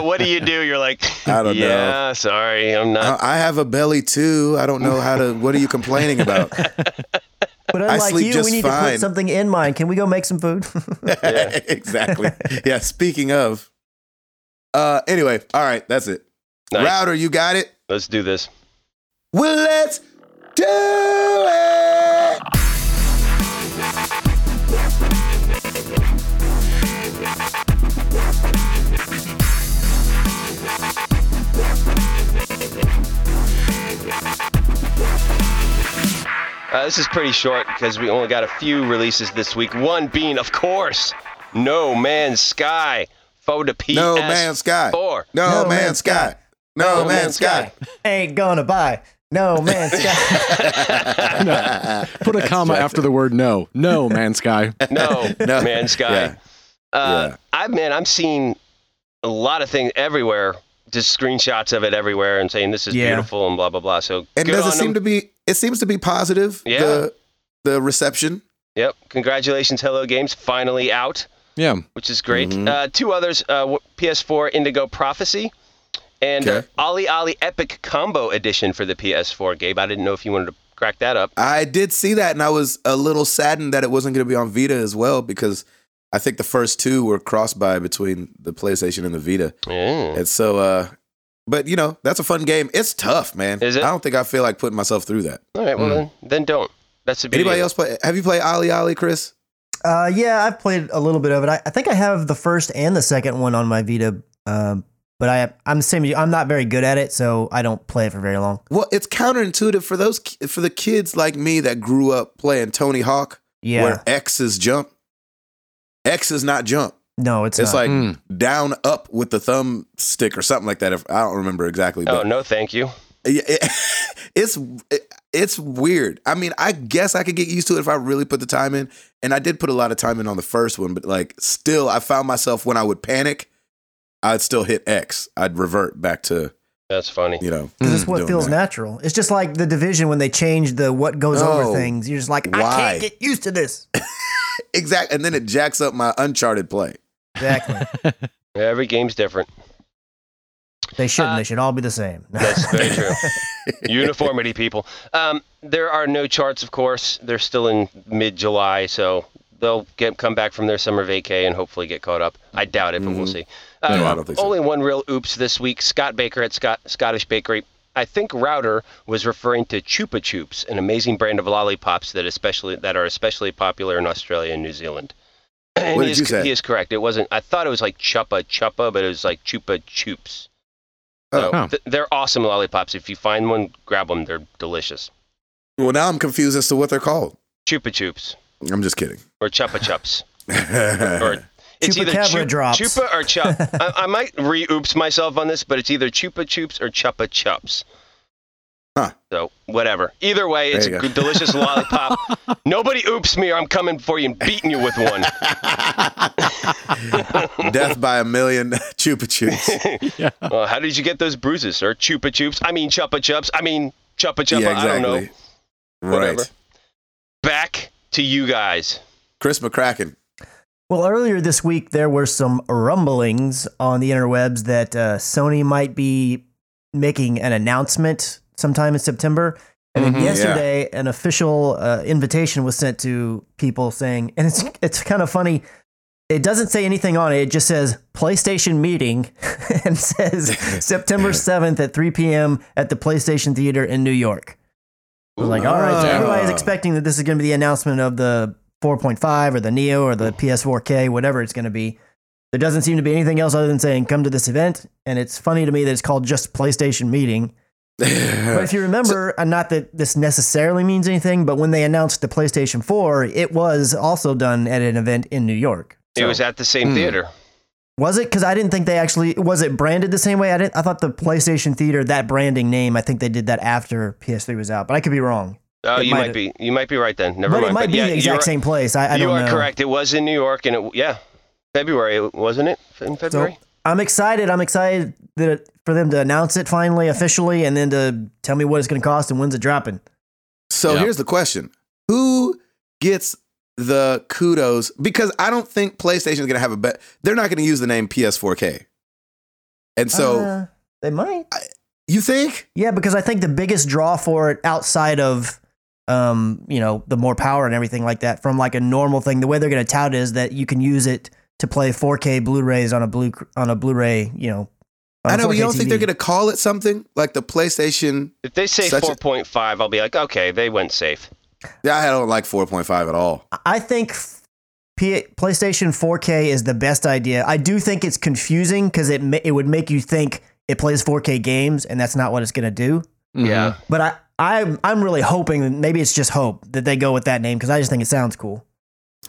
[SPEAKER 3] what do you do? You're like,
[SPEAKER 1] I don't know. Uh,
[SPEAKER 3] yeah, sorry, I'm not.
[SPEAKER 1] I I have a belly too. I don't know how to. What are you complaining about?
[SPEAKER 4] But unlike
[SPEAKER 1] sleep
[SPEAKER 4] you,
[SPEAKER 1] just
[SPEAKER 4] we need to
[SPEAKER 1] fine.
[SPEAKER 4] put something in mine. Can we go make some food?
[SPEAKER 3] Yeah.
[SPEAKER 1] exactly. Yeah. Speaking of. Uh. Anyway. All right. That's it.
[SPEAKER 3] Nice.
[SPEAKER 1] Router. You got it.
[SPEAKER 3] Let's do this.
[SPEAKER 1] Well, let's do it.
[SPEAKER 3] Uh, this is pretty short because we only got a few releases this week. One being, of course, No Man's Sky. Foe to PS4.
[SPEAKER 1] No man, Sky. No,
[SPEAKER 4] No
[SPEAKER 1] man,
[SPEAKER 4] Man's
[SPEAKER 1] Sky. No, man, Sky.
[SPEAKER 4] Ain't gonna buy. No man, Sky.
[SPEAKER 2] Put a comma after the word no. No, man, Sky.
[SPEAKER 3] No,
[SPEAKER 1] No.
[SPEAKER 3] Man Sky. Uh,
[SPEAKER 1] Yeah.
[SPEAKER 3] I man, I'm seeing a lot of things everywhere. Just screenshots of it everywhere and saying this is
[SPEAKER 4] Yeah.
[SPEAKER 3] beautiful and blah blah blah. So
[SPEAKER 1] And
[SPEAKER 3] good
[SPEAKER 1] does
[SPEAKER 3] on
[SPEAKER 1] it seem
[SPEAKER 3] them.
[SPEAKER 1] to be? It seems to be positive.
[SPEAKER 3] Yeah.
[SPEAKER 1] The, the reception.
[SPEAKER 3] Yep. Congratulations, Hello Games, finally out.
[SPEAKER 2] Yeah.
[SPEAKER 3] which is great.
[SPEAKER 1] Mhm.
[SPEAKER 3] Uh, two others: uh, w- PS4 Indigo Prophecy and uh,
[SPEAKER 1] Okay.
[SPEAKER 3] Ali Ali Epic Combo Edition for the PS4. Gabe, I didn't know if you wanted to crack that up.
[SPEAKER 1] I did see that, and I was a little saddened that it wasn't going to be on Vita as well because I think the first two were cross by between the PlayStation and the Vita,
[SPEAKER 3] Yeah.
[SPEAKER 1] and so. uh But you know, that's a fun game. It's tough, man.
[SPEAKER 3] Is it?
[SPEAKER 1] I don't think I feel like putting myself through that.
[SPEAKER 3] All right. Well,
[SPEAKER 2] Mm.
[SPEAKER 3] then, then don't. That's the beauty.
[SPEAKER 1] Hmm. Anybody
[SPEAKER 3] of
[SPEAKER 1] else play? Have you played Ali Ali, Chris?
[SPEAKER 4] Uh, yeah, I've played a little bit of it. I, I think I have the first and the second one on my Vita, um, but I I'm the same. as you. I'm not very good at it, so I don't play it for very long.
[SPEAKER 1] Well, it's counterintuitive for those ki- for the kids like me that grew up playing Tony Hawk,
[SPEAKER 4] Yeah,
[SPEAKER 1] where X is jump. X is not jump.
[SPEAKER 4] no, it's,
[SPEAKER 1] It's
[SPEAKER 4] not.
[SPEAKER 1] like
[SPEAKER 2] Mm.
[SPEAKER 1] down up with the thumb stick or something like that. If I don't remember exactly,
[SPEAKER 3] it. Oh
[SPEAKER 1] but
[SPEAKER 3] no, thank you.
[SPEAKER 1] Yeah, it- it's it- it's weird. I mean, I guess I could get used to it if I really put the time in, and I did put a lot of time in on the first one. But like, still, I found myself when I would panic, I'd still hit X. I'd revert back to
[SPEAKER 3] That's funny.
[SPEAKER 1] you know.
[SPEAKER 4] 'Cause it's what
[SPEAKER 1] hmm, doing
[SPEAKER 4] feels
[SPEAKER 1] that.
[SPEAKER 4] natural. It's just like the division when they changed the what goes
[SPEAKER 1] Oh,
[SPEAKER 4] over things. You're just like, I
[SPEAKER 1] why?
[SPEAKER 4] can't get used to this.
[SPEAKER 1] Exact, and then it jacks up my Uncharted play.
[SPEAKER 4] Exactly.
[SPEAKER 3] Every game's different.
[SPEAKER 4] they shouldn't.
[SPEAKER 3] Uh,
[SPEAKER 4] they should all be the same.
[SPEAKER 3] That's very true. Uniformity, people. Um, there are no charts, of course. They're still in mid-July, so they'll get come back from their summer vacay and hopefully get caught up. I doubt it, but we'll
[SPEAKER 1] Mhm.
[SPEAKER 3] see. Um,
[SPEAKER 1] No, I don't think so.
[SPEAKER 3] Only one real oops this week. Scott Baker at Scott Scottish Bakery. I think Router was referring to Chupa Chups, an amazing brand of lollipops that especially that are especially popular in Australia and New Zealand. And
[SPEAKER 1] What
[SPEAKER 3] he
[SPEAKER 1] did
[SPEAKER 3] is,
[SPEAKER 1] you say?
[SPEAKER 3] He is correct. It wasn't. I thought it was like Chupa Chupa, but it was like Chupa Chups. So
[SPEAKER 2] Oh.
[SPEAKER 3] th- they're awesome lollipops. If you find one, grab them. They're delicious.
[SPEAKER 1] Well, now I'm confused as to what they're called.
[SPEAKER 3] Chupa Chups
[SPEAKER 1] I'm just kidding.
[SPEAKER 3] or Chupa Chups.
[SPEAKER 1] All
[SPEAKER 3] Or it's either
[SPEAKER 4] Chupacabra
[SPEAKER 3] chup,
[SPEAKER 4] drops.
[SPEAKER 3] Chupa or Chup. I, I might re-oops myself on this, but it's either Chupa Chups or Chupa Chups.
[SPEAKER 1] Huh.
[SPEAKER 3] So whatever. Either way, it's a
[SPEAKER 1] There you go.
[SPEAKER 3] good, delicious lollipop. Nobody oops me, or I'm coming for you and beating you with one.
[SPEAKER 1] Death by a million chupa chups.
[SPEAKER 2] yeah.
[SPEAKER 3] Uh, how did you get those bruises, sir? Chupa Chups. I mean Chupa Chups. I mean Chupa Chupa.
[SPEAKER 1] yeah,
[SPEAKER 3] I don't
[SPEAKER 1] exactly.
[SPEAKER 3] know.
[SPEAKER 1] Right.
[SPEAKER 3] Whatever. Back to you guys.
[SPEAKER 1] Chris McCracken.
[SPEAKER 4] Well, earlier this week, there were some rumblings on the interwebs that uh, Sony might be making an announcement sometime in September. And
[SPEAKER 2] Mhm,
[SPEAKER 4] then
[SPEAKER 2] yeah.
[SPEAKER 4] yesterday, an official uh, invitation was sent to people saying, and it's it's kind of funny. It doesn't say anything on it. It just says PlayStation meeting and says September 7th at 3 p.m. at the PlayStation Theater in New York. We're like, all right, so
[SPEAKER 1] Ah.
[SPEAKER 4] everybody's expecting that this is going to be the announcement of the 4.5 or the Neo or the PS4K, whatever it's going to be. There doesn't seem to be anything else other than saying come to this event, and it's funny to me that it's called just PlayStation Meeting. But if you remember, and not that this necessarily means anything, but when they announced the PlayStation 4, it was also done at an event in New York.
[SPEAKER 3] It was at the same
[SPEAKER 2] Hmm.
[SPEAKER 3] theater.
[SPEAKER 4] Was it? Because I didn't think they actually was it branded the same way. I didn't. I thought the PlayStation Theater that branding name. I think they did that after PS3 was out, but I could be wrong.
[SPEAKER 3] Oh,
[SPEAKER 4] It
[SPEAKER 3] you
[SPEAKER 4] might
[SPEAKER 3] might
[SPEAKER 4] have-
[SPEAKER 3] be. You might be right then. Never
[SPEAKER 4] but
[SPEAKER 3] mind.
[SPEAKER 4] it might be
[SPEAKER 3] yeah,
[SPEAKER 4] the
[SPEAKER 3] you're-
[SPEAKER 4] exact same place. I, I
[SPEAKER 3] you
[SPEAKER 4] don't
[SPEAKER 3] are
[SPEAKER 4] know.
[SPEAKER 3] correct. It was in New York, and it, yeah, February wasn't it? In
[SPEAKER 4] So
[SPEAKER 3] February.
[SPEAKER 4] I'm excited. I'm excited that it, for them to announce it finally officially, and then to tell me what it's going to cost and when's it dropping.
[SPEAKER 1] So
[SPEAKER 2] Yeah.
[SPEAKER 1] here's the question: Who gets the kudos? Because I don't think PlayStation is going to have a bet. They're not going to use the name PS4K. And so
[SPEAKER 4] Uh, they might.
[SPEAKER 1] you think?
[SPEAKER 4] Yeah, because I think the biggest draw for it outside of um, you know, the more power and everything like that from like a normal thing, the way they're going to tout it is that you can use it to play 4K Blu-rays on a blue on a Blu-ray, you know. on
[SPEAKER 1] I
[SPEAKER 4] a
[SPEAKER 1] know, but you
[SPEAKER 4] 4K
[SPEAKER 1] don't think they're
[SPEAKER 4] TV.
[SPEAKER 1] going to call it something like the PlayStation?
[SPEAKER 3] If they say
[SPEAKER 1] Such a-
[SPEAKER 3] 4.5, I'll be like, okay, they went safe.
[SPEAKER 1] Yeah, I don't like 4.5 at all.
[SPEAKER 4] I think P- PlayStation 4K is the best idea. I do think it's confusing because it ma- it would make you think it plays 4K games, and that's not what it's going to do.
[SPEAKER 3] Yeah.
[SPEAKER 4] But I I'm I'm really hoping maybe it's just hope that they go with that name because I just think it sounds cool.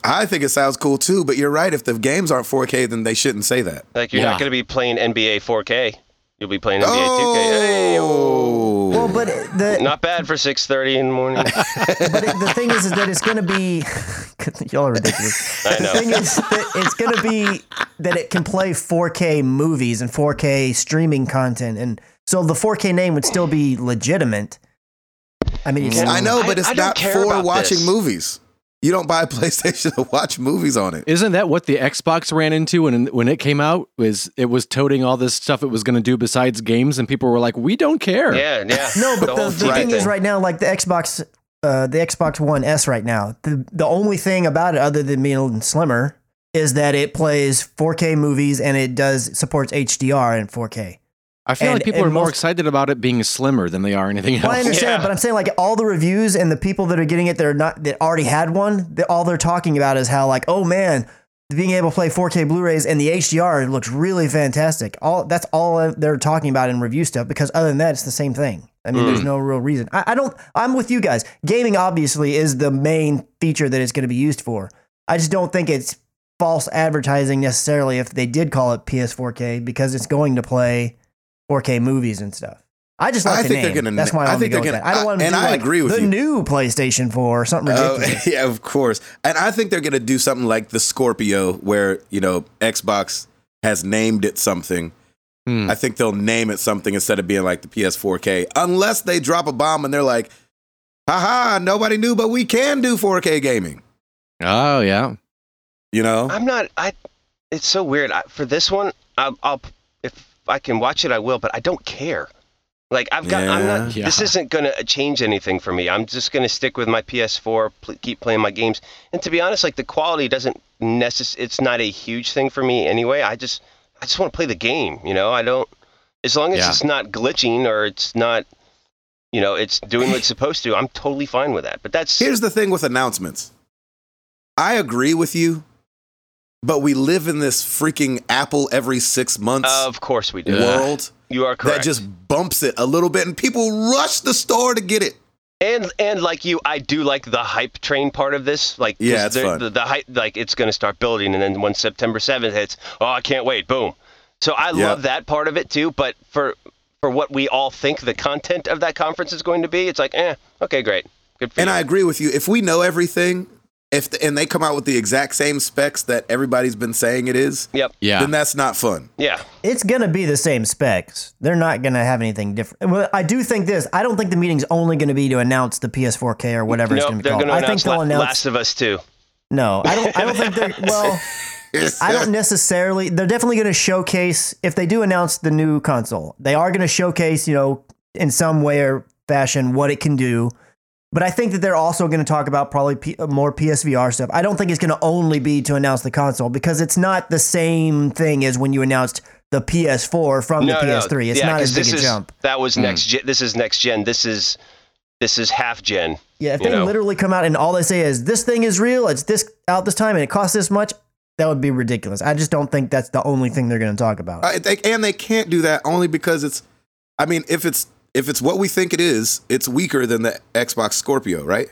[SPEAKER 1] I think it sounds cool too, but you're right. If the games aren't 4K, then they shouldn't say that.
[SPEAKER 3] Like you're
[SPEAKER 2] Yeah.
[SPEAKER 3] not going to be playing NBA 4K. You'll be playing NBA 2K. Hey, oh.
[SPEAKER 1] Oh,
[SPEAKER 4] Well, but the
[SPEAKER 3] Not bad for 6:30 in the morning.
[SPEAKER 4] but it, the thing is, is that it's going to be y'all are ridiculous.
[SPEAKER 3] I
[SPEAKER 4] The
[SPEAKER 3] know.
[SPEAKER 4] thing is that it's going to be that it can play 4K movies and 4K streaming content, and so the 4K name would still be legitimate. I mean, it's,
[SPEAKER 1] I know, but
[SPEAKER 3] I-
[SPEAKER 1] it's
[SPEAKER 3] I don't
[SPEAKER 1] not
[SPEAKER 3] care
[SPEAKER 1] for
[SPEAKER 3] about
[SPEAKER 1] watching
[SPEAKER 3] this.
[SPEAKER 1] movies. You don't buy a PlayStation to watch movies on it.
[SPEAKER 2] Isn't that what the Xbox ran into when when it came out? Was it was toting all this stuff it was going to do besides games, and people were like, "We don't care."
[SPEAKER 3] yeah, yeah.
[SPEAKER 4] No, but the,
[SPEAKER 3] whole
[SPEAKER 4] the
[SPEAKER 3] Sprite
[SPEAKER 4] thing is right now, like the Xbox, uh, the Xbox One S right now, the the only thing about it other than being slimmer is that it plays 4K movies and it does supports HDR in 4K.
[SPEAKER 2] I feel
[SPEAKER 4] And-
[SPEAKER 2] like people
[SPEAKER 4] and
[SPEAKER 2] are more
[SPEAKER 4] most-
[SPEAKER 2] excited about it being slimmer than they are anything
[SPEAKER 4] Well, I
[SPEAKER 2] else.
[SPEAKER 4] understand,
[SPEAKER 3] Yeah.
[SPEAKER 4] but I'm saying like all the reviews and the people that are getting it that are not that already had one, that all they're talking about is how like, oh man, being able to play 4K Blu-rays and the HDR looks really fantastic. All that's all they're talking about in review stuff because other than that, it's the same thing. I mean, there's no real reason. I, I don't. I'm with you guys. Gaming obviously is the main feature that it's going to be used for. I just don't think it's false advertising necessarily if they did call it PS4K because it's going to play 4K movies and stuff. I just like
[SPEAKER 1] I
[SPEAKER 4] the
[SPEAKER 1] think they're
[SPEAKER 4] name.
[SPEAKER 1] gonna-
[SPEAKER 4] That's why I,
[SPEAKER 1] I
[SPEAKER 4] want
[SPEAKER 1] think
[SPEAKER 4] to go
[SPEAKER 1] they're
[SPEAKER 4] with
[SPEAKER 1] gonna-
[SPEAKER 4] that. I don't
[SPEAKER 1] I-
[SPEAKER 4] want to
[SPEAKER 1] and
[SPEAKER 4] do
[SPEAKER 1] I
[SPEAKER 4] like
[SPEAKER 1] agree with
[SPEAKER 4] the
[SPEAKER 1] you.
[SPEAKER 4] new PlayStation 4 or something
[SPEAKER 1] Oh,
[SPEAKER 4] ridiculous.
[SPEAKER 1] yeah, of course. And I think they're going to do something like the Scorpio, where, you know, Xbox has named it something.
[SPEAKER 2] Hmm.
[SPEAKER 1] I think they'll name it something instead of being like the PS4K, unless they drop a bomb and they're like, haha, nobody knew, but we can do 4K gaming,
[SPEAKER 2] Oh yeah.
[SPEAKER 1] you know?
[SPEAKER 3] I'm not. I. It's so weird. I, for this one, I'll, I'll. If I can watch it, I will. But I don't care. Like I've got. I'm not.
[SPEAKER 2] Yeah.
[SPEAKER 3] This isn't gonna change anything for me. I'm just gonna stick with my PS4. Pl- keep playing my games. And to be honest, like the quality doesn't necess. It's not a huge thing for me anyway. I just. I just want to play the game. You know. I don't. As long as
[SPEAKER 2] Yeah.
[SPEAKER 3] it's not glitching or it's not. You know, it's doing what it's supposed to. I'm totally fine with that. But that's.
[SPEAKER 1] Here's the thing with announcements I agree with you, but we live in this freaking Apple every six months
[SPEAKER 3] of course we do.
[SPEAKER 1] world
[SPEAKER 3] You are correct.
[SPEAKER 1] that just bumps it a little bit, and people rush the store to get it.
[SPEAKER 3] And and like you, I do like the hype train part of this. Like 'cause
[SPEAKER 1] Yeah, it's
[SPEAKER 3] the,
[SPEAKER 1] fun.
[SPEAKER 3] The, the hype, like it's going to start building, and then when September seventh hits, oh, I can't wait! Boom. So I
[SPEAKER 1] Yeah.
[SPEAKER 3] love that part of it too. But for for what we all think the content of that conference is going to be, it's like, eh, okay, great, good for
[SPEAKER 1] And
[SPEAKER 3] you.
[SPEAKER 1] I agree with you. If we know everything, if the, and they come out with the exact same specs that everybody's been saying it is,
[SPEAKER 3] yep.
[SPEAKER 2] Yeah.
[SPEAKER 1] then that's not fun.
[SPEAKER 3] Yeah.
[SPEAKER 4] It's going to be the same specs. They're not going to have anything different. Well, I do think this. I don't think the meeting's only going to be to announce the PS4K or whatever it's
[SPEAKER 3] Nope,
[SPEAKER 4] going to be
[SPEAKER 3] they're going
[SPEAKER 4] called.
[SPEAKER 3] to
[SPEAKER 4] I think
[SPEAKER 3] announce,
[SPEAKER 4] they'll
[SPEAKER 3] La-
[SPEAKER 4] announce
[SPEAKER 3] Last of Us too.
[SPEAKER 4] No, I don't. I don't think they're. Well, I don't necessarily. They're definitely going to showcase if they do announce the new console. They are going to showcase, you know, in some way or fashion what it can do. But I think that they're also going to talk about probably P- uh, more PSVR stuff. I don't think it's going to only be to announce the console because it's not the same thing as when you announced the PS4 from the PS3. It's
[SPEAKER 3] yeah,
[SPEAKER 4] not
[SPEAKER 3] 'cause
[SPEAKER 4] as big
[SPEAKER 3] this
[SPEAKER 4] a
[SPEAKER 3] is,
[SPEAKER 4] jump.
[SPEAKER 3] That
[SPEAKER 1] Hmm.
[SPEAKER 3] was next gen. This is next gen. This is this is half gen.
[SPEAKER 4] Yeah, if
[SPEAKER 3] you
[SPEAKER 4] they
[SPEAKER 3] know.
[SPEAKER 4] literally come out and all they say is this thing is real, it's this out this time, and it costs this much, that would be ridiculous. I just don't think that's the only thing they're going to talk about.
[SPEAKER 1] I think, and they can't do that only because it's. I mean, if it's if it's what we think it is, it's weaker than the Xbox Scorpio, right?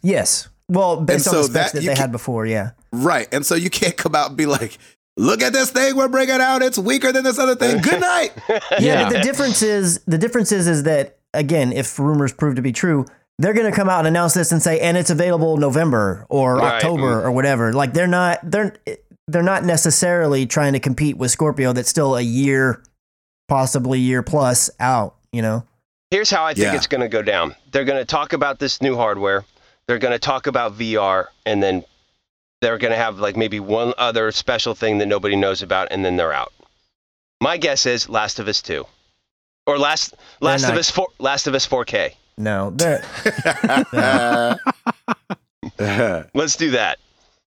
[SPEAKER 4] yes. Well, based on
[SPEAKER 1] so
[SPEAKER 4] the specs
[SPEAKER 1] that-
[SPEAKER 4] that,
[SPEAKER 1] you
[SPEAKER 4] they
[SPEAKER 1] can-
[SPEAKER 4] had before, yeah.
[SPEAKER 1] Right. And so you can't come out and be like, "Look at this thing we're bringing out. It's weaker than this other thing." Good night.
[SPEAKER 4] Yeah,
[SPEAKER 2] Yeah.
[SPEAKER 4] but the difference is the difference is is that again, if rumors prove to be true, they're going to come out and announce this and say, and it's available November or
[SPEAKER 3] Right.
[SPEAKER 4] October or whatever. Like they're not they're they're not necessarily trying to compete with Scorpio. That's still a year, possibly year plus out. You know.
[SPEAKER 3] Here's how I think
[SPEAKER 1] Yeah.
[SPEAKER 3] it's going to go down. They're going to talk about this new hardware. They're going to talk about VR, and then they're going to have like maybe one other special thing that nobody knows about, and then they're out. My guess is Last of Us Two, or Last Last of
[SPEAKER 4] not-
[SPEAKER 3] Us Four, Last of Us 4K.
[SPEAKER 4] No, they're
[SPEAKER 3] Let's do that.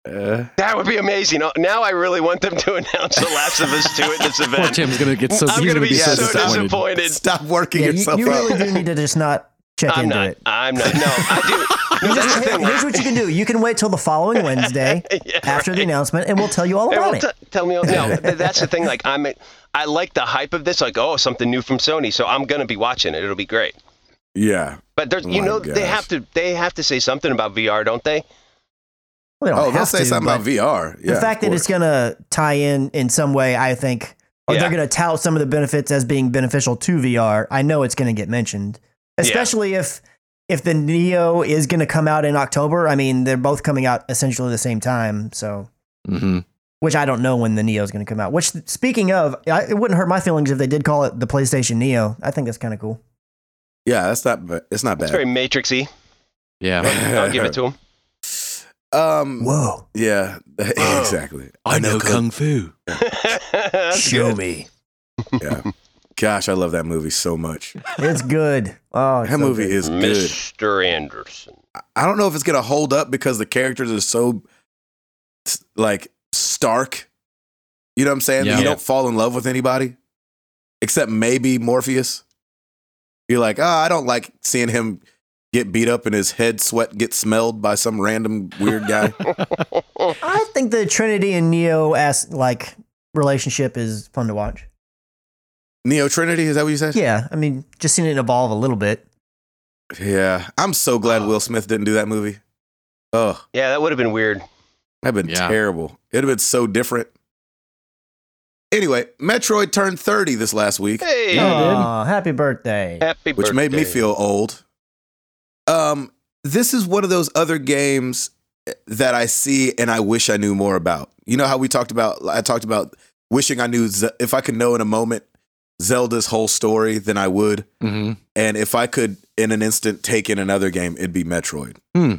[SPEAKER 3] That would be amazing. Uh, Now I really want them to announce The Last of Us 2 at this
[SPEAKER 2] Poor
[SPEAKER 3] event.
[SPEAKER 2] Tim's gonna get so.
[SPEAKER 3] I'm
[SPEAKER 2] he's
[SPEAKER 3] going to be, so
[SPEAKER 2] disappointed.
[SPEAKER 3] disappointed.
[SPEAKER 1] Stop working
[SPEAKER 4] Yeah, you,
[SPEAKER 1] yourself
[SPEAKER 4] you
[SPEAKER 1] up.
[SPEAKER 4] really do need to just not check
[SPEAKER 3] I'm
[SPEAKER 4] into
[SPEAKER 3] not.
[SPEAKER 4] it.
[SPEAKER 3] I'm not. No, I do. No, that's the
[SPEAKER 4] Here-
[SPEAKER 3] thing.
[SPEAKER 4] Here's what you can do. You can wait till the following Wednesday
[SPEAKER 3] Yeah,
[SPEAKER 4] after the
[SPEAKER 3] right.
[SPEAKER 4] announcement, and we'll tell you all
[SPEAKER 3] Hey, well,
[SPEAKER 4] about it.
[SPEAKER 3] t- tell me, no, but that's the thing. Like I'm, I like the hype of this. Like, oh, something new from Sony, so I'm gonna be watching it. It'll be great.
[SPEAKER 1] Yeah.
[SPEAKER 3] But there's, you
[SPEAKER 1] My
[SPEAKER 3] know, they
[SPEAKER 1] gosh.
[SPEAKER 3] have to, they have to say something about VR, don't they?
[SPEAKER 4] Well, they don't
[SPEAKER 1] Oh, they'll
[SPEAKER 4] have
[SPEAKER 1] say
[SPEAKER 4] to,
[SPEAKER 1] something
[SPEAKER 4] but
[SPEAKER 1] about VR. Yeah,
[SPEAKER 4] the fact
[SPEAKER 1] of
[SPEAKER 4] that it's
[SPEAKER 1] course.
[SPEAKER 4] going to tie in in some way, I think, or
[SPEAKER 3] Yeah.
[SPEAKER 4] they're going to tout some of the benefits as being beneficial to VR. I know it's going to get mentioned,
[SPEAKER 3] Yeah.
[SPEAKER 4] especially if if the Neo is going to come out in October. I mean, they're both coming out essentially the same time, so.
[SPEAKER 2] Mhm.
[SPEAKER 4] which I don't know when the Neo is going to come out. Which, speaking of, I, it wouldn't hurt my feelings if they did call it the PlayStation Neo. I think that's kind of cool.
[SPEAKER 1] yeah, that's not ba- it's not bad.
[SPEAKER 3] It's very Matrixy.
[SPEAKER 2] Yeah.
[SPEAKER 3] I'll give it to them.
[SPEAKER 1] Um,
[SPEAKER 4] Whoa!
[SPEAKER 1] yeah, exactly.
[SPEAKER 2] fu.
[SPEAKER 4] Show me.
[SPEAKER 1] Yeah. Gosh, I love that movie so much.
[SPEAKER 4] It's good. Oh, it's
[SPEAKER 1] That
[SPEAKER 4] so
[SPEAKER 1] movie
[SPEAKER 4] good.
[SPEAKER 1] is good.
[SPEAKER 3] Mr. Anderson.
[SPEAKER 1] I don't know if it's gonna hold up because the characters are so s- like stark. You know what I'm saying?
[SPEAKER 2] Yeah.
[SPEAKER 1] You don't fall in love with anybody except maybe Morpheus. You're like, oh, I don't like seeing him get beat up and his head sweat get smelled by some random weird guy.
[SPEAKER 4] I think the Trinity and Neo as like relationship is fun to watch.
[SPEAKER 1] Neo Trinity, is that what you said?
[SPEAKER 4] Yeah, I mean, just seeing it evolve a little bit.
[SPEAKER 1] Yeah. I'm so glad Will Smith didn't do that movie. Ugh.
[SPEAKER 3] Yeah, that would have been weird.
[SPEAKER 1] That'd been
[SPEAKER 2] Yeah.
[SPEAKER 1] terrible. It'd have been so different. Anyway, Metroid turned 30 this last week,
[SPEAKER 3] Hey,
[SPEAKER 2] Yeah, dude.
[SPEAKER 4] Aw, happy birthday!
[SPEAKER 3] happy
[SPEAKER 1] which
[SPEAKER 3] birthday.
[SPEAKER 1] made me feel old. Um, this is one of those other games that I see and I wish I knew more about. You know how we talked about I talked about wishing I knew Ze- if I could know in a moment Zelda's whole story, then I would.
[SPEAKER 2] Mhm.
[SPEAKER 1] And if I could, in an instant, take in another game, it'd be Metroid.
[SPEAKER 2] Hmm.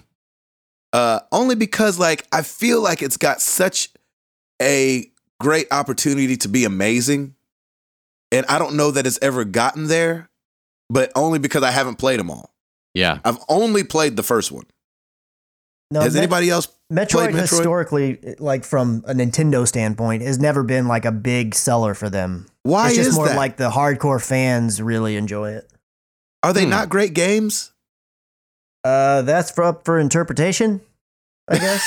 [SPEAKER 1] Uh, only because, like, I feel like it's got such a great opportunity to be amazing. And I don't know that it's ever gotten there, but only because I haven't played them all.
[SPEAKER 2] Yeah.
[SPEAKER 1] I've only played the first one.
[SPEAKER 4] No,
[SPEAKER 1] Has
[SPEAKER 4] Met-
[SPEAKER 1] anybody else?
[SPEAKER 4] Metroid,
[SPEAKER 1] played Metroid?
[SPEAKER 4] historically, like from a Nintendo standpoint, has never been like a big seller for them.
[SPEAKER 1] Why
[SPEAKER 4] it's just
[SPEAKER 1] is
[SPEAKER 4] more
[SPEAKER 1] that?
[SPEAKER 4] like the hardcore fans really enjoy it.
[SPEAKER 1] Are they
[SPEAKER 2] Hmm.
[SPEAKER 1] not great games?
[SPEAKER 4] Uh, that's for up for interpretation, I guess.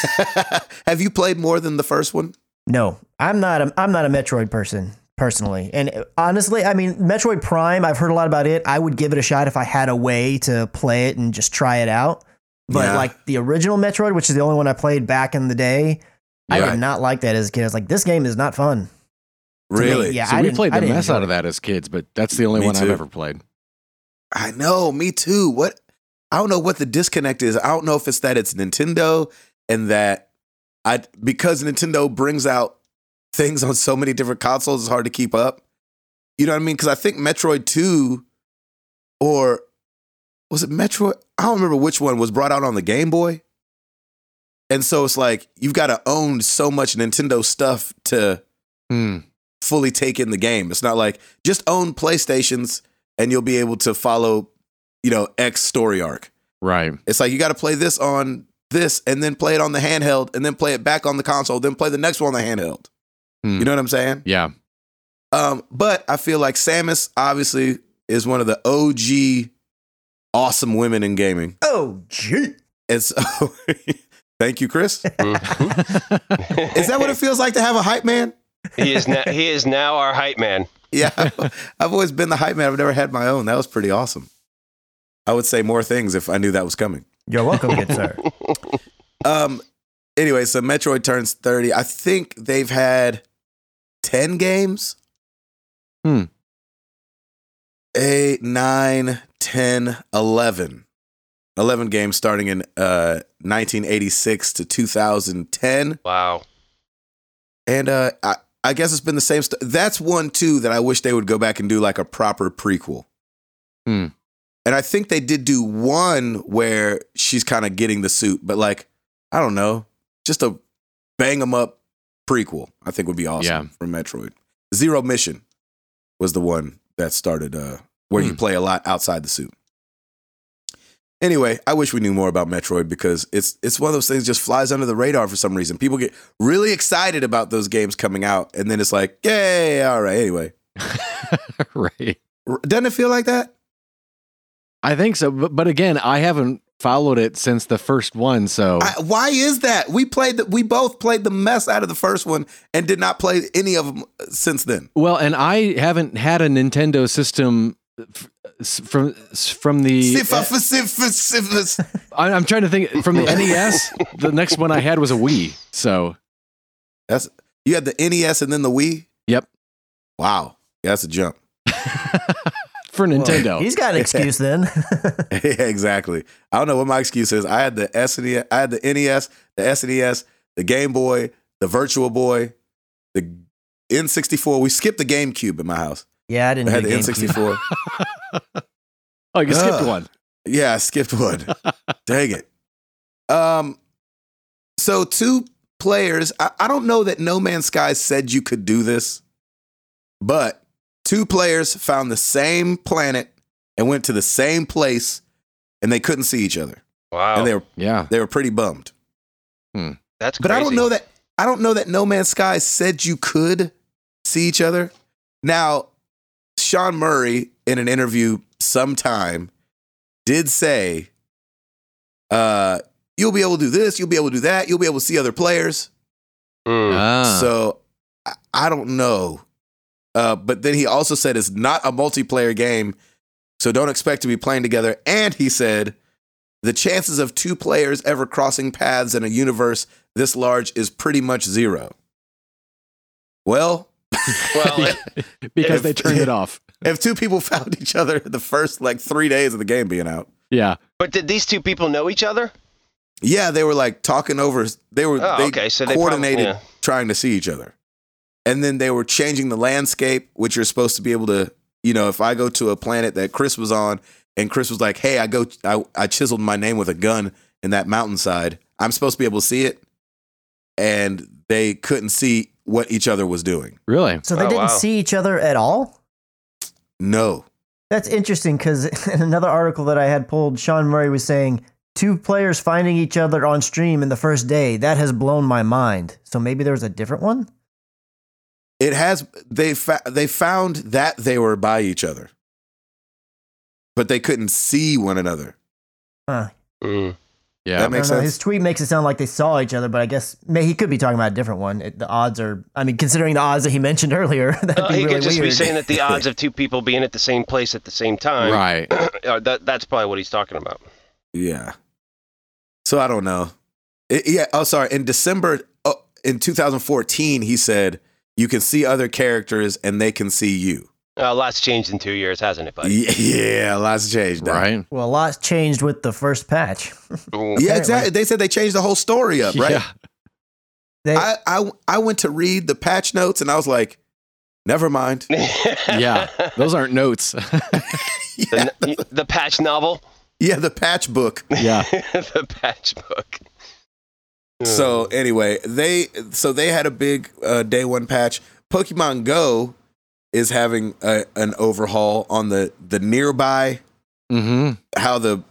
[SPEAKER 1] Have you played more than the first one?
[SPEAKER 4] no, I'm not. A, I'm not a Metroid person personally, and uh, honestly, I mean, Metroid Prime. I've heard a lot about it. I would give it a shot if I had a way to play it and just try it out. But
[SPEAKER 1] Yeah.
[SPEAKER 4] like the original Metroid, which is the only one I played back in the day, I
[SPEAKER 1] Right.
[SPEAKER 4] did not like that as a kid. I was like, this game is not fun. to me.
[SPEAKER 1] Really?
[SPEAKER 4] Yeah.
[SPEAKER 2] so
[SPEAKER 4] I
[SPEAKER 2] we
[SPEAKER 4] didn't-
[SPEAKER 2] played
[SPEAKER 4] I
[SPEAKER 2] the
[SPEAKER 4] didn't
[SPEAKER 2] mess
[SPEAKER 4] enjoy
[SPEAKER 2] out of
[SPEAKER 4] it.
[SPEAKER 2] that as kids, but that's the only
[SPEAKER 1] Me
[SPEAKER 2] one I've
[SPEAKER 1] too.
[SPEAKER 2] ever played.
[SPEAKER 1] I know, me too. What I don't know what the disconnect is. I don't know if it's that it's Nintendo and that I because Nintendo brings out things on so many different consoles, it's hard to keep up. You know what I mean? Because I think Metroid 2 or was it Metroid? I don't remember which one was brought out on the Game Boy. And so it's like you've got to own so much Nintendo stuff to
[SPEAKER 2] Hmm.
[SPEAKER 1] fully take in the game. It's not like just own PlayStations and you'll be able to follow, you know, X story arc.
[SPEAKER 2] Right.
[SPEAKER 1] It's like you got to play this on this and then play it on the handheld and then play it back on the console, then play the next one on the handheld.
[SPEAKER 2] Hmm.
[SPEAKER 1] You know what I'm saying?
[SPEAKER 2] Yeah.
[SPEAKER 1] Um, but I feel like Samus obviously is one of the OG awesome women in gaming.
[SPEAKER 4] Oh, gee.
[SPEAKER 1] And so thank you, Chris.
[SPEAKER 3] Mhm.
[SPEAKER 1] Is that what it feels like to have a hype man?
[SPEAKER 3] he is now? He is now our hype man.
[SPEAKER 1] Yeah. I've always been the hype man. I've never had my own. That was pretty awesome. I would say more things if I knew that was coming.
[SPEAKER 4] You're welcome, good sir.
[SPEAKER 1] Um anyway, so Metroid turns 30. I think they've had 10 games.
[SPEAKER 2] Hmm.
[SPEAKER 1] 8, 9, 10, 11. 11 games starting in uh 1986 to 2010.
[SPEAKER 3] Wow.
[SPEAKER 1] And uh I, I guess it's been the same st- that's one too that I wish they would go back and do like a proper prequel.
[SPEAKER 2] Hmm.
[SPEAKER 1] And I think they did do one where she's kind of getting the suit, but like I don't know, just a bang 'em up prequel. I think would be awesome
[SPEAKER 2] Yeah.
[SPEAKER 1] for Metroid. Zero Mission was the one that started uh where you
[SPEAKER 2] Hmm.
[SPEAKER 1] play a lot outside the suit. Anyway, I wish we knew more about Metroid because it's it's one of those things just flies under the radar for some reason. People get really excited about those games coming out, and then it's like, yay, all right. Anyway,
[SPEAKER 2] right.
[SPEAKER 1] R- doesn't it feel like that?
[SPEAKER 2] I think so. But, but again, I haven't followed it since the first one. So
[SPEAKER 1] I, why is that? We played the, we both played the mess out of the first one and did not play any of them since then.
[SPEAKER 2] well, and I haven't had a Nintendo system f- s- from s- from the. uh,
[SPEAKER 1] Siffa, fa- siffa, siffa.
[SPEAKER 2] I, I'm trying to think from the NES. The next one I had was a Wii. So
[SPEAKER 1] That's you had the NES and then the Wii.
[SPEAKER 2] Yep.
[SPEAKER 1] Wow, Yeah, that's a jump.
[SPEAKER 2] for Nintendo,
[SPEAKER 4] Well, he's got an excuse then.
[SPEAKER 1] yeah, exactly. I don't know what my excuse is. I had the SNES, I had the NES, the SNES, the Game Boy, the Virtual Boy, the N64. We skipped the GameCube in my house.
[SPEAKER 4] yeah, I
[SPEAKER 1] I
[SPEAKER 4] didn't
[SPEAKER 1] had
[SPEAKER 4] have
[SPEAKER 1] the N64.
[SPEAKER 2] oh, you skipped
[SPEAKER 1] Ugh.
[SPEAKER 2] one.
[SPEAKER 1] Yeah, I skipped one. Dang it. Um, so two players. I, I don't know that No Man's Sky said you could do this, but two players found the same planet and went to the same place, and they couldn't see each other,
[SPEAKER 3] Wow.
[SPEAKER 1] and they were
[SPEAKER 2] Yeah.
[SPEAKER 1] they were pretty bummed.
[SPEAKER 3] That's
[SPEAKER 1] But
[SPEAKER 3] crazy.
[SPEAKER 1] I don't know that I don't know that No Man's Sky said you could see each other. Now, Sean Murray in an interview sometime did say uh you'll be able to do this, you'll be able to do that, you'll be able to see other players.
[SPEAKER 3] Mm.
[SPEAKER 2] Ah.
[SPEAKER 1] So I, I don't know. Uh but then he also said it's not a multiplayer game, so don't expect to be playing together and he said the chances of two players ever crossing paths in a universe this large is pretty much zero. Well,
[SPEAKER 3] Well, it-
[SPEAKER 2] because they
[SPEAKER 1] if-
[SPEAKER 2] turned it off.
[SPEAKER 1] if two people found each other the first like three days of the game being out,
[SPEAKER 2] Yeah.
[SPEAKER 3] but did these two people know each other?
[SPEAKER 1] yeah, they were like talking over. They were
[SPEAKER 3] Oh,
[SPEAKER 1] they
[SPEAKER 3] okay. So they prob-
[SPEAKER 1] coordinated
[SPEAKER 3] yeah.
[SPEAKER 1] trying to see each other, and then they were changing the landscape, which you're supposed to be able to. You know, if I go to a planet that Chris was on, and Chris was like, "Hey, I go, I, I chiseled my name with a gun in that mountainside," I'm supposed to be able to see it, and they couldn't see what each other was doing.
[SPEAKER 2] Really.
[SPEAKER 4] So they
[SPEAKER 3] Oh,
[SPEAKER 4] didn't
[SPEAKER 3] wow.
[SPEAKER 4] see each other at all?
[SPEAKER 1] No,
[SPEAKER 4] That's interesting because in another article that I had pulled, Sean Murray was saying two players finding each other on stream in the first day. That has blown my mind. So maybe there was a different one?
[SPEAKER 1] it has they fa- they found that they were by each other but they couldn't see one another
[SPEAKER 4] Huh.
[SPEAKER 3] Mm.
[SPEAKER 2] Yeah.
[SPEAKER 1] That
[SPEAKER 4] I
[SPEAKER 1] makes
[SPEAKER 4] don't know.
[SPEAKER 1] sense
[SPEAKER 4] His tweet makes it sound like they saw each other, but I guess may, he could be talking about a different one. It, the odds are, I mean, considering the odds that he mentioned earlier, that'd
[SPEAKER 3] Well,
[SPEAKER 4] be
[SPEAKER 3] he
[SPEAKER 4] really
[SPEAKER 3] Uh, could just
[SPEAKER 4] weird.
[SPEAKER 3] be saying that the odds of two people being at the same place at the same time.
[SPEAKER 2] right.
[SPEAKER 3] Uh, that, that's probably what he's talking about.
[SPEAKER 1] yeah so i don't know It- yeah oh sorry in december oh, in 2014 he said you can see other characters and they can see you
[SPEAKER 3] Uh, lots changed in two years, hasn't it, buddy?
[SPEAKER 1] yeah, yeah lots changed Doc.
[SPEAKER 2] Right.
[SPEAKER 4] well, a lot's changed with the first patch.
[SPEAKER 3] Mm.
[SPEAKER 1] yeah exactly they said they changed the whole story up right
[SPEAKER 2] Yeah.
[SPEAKER 4] They,
[SPEAKER 1] I, I i went to read the patch notes and i was like never mind
[SPEAKER 2] Yeah. Those aren't notes.
[SPEAKER 1] yeah,
[SPEAKER 3] The, the patch novel,
[SPEAKER 4] Uh.
[SPEAKER 1] yeah the patch book
[SPEAKER 2] yeah.
[SPEAKER 3] the patch book. Hmm.
[SPEAKER 1] So anyway, they so they had a big uh, day one patch. Pokemon Go is having a, an overhaul on the the nearby
[SPEAKER 2] Mm-hmm.
[SPEAKER 1] how the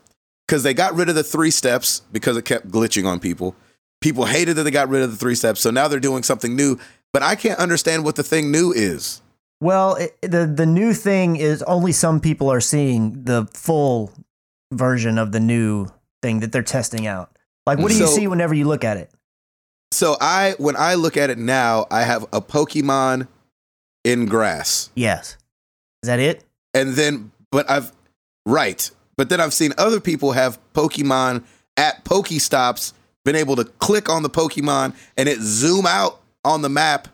[SPEAKER 1] because they got rid of the three steps because it kept glitching on people. People hated that they got rid of the three steps, so now they're doing something new. But I can't understand what the thing new is.
[SPEAKER 4] Well, it, the the new thing is only some people are seeing the full version of the new thing that they're testing out. Like, what do you
[SPEAKER 1] So-
[SPEAKER 4] see whenever you look at it?
[SPEAKER 1] So I when I look at it now, I have a Pokemon in grass.
[SPEAKER 4] Yes, is that it?
[SPEAKER 1] And then but I've right. But then I've seen other people have Pokemon at Pokestops, been able to click on the Pokemon and it zoom out on the map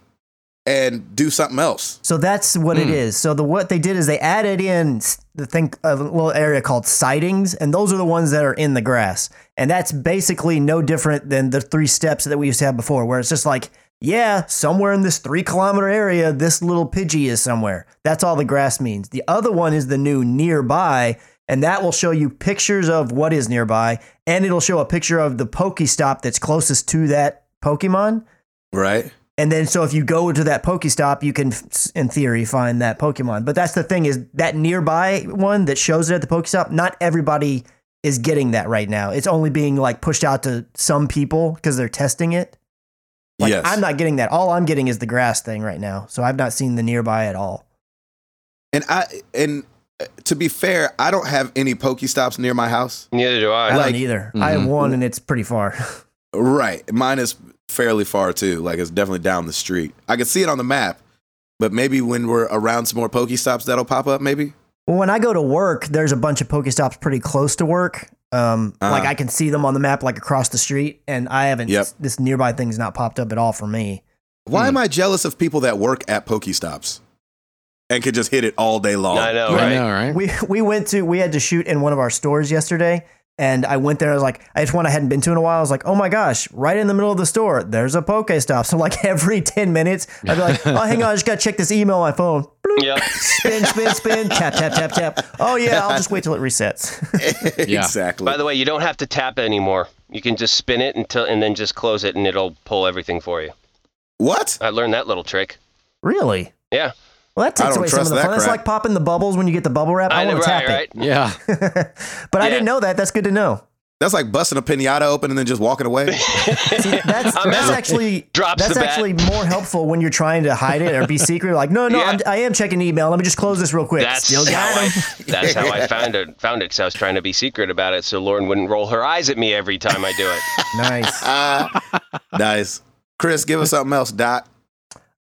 [SPEAKER 1] and do something else.
[SPEAKER 4] So that's what it
[SPEAKER 2] Hmm.
[SPEAKER 4] is. So the what they did is they added in s- the thing of a little area called sightings, and those are the ones that are in the grass. And that's basically no different than the three steps that we used to have before, where it's just like, yeah, somewhere in this three kilometer area, this little pidgey is somewhere. That's all the grass means. The other one is the new nearby, and that will show you pictures of what is nearby, and it'll show a picture of the Pokestop that's closest to that Pokemon.
[SPEAKER 1] Right?
[SPEAKER 4] And then, so if you go to that Pokestop, you can, in theory, find that Pokemon. But that's the thing is that nearby one that shows it at the Pokestop. Not everybody is getting that right now. It's only being like pushed out to some people because they're testing it. Like
[SPEAKER 1] yes.
[SPEAKER 4] I'm not getting that. All I'm getting is the grass thing right now. So I've not seen the nearby at all.
[SPEAKER 1] and I and uh, to be fair, I don't have any Pokestops near my house.
[SPEAKER 3] Neither do I.
[SPEAKER 4] I
[SPEAKER 1] like- Mm-hmm.
[SPEAKER 4] don't either. I have
[SPEAKER 2] Mhm.
[SPEAKER 4] one, and it's pretty far.
[SPEAKER 1] Right. Mine is fairly far too. Like it's definitely down the street. I can see it on the map, but maybe when we're around some more Pokestops, that'll pop up. Maybe.
[SPEAKER 4] Well, when I go to work, there's a bunch of Pokestops pretty close to work. Um,
[SPEAKER 1] Uh-huh.
[SPEAKER 4] Like I can see them on the map, like across the street, and I haven't.
[SPEAKER 1] Yep.
[SPEAKER 4] This nearby thing's not popped up at all for me.
[SPEAKER 1] Why am I jealous of people that work at Pokestops and can just hit it all day long?
[SPEAKER 3] I know,
[SPEAKER 2] I
[SPEAKER 3] right?
[SPEAKER 2] know, right?
[SPEAKER 4] We we went to we had to shoot in one of our stores yesterday, and I went there. I was like, it's one I hadn't been to in a while. I was like, oh my gosh, right in the middle of the store, there's a Pokestop. So like every ten minutes, I'd be like, oh hang on, I just gotta check this email on my phone. Bloop,
[SPEAKER 3] Yep.
[SPEAKER 4] spin spin spin tap tap tap tap. Oh yeah, I'll just wait till it resets.
[SPEAKER 2] Yeah.
[SPEAKER 1] exactly.
[SPEAKER 3] By the way, you don't have to tap it anymore. You can just spin it until and then just close it, and it'll pull everything for you.
[SPEAKER 1] what?
[SPEAKER 3] I learned that little trick.
[SPEAKER 4] really?
[SPEAKER 3] Yeah,
[SPEAKER 4] Well, that
[SPEAKER 1] I
[SPEAKER 4] takes
[SPEAKER 1] don't
[SPEAKER 4] away some of
[SPEAKER 1] trust
[SPEAKER 4] the
[SPEAKER 1] that
[SPEAKER 4] fun. It's
[SPEAKER 1] crap.
[SPEAKER 4] like popping the bubbles when you get the bubble wrap. I,
[SPEAKER 3] know,
[SPEAKER 4] want to tap
[SPEAKER 3] right,
[SPEAKER 4] it.
[SPEAKER 3] right.
[SPEAKER 2] Yeah.
[SPEAKER 4] but I
[SPEAKER 3] Yeah.
[SPEAKER 4] didn't know that. That's good to know.
[SPEAKER 1] That's like busting a pinata open and then just walking away.
[SPEAKER 4] See, that's
[SPEAKER 3] I'm
[SPEAKER 4] that's
[SPEAKER 3] out.
[SPEAKER 4] actually
[SPEAKER 3] Drops
[SPEAKER 4] that's
[SPEAKER 3] the bat.
[SPEAKER 4] actually more helpful when you're trying to hide it or be secret. Like, no, no,
[SPEAKER 3] Yeah.
[SPEAKER 4] I'm, I am checking email. Let me just close this real quick.
[SPEAKER 3] That's
[SPEAKER 4] Still
[SPEAKER 3] how
[SPEAKER 4] got
[SPEAKER 3] I.
[SPEAKER 4] him.
[SPEAKER 3] That's how I found it. Found it because I was trying to be secret about it, so Lauren wouldn't roll her eyes at me every time I do it.
[SPEAKER 4] Nice.
[SPEAKER 1] Ah, nice. Chris, give us something else, Dot.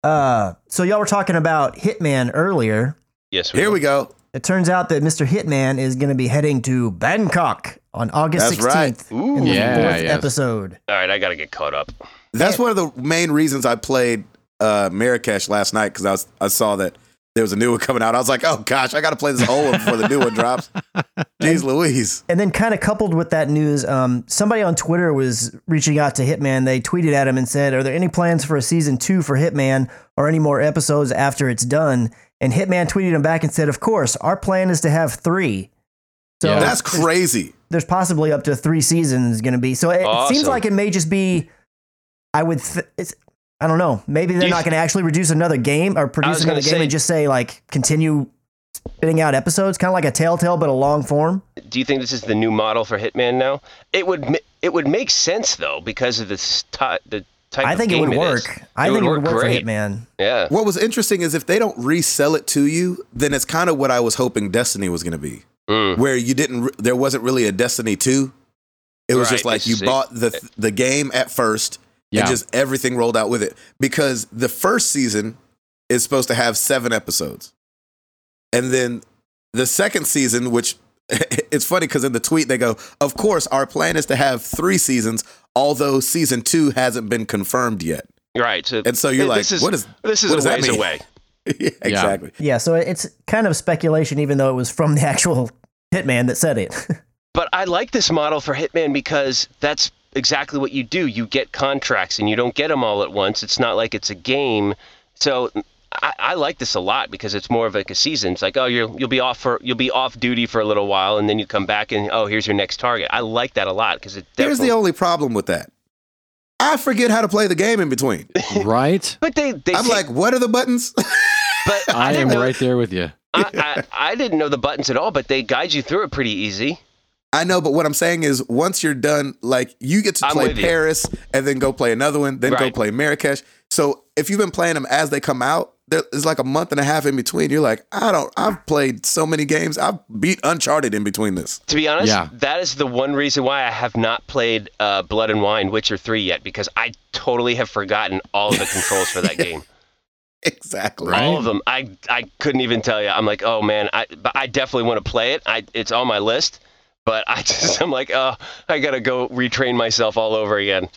[SPEAKER 4] Uh, so y'all were talking about Hitman earlier.
[SPEAKER 3] Yes, we
[SPEAKER 1] Here we go.
[SPEAKER 4] It turns out that Mr. Hitman is going to be heading to Bangkok on August
[SPEAKER 1] That's right.
[SPEAKER 4] 16th
[SPEAKER 3] Ooh.
[SPEAKER 4] in the
[SPEAKER 2] Yeah,
[SPEAKER 4] fourth
[SPEAKER 2] yes.
[SPEAKER 4] episode.
[SPEAKER 3] All right, I gotta get caught up.
[SPEAKER 1] That's one of the main reasons I played uh, Marrakesh last night because I was I saw that there was a new one coming out. I was like, oh gosh, I got to play this old one before the new one drops. Jeez Louise.
[SPEAKER 4] and then kind of coupled with that news, um, somebody on Twitter was reaching out to Hitman. They tweeted at him and said, "Are there any plans for a season two for Hitman, or any more episodes after it's done?" And Hitman tweeted him back and said, "Of course, our plan is to have three. So
[SPEAKER 2] Yeah.
[SPEAKER 1] That's crazy.
[SPEAKER 4] there's possibly up to three seasons going to be. So it, it seems
[SPEAKER 3] Awesome.
[SPEAKER 4] like it may just be. I would. Th- it's, I don't know. Maybe they're
[SPEAKER 3] you
[SPEAKER 4] not
[SPEAKER 3] th-
[SPEAKER 4] going to actually reduce another game or
[SPEAKER 3] was
[SPEAKER 4] produce
[SPEAKER 3] gonna
[SPEAKER 4] another game
[SPEAKER 3] say-
[SPEAKER 4] and just say like continue spitting out episodes, kind of like a Telltale but a long form."
[SPEAKER 3] do you think this is the new model for Hitman now? It would ma- it would make sense though because of this ti the type.
[SPEAKER 4] I
[SPEAKER 3] of
[SPEAKER 4] think it
[SPEAKER 3] game
[SPEAKER 4] would
[SPEAKER 3] is.
[SPEAKER 4] work. I
[SPEAKER 3] It
[SPEAKER 4] think it would work for
[SPEAKER 3] great.
[SPEAKER 4] Hitman.
[SPEAKER 3] Yeah,
[SPEAKER 1] What was interesting is if they don't resell it to you, then it's kind of what I was hoping Destiny was going to be,
[SPEAKER 3] Mm.
[SPEAKER 1] where you didn't. Re- there wasn't really a Destiny two. It was
[SPEAKER 3] Right,
[SPEAKER 1] just like
[SPEAKER 3] it's-
[SPEAKER 1] you
[SPEAKER 3] it-
[SPEAKER 1] bought the the game at first,
[SPEAKER 2] Yeah.
[SPEAKER 1] and just everything rolled out with it. Because the first season is supposed to have seven episodes. And then the second season, which it's funny because in the tweet they go, Of course, our plan is to have three seasons, although season two hasn't been confirmed yet.
[SPEAKER 3] right. So
[SPEAKER 1] And so you're
[SPEAKER 3] Hey,
[SPEAKER 1] like,
[SPEAKER 3] this is-
[SPEAKER 1] What is
[SPEAKER 3] this is
[SPEAKER 1] what
[SPEAKER 3] a
[SPEAKER 1] does that
[SPEAKER 3] ways
[SPEAKER 1] mean?
[SPEAKER 3] away.
[SPEAKER 1] Yeah, exactly.
[SPEAKER 4] Yeah, so it's kind of speculation, even though it was from the actual hitman that said it.
[SPEAKER 3] But I like this model for Hitman because that's exactly what you do. You get contracts and you don't get them all at once. It's not like it's a game. So I, I like this a lot because it's more of like a season. It's like, oh, you're, you'll be off for you'll be off duty for a little while, and then you come back and oh, here's your next target. I like that a lot because it.
[SPEAKER 1] Here's
[SPEAKER 3] definitely-
[SPEAKER 1] the only problem with that I forget how to play the game in between.
[SPEAKER 2] right?
[SPEAKER 3] But they, they
[SPEAKER 1] I'm
[SPEAKER 3] take-
[SPEAKER 1] like, what are the buttons?
[SPEAKER 3] but
[SPEAKER 2] I am
[SPEAKER 3] didn't know,
[SPEAKER 2] right there with you.
[SPEAKER 3] I, I, I didn't know the buttons at all, but they guide you through it pretty easy.
[SPEAKER 1] I know, but what I'm saying is once you're done, like you get to
[SPEAKER 3] I'm
[SPEAKER 1] play
[SPEAKER 3] with you.
[SPEAKER 1] Paris and then go play another one, then go
[SPEAKER 3] Right.
[SPEAKER 1] play Marrakesh. So if you've been playing them as they come out, there is like a month and a half in between. You're like, I don't, I've played so many games. I've beat Uncharted in between this.
[SPEAKER 3] To be honest,
[SPEAKER 2] Yeah.
[SPEAKER 3] that is the one reason why I have not played uh, Blood and Wine Witcher 3 yet because I totally have forgotten all of the controls for that game.
[SPEAKER 1] Exactly.
[SPEAKER 2] Right.
[SPEAKER 3] All of them. I, I couldn't even tell you. I'm like, oh man, I but I definitely want to play it. I it's on my list, but I just I'm like, oh, I gotta go retrain myself all over again.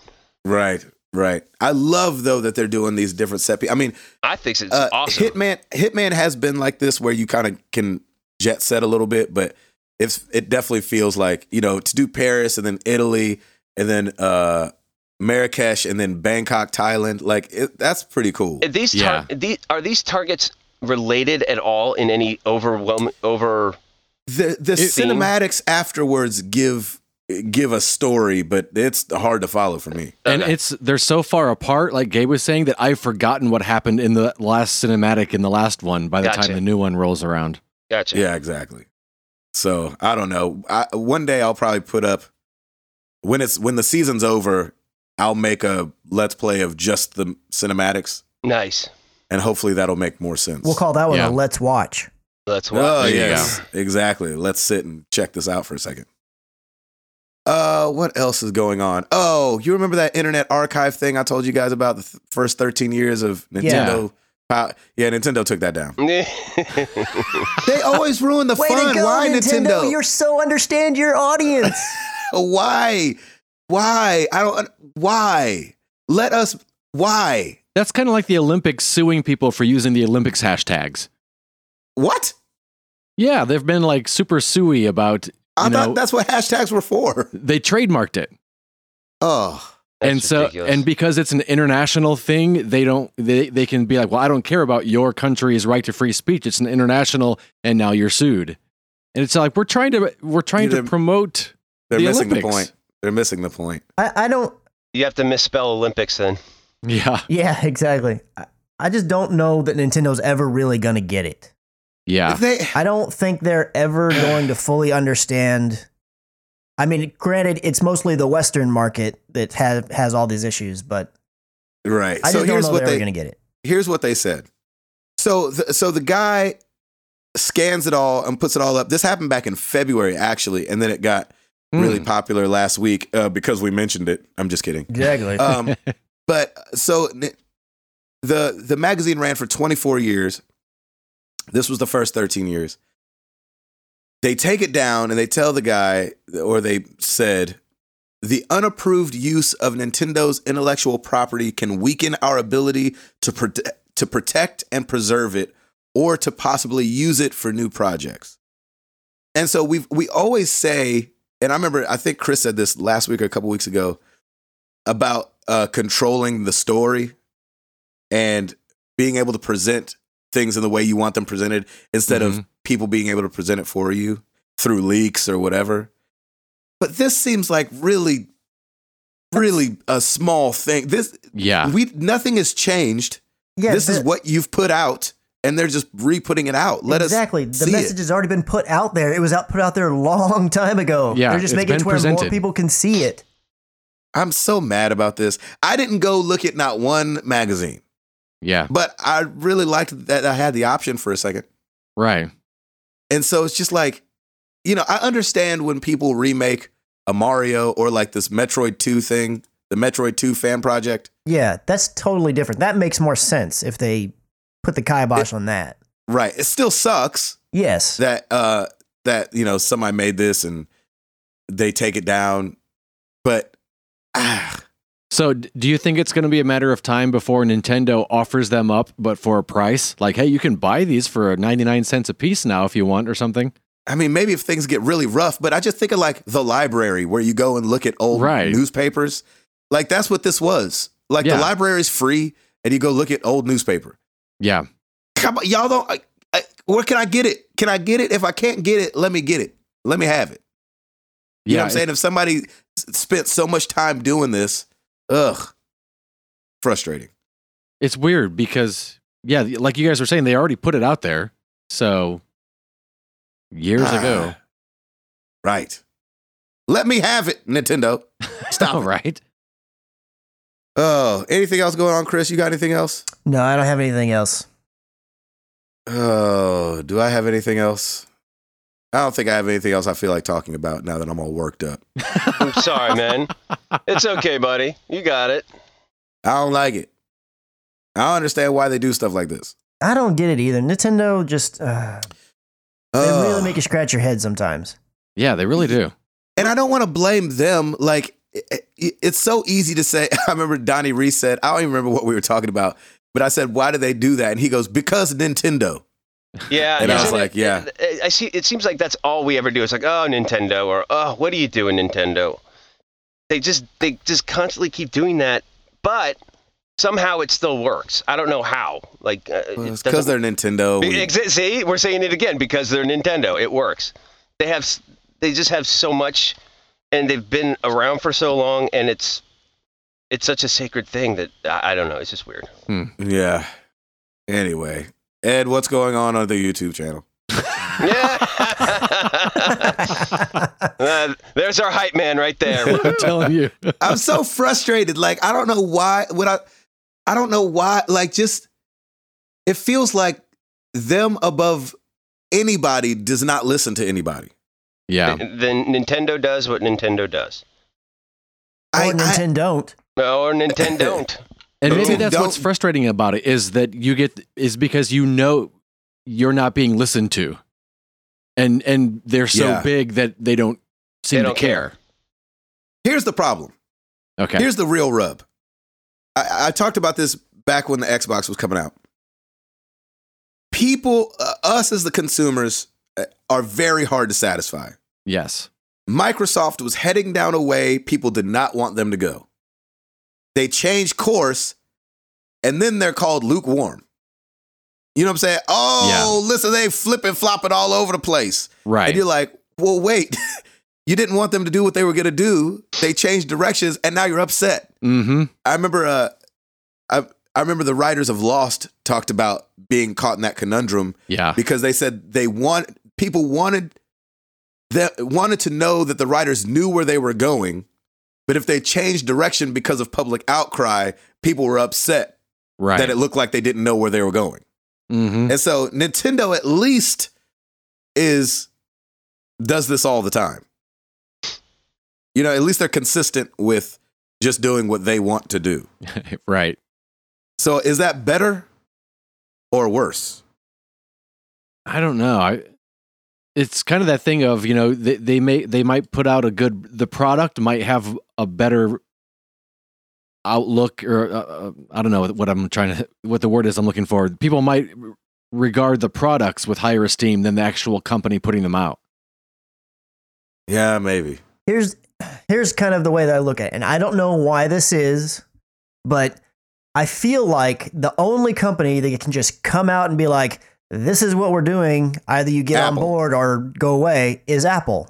[SPEAKER 1] Right. Right. I love though that they're doing these different set. pie- I mean,
[SPEAKER 3] I think it's
[SPEAKER 1] uh,
[SPEAKER 3] awesome.
[SPEAKER 1] Hitman Hitman has been like this where you kind of can jet set a little bit, but it's it definitely feels like you know to do Paris and then Italy and then uh Marrakesh and then Bangkok, Thailand. Like it, that's pretty cool.
[SPEAKER 3] Are these tar- these are these targets related at all in any overwhelm over
[SPEAKER 1] the the
[SPEAKER 3] Theme.
[SPEAKER 1] cinematics afterwards give give a story, but it's hard to follow for me.
[SPEAKER 2] And
[SPEAKER 3] Okay.
[SPEAKER 2] it's they're so far apart, like Gabe was saying, that I've forgotten what happened in the last cinematic in the last one by the
[SPEAKER 3] Gotcha.
[SPEAKER 2] time the new one rolls around.
[SPEAKER 3] gotcha
[SPEAKER 1] Yeah, exactly. So I don't know. I, one day I'll probably put up when it's when the season's over. I'll make a let's play of just the cinematics,
[SPEAKER 3] nice
[SPEAKER 1] and hopefully that'll make more sense.
[SPEAKER 4] We'll call that one
[SPEAKER 2] Yeah.
[SPEAKER 4] a let's watch.
[SPEAKER 3] that's what
[SPEAKER 1] Oh
[SPEAKER 2] There you
[SPEAKER 1] yes, exactly. Let's sit and check this out for a second. Uh, what else is going on? Oh, you remember that Internet Archive thing I told you guys about the th- first thirteen years of
[SPEAKER 4] Yeah.
[SPEAKER 1] Nintendo? Pow- yeah, Nintendo took that down.
[SPEAKER 3] yeah
[SPEAKER 1] They always ruin the
[SPEAKER 4] Way
[SPEAKER 1] fun.
[SPEAKER 4] to go,
[SPEAKER 1] Why
[SPEAKER 4] Nintendo? You're so understand your audience.
[SPEAKER 1] why why i don't why let us why
[SPEAKER 2] That's kind of like the Olympics suing people for using the Olympics hashtags.
[SPEAKER 1] what
[SPEAKER 2] Yeah, they've been like super suey about
[SPEAKER 1] i
[SPEAKER 2] You
[SPEAKER 1] thought
[SPEAKER 2] know-
[SPEAKER 1] that's what hashtags were for
[SPEAKER 2] they trademarked it.
[SPEAKER 1] oh
[SPEAKER 2] and so and because it's an international thing, they don't they, they can be like, Well, I don't care about your country's right to free speech. It's an international and now you're sued. And it's like we're trying to we're trying
[SPEAKER 1] You're
[SPEAKER 2] to
[SPEAKER 1] the-
[SPEAKER 2] promote
[SPEAKER 1] they're
[SPEAKER 2] The
[SPEAKER 1] missing the
[SPEAKER 2] Olympics.
[SPEAKER 1] point they're missing the point
[SPEAKER 4] I, I don't.
[SPEAKER 3] you have to misspell Olympics then.
[SPEAKER 2] Yeah.
[SPEAKER 4] Yeah, exactly. I, I just don't know that Nintendo's ever really gonna get it.
[SPEAKER 2] Yeah.
[SPEAKER 1] they
[SPEAKER 4] I don't think they're ever going to fully understand. I mean, granted, it's mostly the Western market that has has all these issues, but
[SPEAKER 1] right
[SPEAKER 4] I
[SPEAKER 1] so
[SPEAKER 4] just don't
[SPEAKER 1] here's
[SPEAKER 4] know they're
[SPEAKER 1] what
[SPEAKER 4] ever
[SPEAKER 1] they
[SPEAKER 4] gonna get it.
[SPEAKER 1] here's what they said so the, so the guy scans it all and puts it all up this happened back in february actually and then it got really
[SPEAKER 2] Mm.
[SPEAKER 1] popular last week uh, because we mentioned it i'm just kidding
[SPEAKER 4] Exactly.
[SPEAKER 1] Um, but so n- the the magazine ran for 24 years. This was the first 13 years. They take it down and they tell the guy, or they said, the unapproved use of Nintendo's intellectual property can weaken our ability to prote- to protect and preserve it, or to possibly use it for new projects. And so we we always say, and I remember I think Chris said this last week or a couple weeks ago about uh, controlling the story and being able to present things in the way you want them presented instead of
[SPEAKER 2] Mhm.
[SPEAKER 1] people being able to present it for you through leaks or whatever. But this seems like really, really a small thing. This
[SPEAKER 2] yeah.
[SPEAKER 1] we nothing has changed.
[SPEAKER 4] yeah,
[SPEAKER 1] this is
[SPEAKER 4] the-
[SPEAKER 1] what you've put out, and they're just re-putting it out. Let
[SPEAKER 4] exactly.
[SPEAKER 1] us
[SPEAKER 4] the
[SPEAKER 1] see
[SPEAKER 4] message
[SPEAKER 1] it.
[SPEAKER 4] has already been put out there. It was out put out there a long time ago.
[SPEAKER 2] Yeah,
[SPEAKER 4] they're just
[SPEAKER 2] it's
[SPEAKER 4] making it
[SPEAKER 2] been
[SPEAKER 4] to where more
[SPEAKER 2] presented.
[SPEAKER 4] people can see it.
[SPEAKER 1] I'm so mad about this. I didn't go look at not one magazine,
[SPEAKER 2] Yeah.
[SPEAKER 1] but I really liked that I had the option for a second.
[SPEAKER 2] Right.
[SPEAKER 1] And so it's just like, you know, I understand when people remake a Mario or like this Metroid 2 thing, the Metroid 2 fan project.
[SPEAKER 4] Yeah, that's totally different. That makes more sense if they put the kibosh on that.
[SPEAKER 1] Right. It still sucks
[SPEAKER 4] Yes.
[SPEAKER 1] that uh that, you know, somebody made this and they take it down. But ah,
[SPEAKER 2] So d- do you think it's going to be a matter of time before Nintendo offers them up but for a price? Like, hey, you can buy these for 99 cents a piece now if you want or something.
[SPEAKER 1] I mean, maybe if things get really rough, but I just think of like the library where you go and look at old
[SPEAKER 2] Right.
[SPEAKER 1] newspapers. Like that's what this was. Like
[SPEAKER 2] Yeah.
[SPEAKER 1] the library is free and you go look at old newspaper.
[SPEAKER 2] Yeah.
[SPEAKER 1] Come on, y'all don't. I, I, where can I get it? Can I get it? If I can't get it, let me get it. Let me have it. You know
[SPEAKER 2] yeah.
[SPEAKER 1] what I'm saying? If somebody s- spent so much time doing this, Ugh. Frustrating.
[SPEAKER 2] It's weird because yeah, like you guys were saying, they already put it out there. So years
[SPEAKER 1] Ah,
[SPEAKER 2] ago,
[SPEAKER 1] Right. Let me have it, Nintendo. Stop
[SPEAKER 2] all
[SPEAKER 1] it.
[SPEAKER 2] right.
[SPEAKER 1] Oh, anything else going on, Chris? You got anything else?
[SPEAKER 4] No, I don't have anything else.
[SPEAKER 1] Oh, do I have anything else? I don't think I have anything else I feel like talking about now that I'm all worked up.
[SPEAKER 3] I'm sorry, man. It's okay, buddy. You got it.
[SPEAKER 1] I don't like it. I don't understand why they do stuff like this.
[SPEAKER 4] I don't get it either. Nintendo just uh, they
[SPEAKER 1] Ugh.
[SPEAKER 4] really make you scratch your head sometimes.
[SPEAKER 2] Yeah, they really do.
[SPEAKER 1] and I don't want to blame them. Like, it- it- it's so easy to say. I remember Donnie Reese said, I don't even remember what we were talking about, but I said, why do they do that? And he goes, because Nintendo.
[SPEAKER 3] Yeah.
[SPEAKER 1] And I was
[SPEAKER 3] isn't
[SPEAKER 1] like,
[SPEAKER 3] it-
[SPEAKER 1] yeah.
[SPEAKER 3] I- I see. It seems like that's all we ever do. It's like, oh, Nintendo, or oh, what are you doing, Nintendo? They just they just constantly keep doing that, but somehow it still works. I don't know how. Like, uh, it
[SPEAKER 1] Because
[SPEAKER 3] doesn't-
[SPEAKER 1] they're Nintendo.
[SPEAKER 3] Be-
[SPEAKER 1] We-
[SPEAKER 3] exa- See, we're saying it again because they're Nintendo. It works. They have, s- they just have so much, and they've been around for so long, and it's, it's such a sacred thing that I, I don't know. It's just weird.
[SPEAKER 1] Yeah. Anyway, Ed, what's going on on the YouTube channel?
[SPEAKER 3] Yeah. Uh, there's our hype man right there.
[SPEAKER 2] I'm telling you.
[SPEAKER 1] I'm so frustrated. Like I don't know why. What I I don't know why. Like just it feels like them above anybody does not listen to anybody.
[SPEAKER 2] Yeah.
[SPEAKER 3] Then Nintendo does what Nintendo does.
[SPEAKER 4] Or
[SPEAKER 1] I, I
[SPEAKER 4] Nintendo don't.
[SPEAKER 3] Or Nintendo don't.
[SPEAKER 2] And maybe
[SPEAKER 1] Boom.
[SPEAKER 2] that's what's
[SPEAKER 1] Don't-
[SPEAKER 2] frustrating about it is that you get is because you know you're not being listened to. And and they're so
[SPEAKER 1] Yeah.
[SPEAKER 2] big that they don't seem
[SPEAKER 3] don't
[SPEAKER 2] to
[SPEAKER 3] care.
[SPEAKER 2] care.
[SPEAKER 1] here's the problem.
[SPEAKER 2] Okay.
[SPEAKER 1] Here's the real rub. I, I talked about this back when the Xbox was coming out. People, uh, us as the consumers, uh, are very hard to satisfy.
[SPEAKER 2] yes.
[SPEAKER 1] Microsoft was heading down a way people did not want them to go. They changed course, and then they're called lukewarm. You know what I'm saying? Oh, listen, they flip and flop it all over the place.
[SPEAKER 2] Right.
[SPEAKER 1] And you're like, well, wait, you didn't want them to do what they were going to do. They changed directions, and now you're upset.
[SPEAKER 2] mm-hmm.
[SPEAKER 1] I remember uh I I remember the writers of Lost talked about being caught in that conundrum
[SPEAKER 2] Yeah.
[SPEAKER 1] because they said they want people wanted that wanted to know that the writers knew where they were going, but if they changed direction because of public outcry, people were upset
[SPEAKER 2] Right.
[SPEAKER 1] that it looked like they didn't know where they were going.
[SPEAKER 2] mm-hmm.
[SPEAKER 1] And so Nintendo at least is does this all the time. You know, at least they're consistent with just doing what they want to do.
[SPEAKER 2] right.
[SPEAKER 1] So is that better or worse?
[SPEAKER 2] I don't know. I it's kind of that thing of you know they, they may they might put out a good the product might have a better outlook or uh, uh, I don't know what I'm trying to what the word is I'm looking for. People might r- regard the products with higher esteem than the actual company putting them out.
[SPEAKER 1] Yeah, maybe.
[SPEAKER 4] here's here's kind of the way that I look at it, and I don't know why this is, but I feel like the only company that can just come out and be like, "This is what we're doing. Either you get
[SPEAKER 1] Apple.
[SPEAKER 4] on board or go away," is Apple.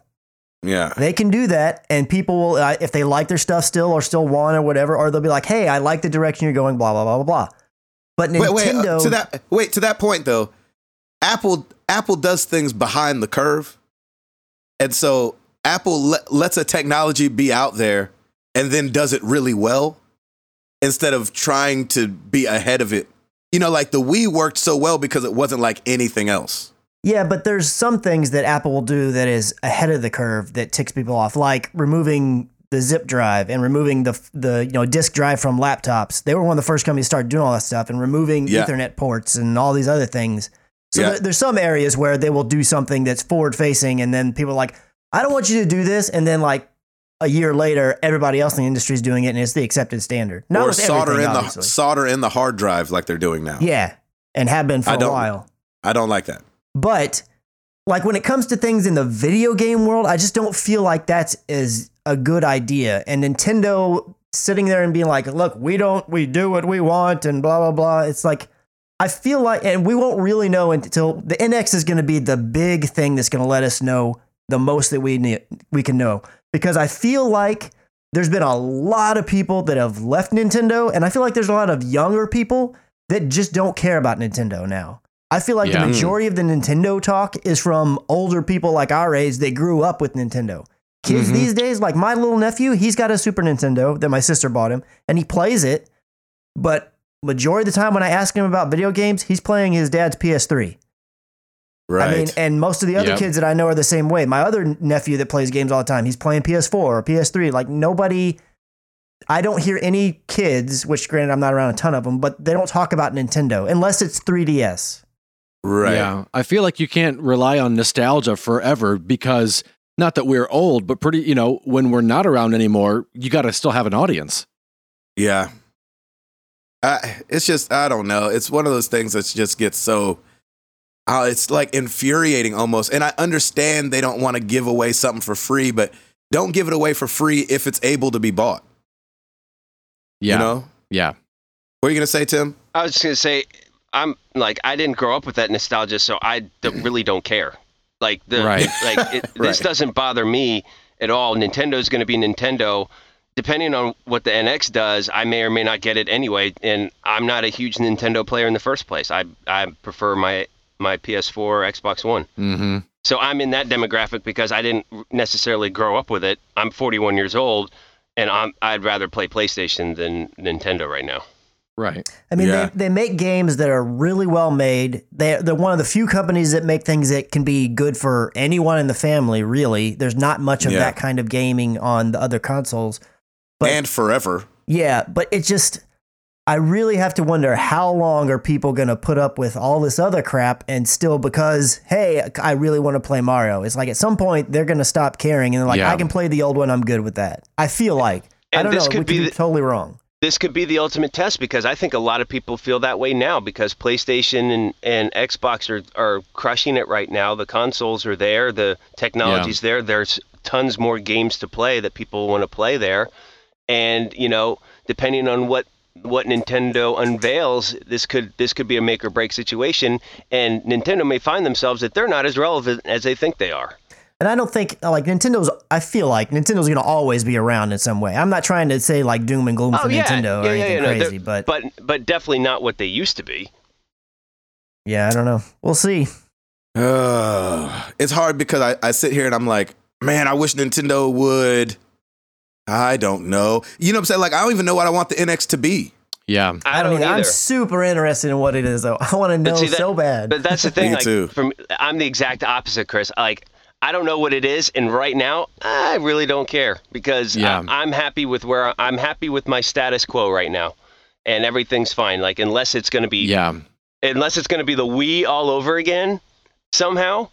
[SPEAKER 1] Yeah.
[SPEAKER 4] They can do that, and people will, uh, if they like their stuff still or still want or whatever, or they'll be like, "Hey, I like the direction you're going." Blah blah blah blah blah. But
[SPEAKER 1] Wait,
[SPEAKER 4] Nintendo,
[SPEAKER 1] wait, uh, to that wait, to that point though, Apple Apple does things behind the curve. And so Apple le- lets a technology be out there and then does it really well instead of trying to be ahead of it. You know, like the Wii worked so well because it wasn't like anything else.
[SPEAKER 4] Yeah, but there's some things that Apple will do that is ahead of the curve that ticks people off, like removing the zip drive and removing the the you know disk drive from laptops. They were one of the first companies to start doing all that stuff and removing
[SPEAKER 1] Yeah.
[SPEAKER 4] Ethernet ports and all these other things. So
[SPEAKER 1] Yeah.
[SPEAKER 4] there, there's some areas where they will do something that's forward facing, and then people are like, "I don't want you to do this," and then like a year later, everybody else in the industry is doing it, and it's the accepted standard. Not
[SPEAKER 1] or
[SPEAKER 4] with
[SPEAKER 1] solder in
[SPEAKER 4] everything,
[SPEAKER 1] the
[SPEAKER 4] obviously.
[SPEAKER 1] solder in the hard drive like they're doing now.
[SPEAKER 4] yeah, and have been for
[SPEAKER 1] I
[SPEAKER 4] a
[SPEAKER 1] don't-
[SPEAKER 4] while.
[SPEAKER 1] I don't like that.
[SPEAKER 4] But like when it comes to things in the video game world, I just don't feel like that's is a good idea. And Nintendo sitting there and being like, "Look, we don't we do what we want and blah blah blah." It's like I feel like and we won't really know until the NX is going to be the big thing that's going to let us know the most that we need, we can know because I feel like there's been a lot of people that have left Nintendo, and I feel like there's a lot of younger people that just don't care about Nintendo now. I feel like
[SPEAKER 2] Yeah.
[SPEAKER 4] the majority of the Nintendo talk is from older people like our age that grew up with Nintendo. Kids
[SPEAKER 1] Mhm.
[SPEAKER 4] these days, like my little nephew, he's got a Super Nintendo that my sister bought him, and he plays it. But majority of the time when I ask him about video games, he's playing his dad's PS3.
[SPEAKER 1] Right.
[SPEAKER 4] I mean, eh, and most of the other
[SPEAKER 2] Yep.
[SPEAKER 4] kids that I know are the same way. My other nephew that plays games all the time, he's playing PS4 or PS3. Like nobody, I don't hear any kids, which granted I'm not around a ton of them, but they don't talk about Nintendo unless it's 3DS.
[SPEAKER 1] right.
[SPEAKER 2] Yeah. I feel like you can't rely on nostalgia forever because not that we're old, but pretty, you know, when we're not around anymore, you got to still have an audience.
[SPEAKER 1] Yeah. I, it's just I don't know. It's one of those things that just gets so uh, it's like infuriating almost. And I understand they don't want to give away something for free, but don't give it away for free if it's able to be bought.
[SPEAKER 2] Yeah.
[SPEAKER 1] You know?
[SPEAKER 2] Yeah.
[SPEAKER 1] What are you gonna say, Tim?
[SPEAKER 3] I was just gonna say, I'm like I didn't grow up with that nostalgia, so I d- really don't care. Like the
[SPEAKER 2] Right.
[SPEAKER 3] like it, this
[SPEAKER 1] Right.
[SPEAKER 3] doesn't bother me at all. Nintendo's gonna be Nintendo. Depending on what the NX does, I may or may not get it anyway. And I'm not a huge Nintendo player in the first place. I I prefer my my PS4 or Xbox One.
[SPEAKER 2] hmm
[SPEAKER 3] So I'm in that demographic because I didn't necessarily grow up with it. I'm 41 years old, and I'm I'd rather play PlayStation than Nintendo right now.
[SPEAKER 2] Right.
[SPEAKER 4] I mean,
[SPEAKER 1] Yeah.
[SPEAKER 4] they, they make games that are really well made. They, they're one of the few companies that make things that can be good for anyone in the family, really. There's not much of
[SPEAKER 1] Yeah.
[SPEAKER 4] that kind of gaming on the other consoles. But-
[SPEAKER 1] and forever.
[SPEAKER 4] Yeah, but it just I really have to wonder how long are people going to put up with all this other crap and still because hey, I really want to play Mario. It's like at some point they're going to stop caring and they're like
[SPEAKER 2] Yeah.
[SPEAKER 4] I can play the old one, I'm good with that. I feel like I
[SPEAKER 3] And
[SPEAKER 4] don't
[SPEAKER 3] this
[SPEAKER 4] know,
[SPEAKER 3] could
[SPEAKER 4] we
[SPEAKER 3] be
[SPEAKER 4] could be
[SPEAKER 3] the-
[SPEAKER 4] totally wrong.
[SPEAKER 3] this could be the ultimate test because I think a lot of people feel that way now because PlayStation and, and Xbox are, are crushing it right now. The consoles are there, the technology's there. There's tons more games to play that people want to play there. And, you know, depending on what what Nintendo unveils, this could this could be a make or break situation and Nintendo may find themselves that they're not as relevant as they think they are.
[SPEAKER 4] And I don't think uh, like Nintendo's. I feel like Nintendo's going to always be around in some way. I'm not trying to say like doom and
[SPEAKER 3] Oh,
[SPEAKER 4] gloom for Nintendo or anything
[SPEAKER 3] no, they're-
[SPEAKER 4] crazy, but
[SPEAKER 3] but but definitely not what they used to be.
[SPEAKER 4] yeah, I don't know. We'll see.
[SPEAKER 1] Ugh. it's hard because I, I sit here and I'm like, man, I wish Nintendo would I don't know. You know what I'm saying? Like I don't even know what I want the NX to be.
[SPEAKER 2] Yeah.
[SPEAKER 3] I, don't
[SPEAKER 4] mean,
[SPEAKER 3] either.
[SPEAKER 4] I'm super interested in what it is though. I want to know
[SPEAKER 3] see, that-
[SPEAKER 4] so bad.
[SPEAKER 3] But that's the thing.
[SPEAKER 1] Me
[SPEAKER 3] like,
[SPEAKER 1] too.
[SPEAKER 3] From I'm the exact opposite, Chris. Like I don't know what it is, and right now I really don't care because
[SPEAKER 2] Yeah.
[SPEAKER 3] I, am happy with where I'm happy with my status quo right now, and everything's fine. Like unless it's going to be
[SPEAKER 2] Yeah.
[SPEAKER 3] unless it's going to be the we all over again somehow,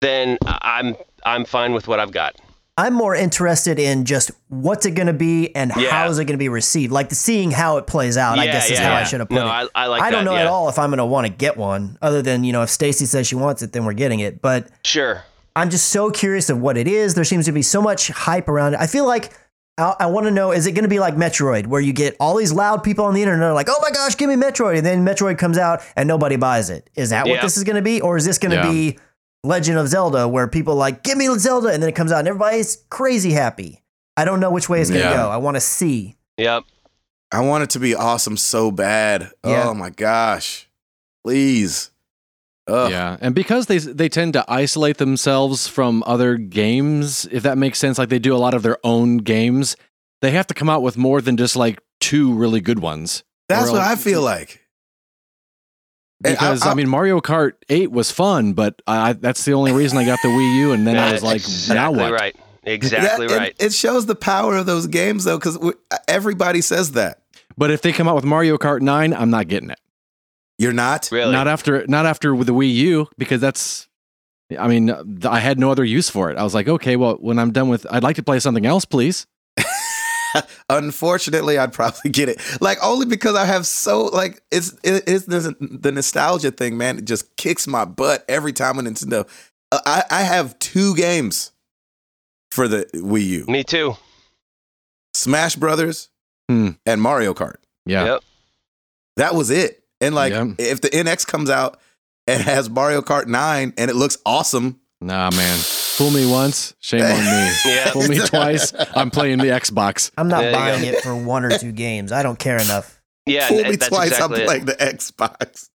[SPEAKER 3] then I- I'm I'm fine with what I've got.
[SPEAKER 4] I'm more interested in just what's it going to be and
[SPEAKER 3] Yeah.
[SPEAKER 4] how is it going to be received. Like the seeing how it plays out, I
[SPEAKER 3] Yeah,
[SPEAKER 4] guess is
[SPEAKER 3] yeah,
[SPEAKER 4] how I
[SPEAKER 3] yeah.
[SPEAKER 4] should have put
[SPEAKER 3] No,
[SPEAKER 4] it.
[SPEAKER 3] I- I like that,
[SPEAKER 4] don't know at
[SPEAKER 3] yeah.
[SPEAKER 4] all if I'm going to want to get one, other than you know if Stacy says she wants it, then we're getting it. But
[SPEAKER 3] Sure.
[SPEAKER 4] I'm just so curious of what it is. There seems to be so much hype around it. I feel like I, I want to know is it going to be like Metroid, where you get all these loud people on the internet are like, oh my gosh, give me Metroid. And then Metroid comes out and nobody buys it. Is that what
[SPEAKER 3] Yeah.
[SPEAKER 4] this is going to be? Or is this going to
[SPEAKER 2] Yeah.
[SPEAKER 4] be Legend of Zelda, where people like, give me Zelda. And then it comes out and everybody's crazy happy. I don't know which way it's going to
[SPEAKER 2] Yeah.
[SPEAKER 4] go. I want to see.
[SPEAKER 3] Yep.
[SPEAKER 1] I want it to be awesome so bad.
[SPEAKER 4] Yeah.
[SPEAKER 1] Oh my gosh. Please. Ugh.
[SPEAKER 2] Yeah, and because they they tend to isolate themselves from other games, if that makes sense, like they do a lot of their own games, they have to come out with more than just like two really good ones.
[SPEAKER 1] That's
[SPEAKER 2] Or
[SPEAKER 1] what I
[SPEAKER 2] else-
[SPEAKER 1] feel like. And I-
[SPEAKER 2] Because I,
[SPEAKER 1] I-
[SPEAKER 2] mean, Mario Kart Eight was fun, but I, that's the only reason I got the Wii U, and then I
[SPEAKER 3] That's
[SPEAKER 2] was like,
[SPEAKER 3] exactly
[SPEAKER 2] now what?
[SPEAKER 3] right. Exactly
[SPEAKER 1] That- and
[SPEAKER 3] right.
[SPEAKER 1] It shows the power of those games though, because everybody says that.
[SPEAKER 2] But if they come out with Mario Kart Nine, I'm not getting it.
[SPEAKER 1] You're not.
[SPEAKER 3] Really.
[SPEAKER 2] Not after not after with the Wii U because that's. I mean, th- I had no other use for it. I was like, okay, well, when I'm done with, I'd like to play something else, please.
[SPEAKER 1] Unfortunately, I'd probably get it. Like only because I have so like it's it, it's the, the nostalgia thing, man. It just kicks my butt every time on Nintendo. Uh, I I have two games for the Wii U:
[SPEAKER 3] Me too.
[SPEAKER 1] Smash Brothers
[SPEAKER 2] Hmm.
[SPEAKER 1] and Mario Kart.
[SPEAKER 2] Yeah,
[SPEAKER 3] Yep.
[SPEAKER 1] That was it. And like,
[SPEAKER 2] Yeah.
[SPEAKER 1] if the NX comes out and has Mario Kart Nine and it looks awesome,
[SPEAKER 2] nah, man. Fool me once, shame on me.
[SPEAKER 3] Yeah.
[SPEAKER 2] Fool me twice, I'm playing the Xbox.
[SPEAKER 4] I'm not
[SPEAKER 3] There you go.
[SPEAKER 4] buying it for one or two games. I don't care enough.
[SPEAKER 3] Yeah,
[SPEAKER 1] Fool
[SPEAKER 3] and
[SPEAKER 1] me
[SPEAKER 3] that's
[SPEAKER 1] twice,
[SPEAKER 3] exactly
[SPEAKER 1] I'm
[SPEAKER 3] it.
[SPEAKER 1] playing the Xbox.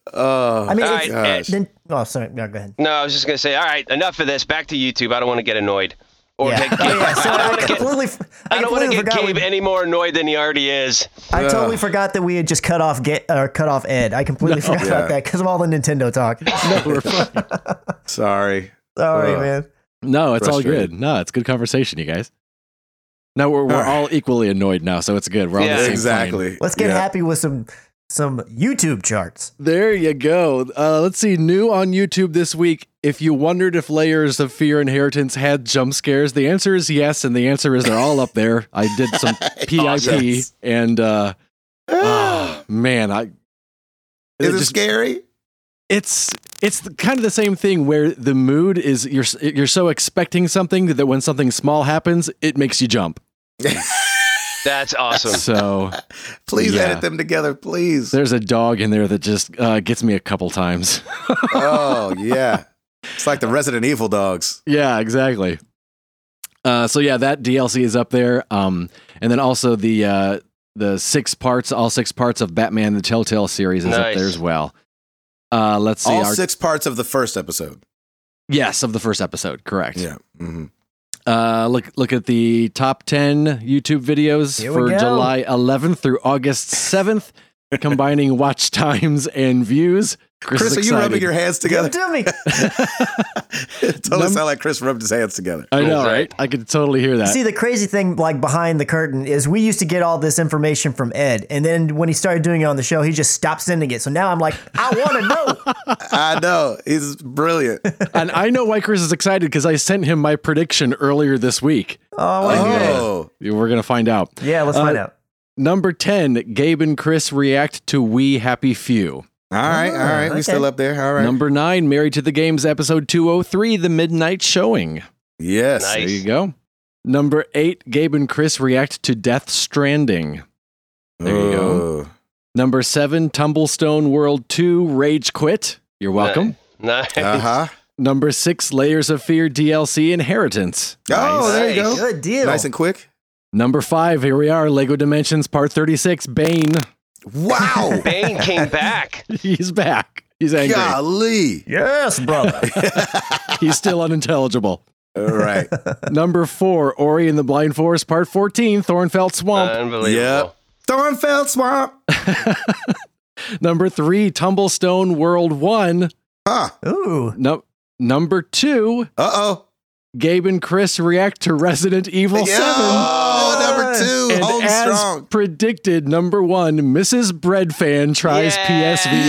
[SPEAKER 1] oh,
[SPEAKER 4] I mean,
[SPEAKER 3] All right,
[SPEAKER 4] it's-
[SPEAKER 3] eh,
[SPEAKER 1] gosh.
[SPEAKER 4] Then, oh, sorry. No, go ahead.
[SPEAKER 3] No, I was just gonna say, all right, enough of this. Back to YouTube. I don't want to get annoyed. Or
[SPEAKER 4] yeah.
[SPEAKER 3] get,
[SPEAKER 4] Oh, yeah, so
[SPEAKER 3] I don't
[SPEAKER 4] I,
[SPEAKER 3] want to get.
[SPEAKER 4] completely,
[SPEAKER 3] I don't want
[SPEAKER 4] completely
[SPEAKER 3] to get
[SPEAKER 4] forgot
[SPEAKER 3] Gabe
[SPEAKER 4] we-
[SPEAKER 3] any more annoyed than he already is.
[SPEAKER 4] I
[SPEAKER 1] Yeah.
[SPEAKER 4] totally forgot that we had just cut off get or cut off Ed. I completely forgot
[SPEAKER 1] Yeah.
[SPEAKER 4] about that because of all the Nintendo talk.
[SPEAKER 2] No, we're fine.
[SPEAKER 1] Sorry.
[SPEAKER 4] Sorry,
[SPEAKER 1] Ugh.
[SPEAKER 4] man.
[SPEAKER 2] No, it's all
[SPEAKER 1] Frustrating.
[SPEAKER 2] good. No, it's good conversation, you guys. No, we're, we're
[SPEAKER 1] Alright.
[SPEAKER 2] all equally annoyed now, so it's good. We're all
[SPEAKER 3] Yeah,
[SPEAKER 2] on the same plane.
[SPEAKER 1] exactly.
[SPEAKER 4] Let's get
[SPEAKER 1] Yeah.
[SPEAKER 4] happy with some some YouTube charts.
[SPEAKER 2] There you go. Uh, let's see. New on YouTube this week. If you wondered if Layers of Fear Inheritance had jump scares, the answer is yes, and the answer is they're all up there. I did some PIP,
[SPEAKER 1] Awesome. Yes.
[SPEAKER 2] and uh, oh, man, I
[SPEAKER 1] Is
[SPEAKER 2] it
[SPEAKER 1] it
[SPEAKER 2] just-
[SPEAKER 1] scary?
[SPEAKER 2] it's it's the, kind of the same thing where the mood is you're s- you're so expecting something that when something small happens, it makes you jump.
[SPEAKER 3] That's awesome.
[SPEAKER 2] So
[SPEAKER 1] Please
[SPEAKER 2] Yeah.
[SPEAKER 1] edit them together, please.
[SPEAKER 2] there's a dog in there that just uh, gets me a couple times.
[SPEAKER 1] oh yeah, it's like the Resident Evil dogs.
[SPEAKER 2] Yeah, exactly. Uh, so yeah, that DLC is up there, um, and then also the uh, the six parts, all six parts of Batman the Telltale series is up
[SPEAKER 3] Nice.
[SPEAKER 2] there as well. Uh, let's see.
[SPEAKER 1] All
[SPEAKER 2] our-
[SPEAKER 1] six parts of the first episode.
[SPEAKER 2] yes, of the first episode, correct.
[SPEAKER 1] Yeah. hmm
[SPEAKER 2] Uh, look look at the top ten YouTube videos
[SPEAKER 4] Here we
[SPEAKER 2] for
[SPEAKER 4] go.
[SPEAKER 2] July 11th through August 7th, combining watch times and views. Chris,
[SPEAKER 1] Chris,
[SPEAKER 2] is
[SPEAKER 1] are you
[SPEAKER 2] excited.
[SPEAKER 1] rubbing your hands
[SPEAKER 4] Give
[SPEAKER 1] together?
[SPEAKER 4] it to me.
[SPEAKER 1] it totally
[SPEAKER 2] Num-
[SPEAKER 1] sounded like Chris rubbed his hands together.
[SPEAKER 2] I know,
[SPEAKER 3] That's right.
[SPEAKER 2] right? I could totally hear that.
[SPEAKER 4] See, the crazy thing, like behind the curtain, is we used to get all this information from Ed, and then when he started doing it on the show, he just stopped sending it. So now I'm like, I want to know.
[SPEAKER 1] I know. He's brilliant.
[SPEAKER 2] and I know why Chris is excited because I sent him my prediction earlier this week.
[SPEAKER 4] Oh, I wanna hear it.
[SPEAKER 1] Oh,
[SPEAKER 2] We're gonna find out.
[SPEAKER 4] yeah. Let's
[SPEAKER 2] Uh,
[SPEAKER 4] find out.
[SPEAKER 2] Number ten, Gabe and Chris react to We Happy Few.
[SPEAKER 1] all right, all right.
[SPEAKER 4] Oh, okay.
[SPEAKER 1] We still up there. All right.
[SPEAKER 2] Number nine, Married to the Games, episode two oh three, The Midnight Showing.
[SPEAKER 1] yes.
[SPEAKER 3] Nice.
[SPEAKER 2] There you go. Number eight, Gabe and Chris react to Death Stranding. There you go.
[SPEAKER 1] Oh.
[SPEAKER 2] Number seven, Tumblestone World 2, Rage Quit. You're welcome.
[SPEAKER 3] Nice.
[SPEAKER 1] Uh huh.
[SPEAKER 2] Number six, Layers of Fear DLC Inheritance.
[SPEAKER 1] Oh, there you
[SPEAKER 3] Nice.
[SPEAKER 1] go.
[SPEAKER 4] Good deal.
[SPEAKER 1] Nice and quick.
[SPEAKER 2] Number five, here we are, Lego Dimensions Part 36, Bane.
[SPEAKER 1] Wow.
[SPEAKER 3] Bane came back.
[SPEAKER 2] He's back. He's angry.
[SPEAKER 1] Golly.
[SPEAKER 4] yes, brother.
[SPEAKER 2] He's still unintelligible.
[SPEAKER 1] All right.
[SPEAKER 2] Number four, Ori and the Blind Forest, Part 14, Thornfelt Swamp.
[SPEAKER 3] Uh. Unbelievable.
[SPEAKER 1] Thornfeld Swamp.
[SPEAKER 2] Number three, Tumblestone World 1.
[SPEAKER 1] Huh.
[SPEAKER 4] Ooh.
[SPEAKER 2] No, number two,
[SPEAKER 1] Uh oh.
[SPEAKER 2] Gabe and Chris react to Resident Evil
[SPEAKER 1] yeah.
[SPEAKER 2] 7.
[SPEAKER 1] Oh, number two.
[SPEAKER 2] And
[SPEAKER 1] Hold
[SPEAKER 2] as
[SPEAKER 1] strong.
[SPEAKER 2] predicted, number one, Mrs. Breadfan tries
[SPEAKER 3] Yes.
[SPEAKER 2] PSVR.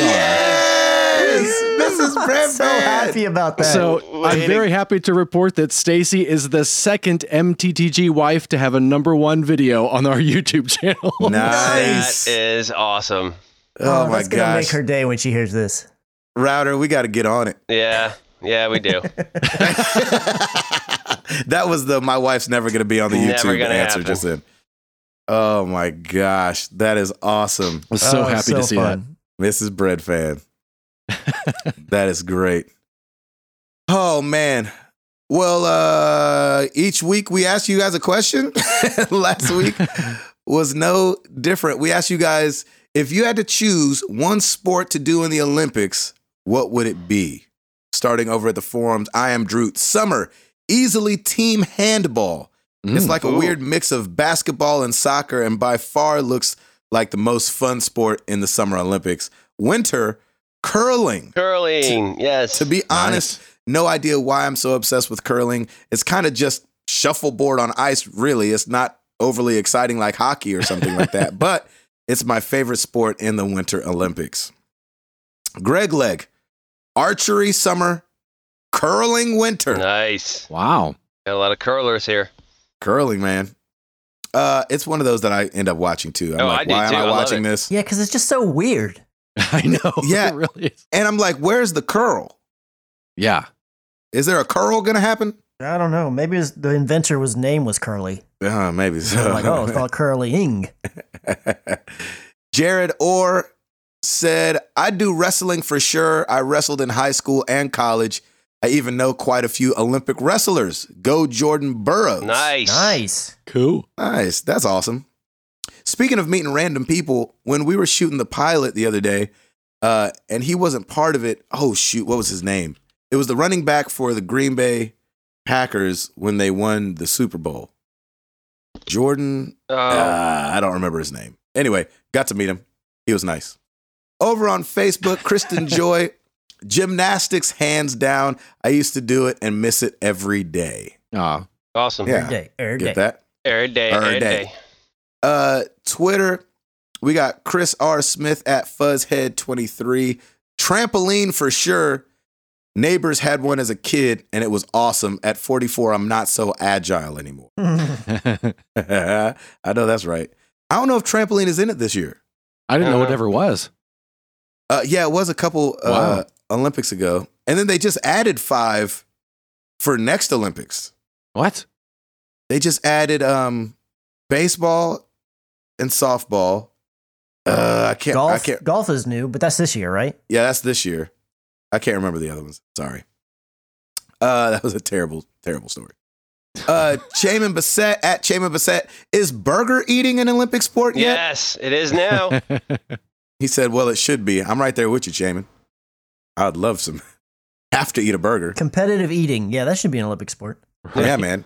[SPEAKER 1] Yes. Mrs. Brad
[SPEAKER 4] so happy about that.
[SPEAKER 2] So I'm
[SPEAKER 3] Waiting.
[SPEAKER 2] very happy to report that Stacy is the second MTTG wife to have a number one video on our YouTube channel.
[SPEAKER 1] Nice.
[SPEAKER 3] That is awesome.
[SPEAKER 1] oh, my
[SPEAKER 4] that's gonna make
[SPEAKER 1] gosh.
[SPEAKER 4] her day when she hears this.
[SPEAKER 1] Router, we got to get on it.
[SPEAKER 3] Yeah. Yeah, we do.
[SPEAKER 1] that was the my wife's never going to be on the
[SPEAKER 3] Never
[SPEAKER 1] YouTube
[SPEAKER 3] gonna
[SPEAKER 1] answer
[SPEAKER 3] happen.
[SPEAKER 1] just then. Oh my gosh, that is awesome,
[SPEAKER 2] was so
[SPEAKER 4] Oh,
[SPEAKER 2] happy to
[SPEAKER 4] so
[SPEAKER 2] see that.
[SPEAKER 4] fun.
[SPEAKER 1] Mrs. Bread fan. that is great. Oh man. Well, uh each week we ask you guys a question. Last week was no different. We asked you guys if you had to choose one sport to do in the Olympics, what would it be? Starting over at the forums, I am Drew. Summer, easily team handball. It's
[SPEAKER 2] Mm.
[SPEAKER 1] like a
[SPEAKER 3] Ooh.
[SPEAKER 1] weird mix of basketball and soccer, and by far looks like the most fun sport in the Summer Olympics. Winter, curling.
[SPEAKER 3] Curling. Yes.
[SPEAKER 1] To be honest, no idea why I'm so obsessed with curling. It's kind of just shuffleboard on ice, really. It's not overly exciting like hockey or something like that, but it's my favorite sport in the Winter Olympics. Greg Leg, archery summer, curling winter.
[SPEAKER 3] Nice.
[SPEAKER 2] Wow.
[SPEAKER 3] Got a lot of curlers here.
[SPEAKER 1] Curling, man. Uh, it's one of those that I end up watching too. I'm
[SPEAKER 3] Oh, I
[SPEAKER 1] like,
[SPEAKER 3] do
[SPEAKER 1] why
[SPEAKER 3] too.
[SPEAKER 1] am
[SPEAKER 3] I
[SPEAKER 1] I
[SPEAKER 3] love
[SPEAKER 1] watching
[SPEAKER 3] it.
[SPEAKER 1] this?
[SPEAKER 4] Yeah, because it's just so weird.
[SPEAKER 2] I know.
[SPEAKER 1] Yeah.
[SPEAKER 2] It really is.
[SPEAKER 1] And I'm like, where's the curl?
[SPEAKER 2] Yeah.
[SPEAKER 1] Is there a curl gonna happen?
[SPEAKER 4] I don't know. Maybe it was, the inventor was name was Curly.
[SPEAKER 1] Uh, maybe
[SPEAKER 4] So
[SPEAKER 1] so.
[SPEAKER 4] I'm like, oh, it's called Curly Ing.
[SPEAKER 1] Jared Orr said, I do wrestling for sure. I wrestled in high school and college. I even know quite a few Olympic wrestlers. Go Jordan Burroughs.
[SPEAKER 3] Nice.
[SPEAKER 4] Nice.
[SPEAKER 2] Cool.
[SPEAKER 1] Nice. That's awesome. Speaking of meeting random people, when we were shooting the pilot the other day, uh, and he wasn't part of it. Oh shoot, what was his name? It was the running back for the Green Bay Packers when they won the Super Bowl. Jordan,
[SPEAKER 3] Oh,
[SPEAKER 1] uh, I don't remember his name. Anyway, got to meet him. He was nice. Over on Facebook, Kristen Joy, gymnastics hands down. I used to do it and miss it every day.
[SPEAKER 2] Ah,
[SPEAKER 3] awesome.
[SPEAKER 1] yeah.
[SPEAKER 4] Every day. Every day.
[SPEAKER 1] Get that?
[SPEAKER 3] Every day.
[SPEAKER 1] Every
[SPEAKER 3] Every
[SPEAKER 1] day.
[SPEAKER 3] day.
[SPEAKER 1] Uh, Twitter, we got Chris R. Smith at Fuzzhead23. Trampoline for sure. Neighbors had one as a kid and it was awesome. At 44, I'm not so agile anymore.
[SPEAKER 4] I
[SPEAKER 1] I know that's right. I don't know if trampoline is in it this year.
[SPEAKER 2] I didn't know it
[SPEAKER 3] Uh-huh.
[SPEAKER 2] ever was.
[SPEAKER 1] Uh, yeah, it was a couple uh, Olympics ago. And then they just added five for next Olympics.
[SPEAKER 2] What?
[SPEAKER 1] They just added um, baseball and softball. Uh, I can't. I
[SPEAKER 4] golf.
[SPEAKER 1] can't.
[SPEAKER 4] Golf is new, but that's this year, right?
[SPEAKER 1] Yeah, that's this year. I can't remember the other ones. Sorry. Uh, that was a terrible, terrible story. Uh, Chamin Bassett at Chamin Bassett is burger eating an Olympic sport yet?
[SPEAKER 3] Yes, it is now.
[SPEAKER 1] He said, "Well, it should be. I'm right there with you, Chamin. I'd love some. Have to eat a burger.
[SPEAKER 4] Competitive eating. Yeah, that should be an Olympic sport.
[SPEAKER 1] Yeah, man.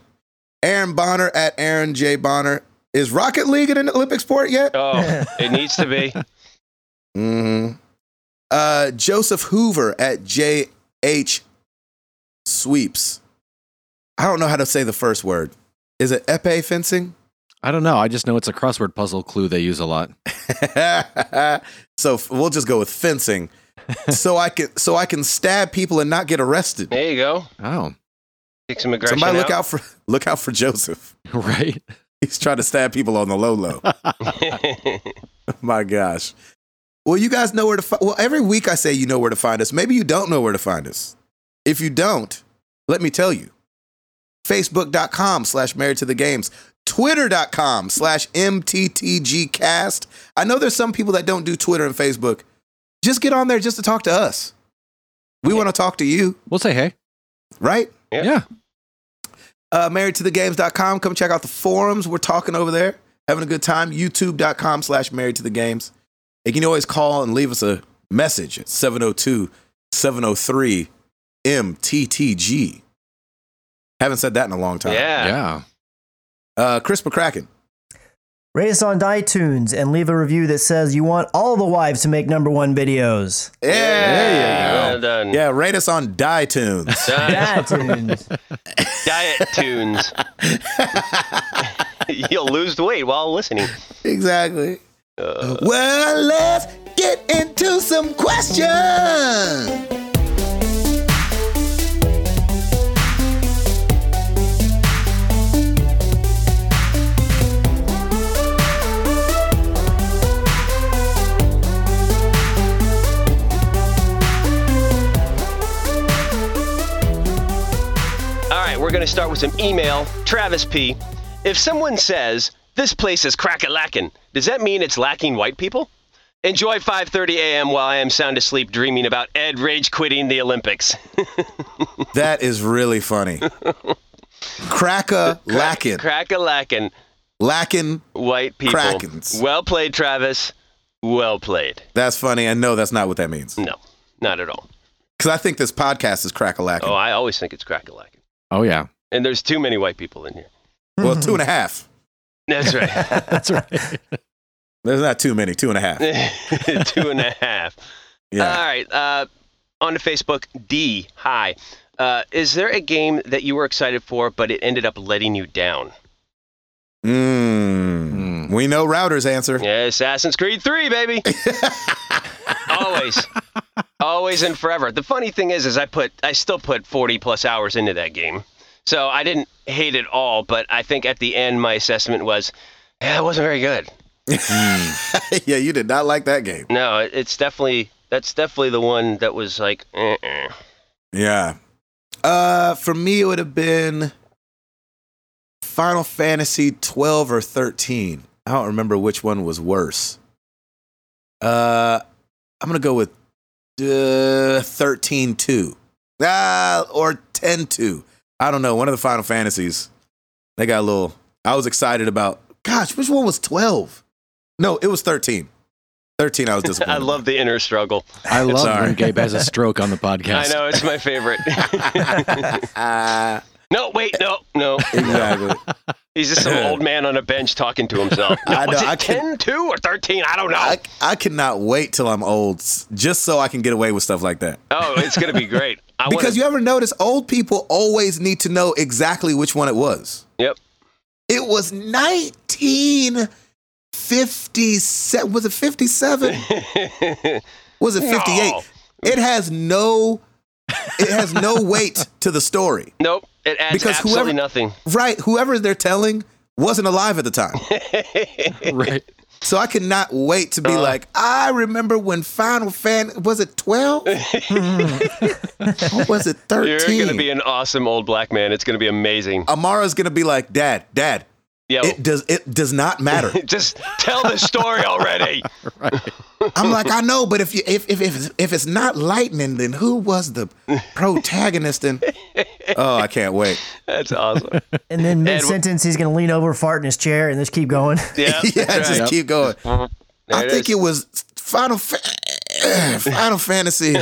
[SPEAKER 1] Aaron Bonner at Aaron J Bonner is Rocket League in an Olympic sport yet?
[SPEAKER 3] oh, it needs to be.
[SPEAKER 1] Mm-hmm. Uh, Joseph Hoover at JH Sweeps. I don't know how to say the first word. Is it epee fencing?
[SPEAKER 2] I don't know. I just know it's a crossword puzzle clue they use a lot.
[SPEAKER 1] so f- we'll just go with fencing. so I can so I can stab people and not get arrested.
[SPEAKER 3] There you go.
[SPEAKER 2] Oh,
[SPEAKER 3] Take some aggression
[SPEAKER 1] Somebody look
[SPEAKER 3] out.
[SPEAKER 1] out for look out for Joseph.
[SPEAKER 2] right.
[SPEAKER 1] He's trying to stab people on the low low. My gosh. Well, you guys know where to find. Well, every week I say you know where to find us. Maybe you don't know where to find us. If you don't, let me tell you. Facebook.com slash married to the games, Twitter.com slash MTTGcast. I know there's some people that don't do Twitter and Facebook. Just get on there just to talk to us. We want to talk to you,
[SPEAKER 2] We'll say hey.
[SPEAKER 1] right?
[SPEAKER 3] Yeah.
[SPEAKER 2] Yeah.
[SPEAKER 1] uh, marriedtothegames.com. Come check out the forums. We're talking over there, having a good time. YouTube.com slash married to the games. And you can always call and leave us a message at 702 703 MTTG. Haven't said that in a long time.
[SPEAKER 3] yeah.
[SPEAKER 2] Yeah.
[SPEAKER 1] Uh, Chris McCracken.
[SPEAKER 4] Rate us on iTunes and leave a review that says you want all the wives to make number one videos.
[SPEAKER 1] Yeah.
[SPEAKER 3] Well done.
[SPEAKER 1] Yeah, rate us on DieTunes.
[SPEAKER 3] Diet,
[SPEAKER 4] iTunes.
[SPEAKER 3] diet tunes. You'll lose the weight while listening.
[SPEAKER 1] exactly. well, let's get into some questions.
[SPEAKER 3] All right, we're going to start with some email. Travis P. If someone says, this place is crack a lacking, does that mean it's lacking white people? Enjoy 5.30 a.m. while I am sound asleep dreaming about Ed rage quitting the Olympics.
[SPEAKER 1] That is really funny. Cracker lacking.
[SPEAKER 3] crack a lacking,
[SPEAKER 1] Lacking.
[SPEAKER 3] white people.
[SPEAKER 1] Crackens.
[SPEAKER 3] Well played, Travis. Well played.
[SPEAKER 1] That's funny. And no, that's not what that means.
[SPEAKER 3] No, not at all.
[SPEAKER 1] Because I think this podcast is crack a lacking.
[SPEAKER 3] Oh, I always think it's crack a lacking.
[SPEAKER 2] Oh yeah.
[SPEAKER 3] And there's too many white people in here.
[SPEAKER 1] Well, two and a half.
[SPEAKER 3] That's right.
[SPEAKER 2] That's right.
[SPEAKER 1] There's not too many. Two and a half.
[SPEAKER 3] Two and a half.
[SPEAKER 1] Yeah.
[SPEAKER 3] All right. Uh, on to Facebook, D. Hi. Uh, is there a game that you were excited for, but it ended up letting you down?
[SPEAKER 1] Mm.
[SPEAKER 2] Hmm.
[SPEAKER 1] We know routers answer.
[SPEAKER 3] Yeah, Assassin's Creed 3, baby. Always. Always and forever. The funny thing is, is I put, I still put 40 plus hours into that game. So I didn't hate it all, but I think at the end, my assessment was, yeah, it wasn't very good.
[SPEAKER 1] yeah, you did not like that game.
[SPEAKER 3] No, it- it's definitely, that's definitely the one that was like, uh-uh.
[SPEAKER 1] Yeah. Uh, for me, it would have been Final Fantasy 12 or 13. I don't remember which one was worse. Uh, I'm gonna go with uh, 13 2. ah, or tend to. I don't know. One of the Final Fantasies. They got a little. I was excited about. Gosh, which one was twelve? No, it was thirteen. Thirteen. I was disappointed.
[SPEAKER 3] I love the inner struggle.
[SPEAKER 2] I love
[SPEAKER 1] Sorry.
[SPEAKER 2] when Gabe has a stroke on the podcast.
[SPEAKER 3] I know it's my favorite.
[SPEAKER 1] Ah,
[SPEAKER 3] no, wait, no, no.
[SPEAKER 1] exactly.
[SPEAKER 3] He's just some old man on a bench talking to himself. No,
[SPEAKER 1] I know,
[SPEAKER 3] is it
[SPEAKER 1] I can-
[SPEAKER 3] 10, 2, or 13? I don't know.
[SPEAKER 1] I I cannot wait till I'm old, s- just so I can get away with stuff like that.
[SPEAKER 3] oh, it's going to be great. I
[SPEAKER 1] Because
[SPEAKER 3] wanna,
[SPEAKER 1] you ever notice old people always need to know exactly which one it was.
[SPEAKER 3] Yep.
[SPEAKER 1] It was 1957. Was it 57? Was it 58?
[SPEAKER 3] No.
[SPEAKER 1] It has no it has no weight to the story.
[SPEAKER 3] nope. It adds
[SPEAKER 1] Because
[SPEAKER 3] absolutely
[SPEAKER 1] whoever-
[SPEAKER 3] nothing.
[SPEAKER 1] Right, whoever they're telling wasn't alive at the time.
[SPEAKER 2] right?
[SPEAKER 1] So I cannot wait to be
[SPEAKER 3] Uh.
[SPEAKER 1] like, I remember when Final Fan was it 12? or was it 13?
[SPEAKER 3] You're going to be an awesome old black man. It's going to be amazing.
[SPEAKER 1] Amara's going to be like, "Dad, dad,
[SPEAKER 3] Yo,
[SPEAKER 1] Uh, it does it does not matter."
[SPEAKER 3] just tell the story already.
[SPEAKER 1] I'm like, I know, but if you if if if, if it's not lightning, then who was the protagonist? And oh, I can't wait.
[SPEAKER 3] That's awesome.
[SPEAKER 4] And then mid sentence, he's gonna lean over, fart in his chair, and just keep going.
[SPEAKER 3] Yeah,
[SPEAKER 1] yeah,
[SPEAKER 3] that's
[SPEAKER 1] just
[SPEAKER 3] right. Uh-huh.
[SPEAKER 1] keep going.
[SPEAKER 3] There
[SPEAKER 1] I think
[SPEAKER 3] is.
[SPEAKER 1] it was Final Fa- Final Fantasy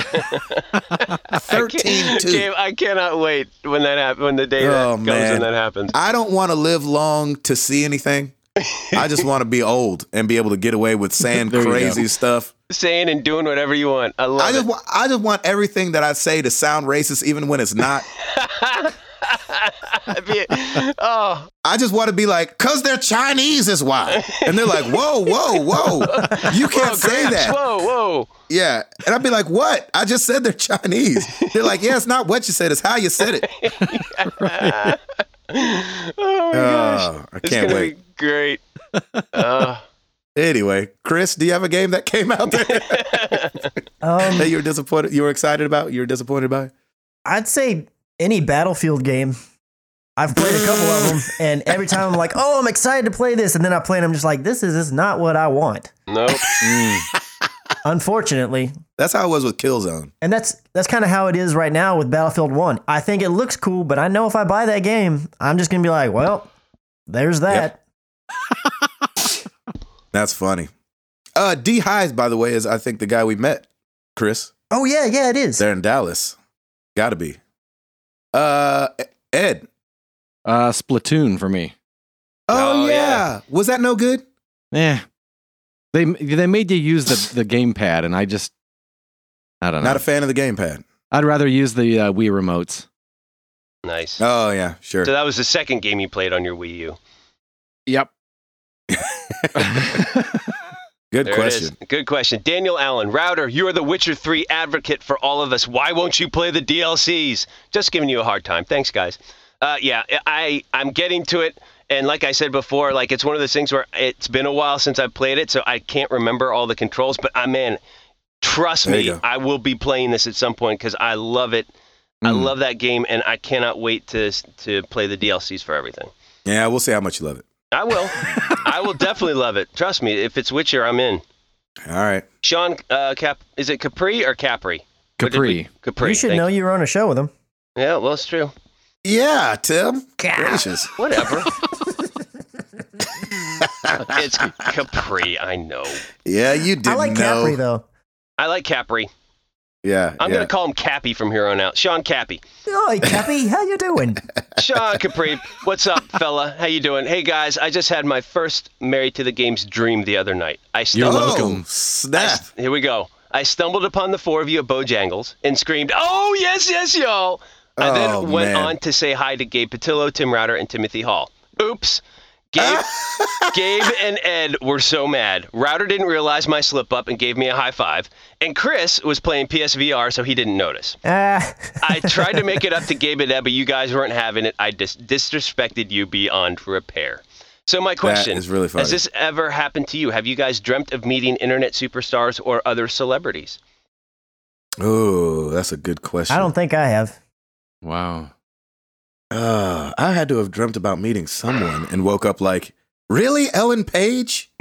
[SPEAKER 1] thirteen two.
[SPEAKER 3] Gabe, I cannot wait when that happens. When the day that
[SPEAKER 1] Oh,
[SPEAKER 3] comes
[SPEAKER 1] man.
[SPEAKER 3] and that happens.
[SPEAKER 1] I don't want to live long to see anything. I just want to be old and be able to get away with saying
[SPEAKER 2] There you go.
[SPEAKER 1] crazy stuff.
[SPEAKER 3] Saying and doing whatever you want. I love
[SPEAKER 1] I just
[SPEAKER 3] it.
[SPEAKER 1] want, I just want everything that I say to sound racist, even when it's not.
[SPEAKER 3] I'd be- oh,
[SPEAKER 1] I just want to be like, cause they're Chinese is why. And they're like, whoa, whoa, whoa. You can't say
[SPEAKER 3] Gramps,
[SPEAKER 1] that.
[SPEAKER 3] Whoa, whoa.
[SPEAKER 1] Yeah. And I'd be like, what? I just said they're Chinese. They're like, yeah, it's not what you said, it's how you said it.
[SPEAKER 3] Oh my gosh.
[SPEAKER 1] Oh, I
[SPEAKER 3] It's
[SPEAKER 1] can't
[SPEAKER 3] gonna
[SPEAKER 1] wait.
[SPEAKER 3] be great. Uh,
[SPEAKER 1] Anyway, Chris, do you have a game that came out there
[SPEAKER 4] Um,
[SPEAKER 1] that you were disappointed you were excited about? You were disappointed by?
[SPEAKER 4] I'd say any Battlefield game. I've played a couple of them, and every time I'm like, "Oh, I'm excited to play this," and then I play, and I'm just like, "This is, this is not what I want."
[SPEAKER 3] nope.
[SPEAKER 2] Mm.
[SPEAKER 4] Unfortunately,
[SPEAKER 1] That's how it was with Killzone.
[SPEAKER 4] and that's that's kind of how it is right now with Battlefield One. I think it looks cool, but I know if I buy that game, I'm just gonna be like, "Well, there's that."
[SPEAKER 1] That's funny. Uh D Highs, by the way, is I think the guy we met, Chris.
[SPEAKER 4] Oh yeah, yeah, it is.
[SPEAKER 1] They're in Dallas. Gotta be. Uh Ed.
[SPEAKER 2] Uh, Splatoon for me.
[SPEAKER 1] Oh,
[SPEAKER 3] Oh,
[SPEAKER 1] yeah.
[SPEAKER 3] yeah. Uh-huh.
[SPEAKER 1] Was that no good?
[SPEAKER 2] Yeah, they they made you use the the gamepad, and I just I don't know.
[SPEAKER 1] Not a fan of the gamepad.
[SPEAKER 2] I'd rather use the uh, Wii remotes.
[SPEAKER 3] Nice.
[SPEAKER 1] Oh yeah, sure.
[SPEAKER 3] So that was the second game you played on your Wii U.
[SPEAKER 2] Yep.
[SPEAKER 1] Good
[SPEAKER 3] There
[SPEAKER 1] question.
[SPEAKER 3] it is. Good question. Daniel Allen, Router, you are the Witcher 3 advocate for all of us. Why won't you play the DLCs? Just giving you a hard time. Thanks, guys. Uh, yeah, I I'm getting to it, and like I said before, like it's one of those things where it's been a while since I've played it, so I can't remember all the controls. But I man, trust
[SPEAKER 1] There you
[SPEAKER 3] me,
[SPEAKER 1] go.
[SPEAKER 3] I will be playing this at some point because I love it. I
[SPEAKER 1] Hmm.
[SPEAKER 2] Mm.
[SPEAKER 3] love that game, and I cannot wait to to play the DLCs for everything.
[SPEAKER 1] Yeah, we'll see how much you love it.
[SPEAKER 3] I will. I will definitely love it. Trust me. If it's Witcher, I'm in.
[SPEAKER 1] All right.
[SPEAKER 3] Sean uh, Cap, is it Capri or Capri? What did
[SPEAKER 2] Capri.
[SPEAKER 3] we- Capri.
[SPEAKER 4] you should
[SPEAKER 3] thank
[SPEAKER 4] know you were on a show with him.
[SPEAKER 3] you. Yeah, well, it's true.
[SPEAKER 1] Yeah, Tim. Gracious.
[SPEAKER 3] Whatever. it's Capri. I know.
[SPEAKER 1] Yeah, you did
[SPEAKER 4] I like
[SPEAKER 1] know.
[SPEAKER 4] Capri though.
[SPEAKER 3] I like Capri.
[SPEAKER 1] Yeah,
[SPEAKER 3] I'm
[SPEAKER 1] yeah.
[SPEAKER 3] gonna call him Cappy from here on out. Sean Cappy.
[SPEAKER 4] Oh, Cappy, how you doing?
[SPEAKER 3] Sean Capri. What's up, fella? How you doing? Hey guys, I just had my first Married to the Games dream the other night. I
[SPEAKER 2] You're
[SPEAKER 3] stumbled.
[SPEAKER 1] oh,
[SPEAKER 2] welcome.
[SPEAKER 1] snap.
[SPEAKER 3] Here we go. I stumbled upon the four of you at Bojangles and screamed, "Oh yes, yes, y'all!" I
[SPEAKER 1] Oh,
[SPEAKER 3] then went
[SPEAKER 1] man.
[SPEAKER 3] on to say hi to Gabe Patillo, Tim Router, and Timothy Hall. Oops. Gabe, Gabe and Ed were so mad. Router didn't realize my slip up and gave me a high five. And Chris was playing PSVR, so he didn't notice.
[SPEAKER 4] Ah,
[SPEAKER 3] I tried to make it up to Gabe and Ed, but you guys weren't having it. I dis- disrespected you beyond repair. So my question
[SPEAKER 1] is really funny.
[SPEAKER 3] Has this ever happened to you? Have you guys dreamt of meeting internet superstars or other celebrities?
[SPEAKER 1] Oh, that's a good question.
[SPEAKER 4] I don't think I have.
[SPEAKER 2] Wow.
[SPEAKER 1] Uh, I had to have dreamt about meeting someone and woke up like, really, Ellen Page?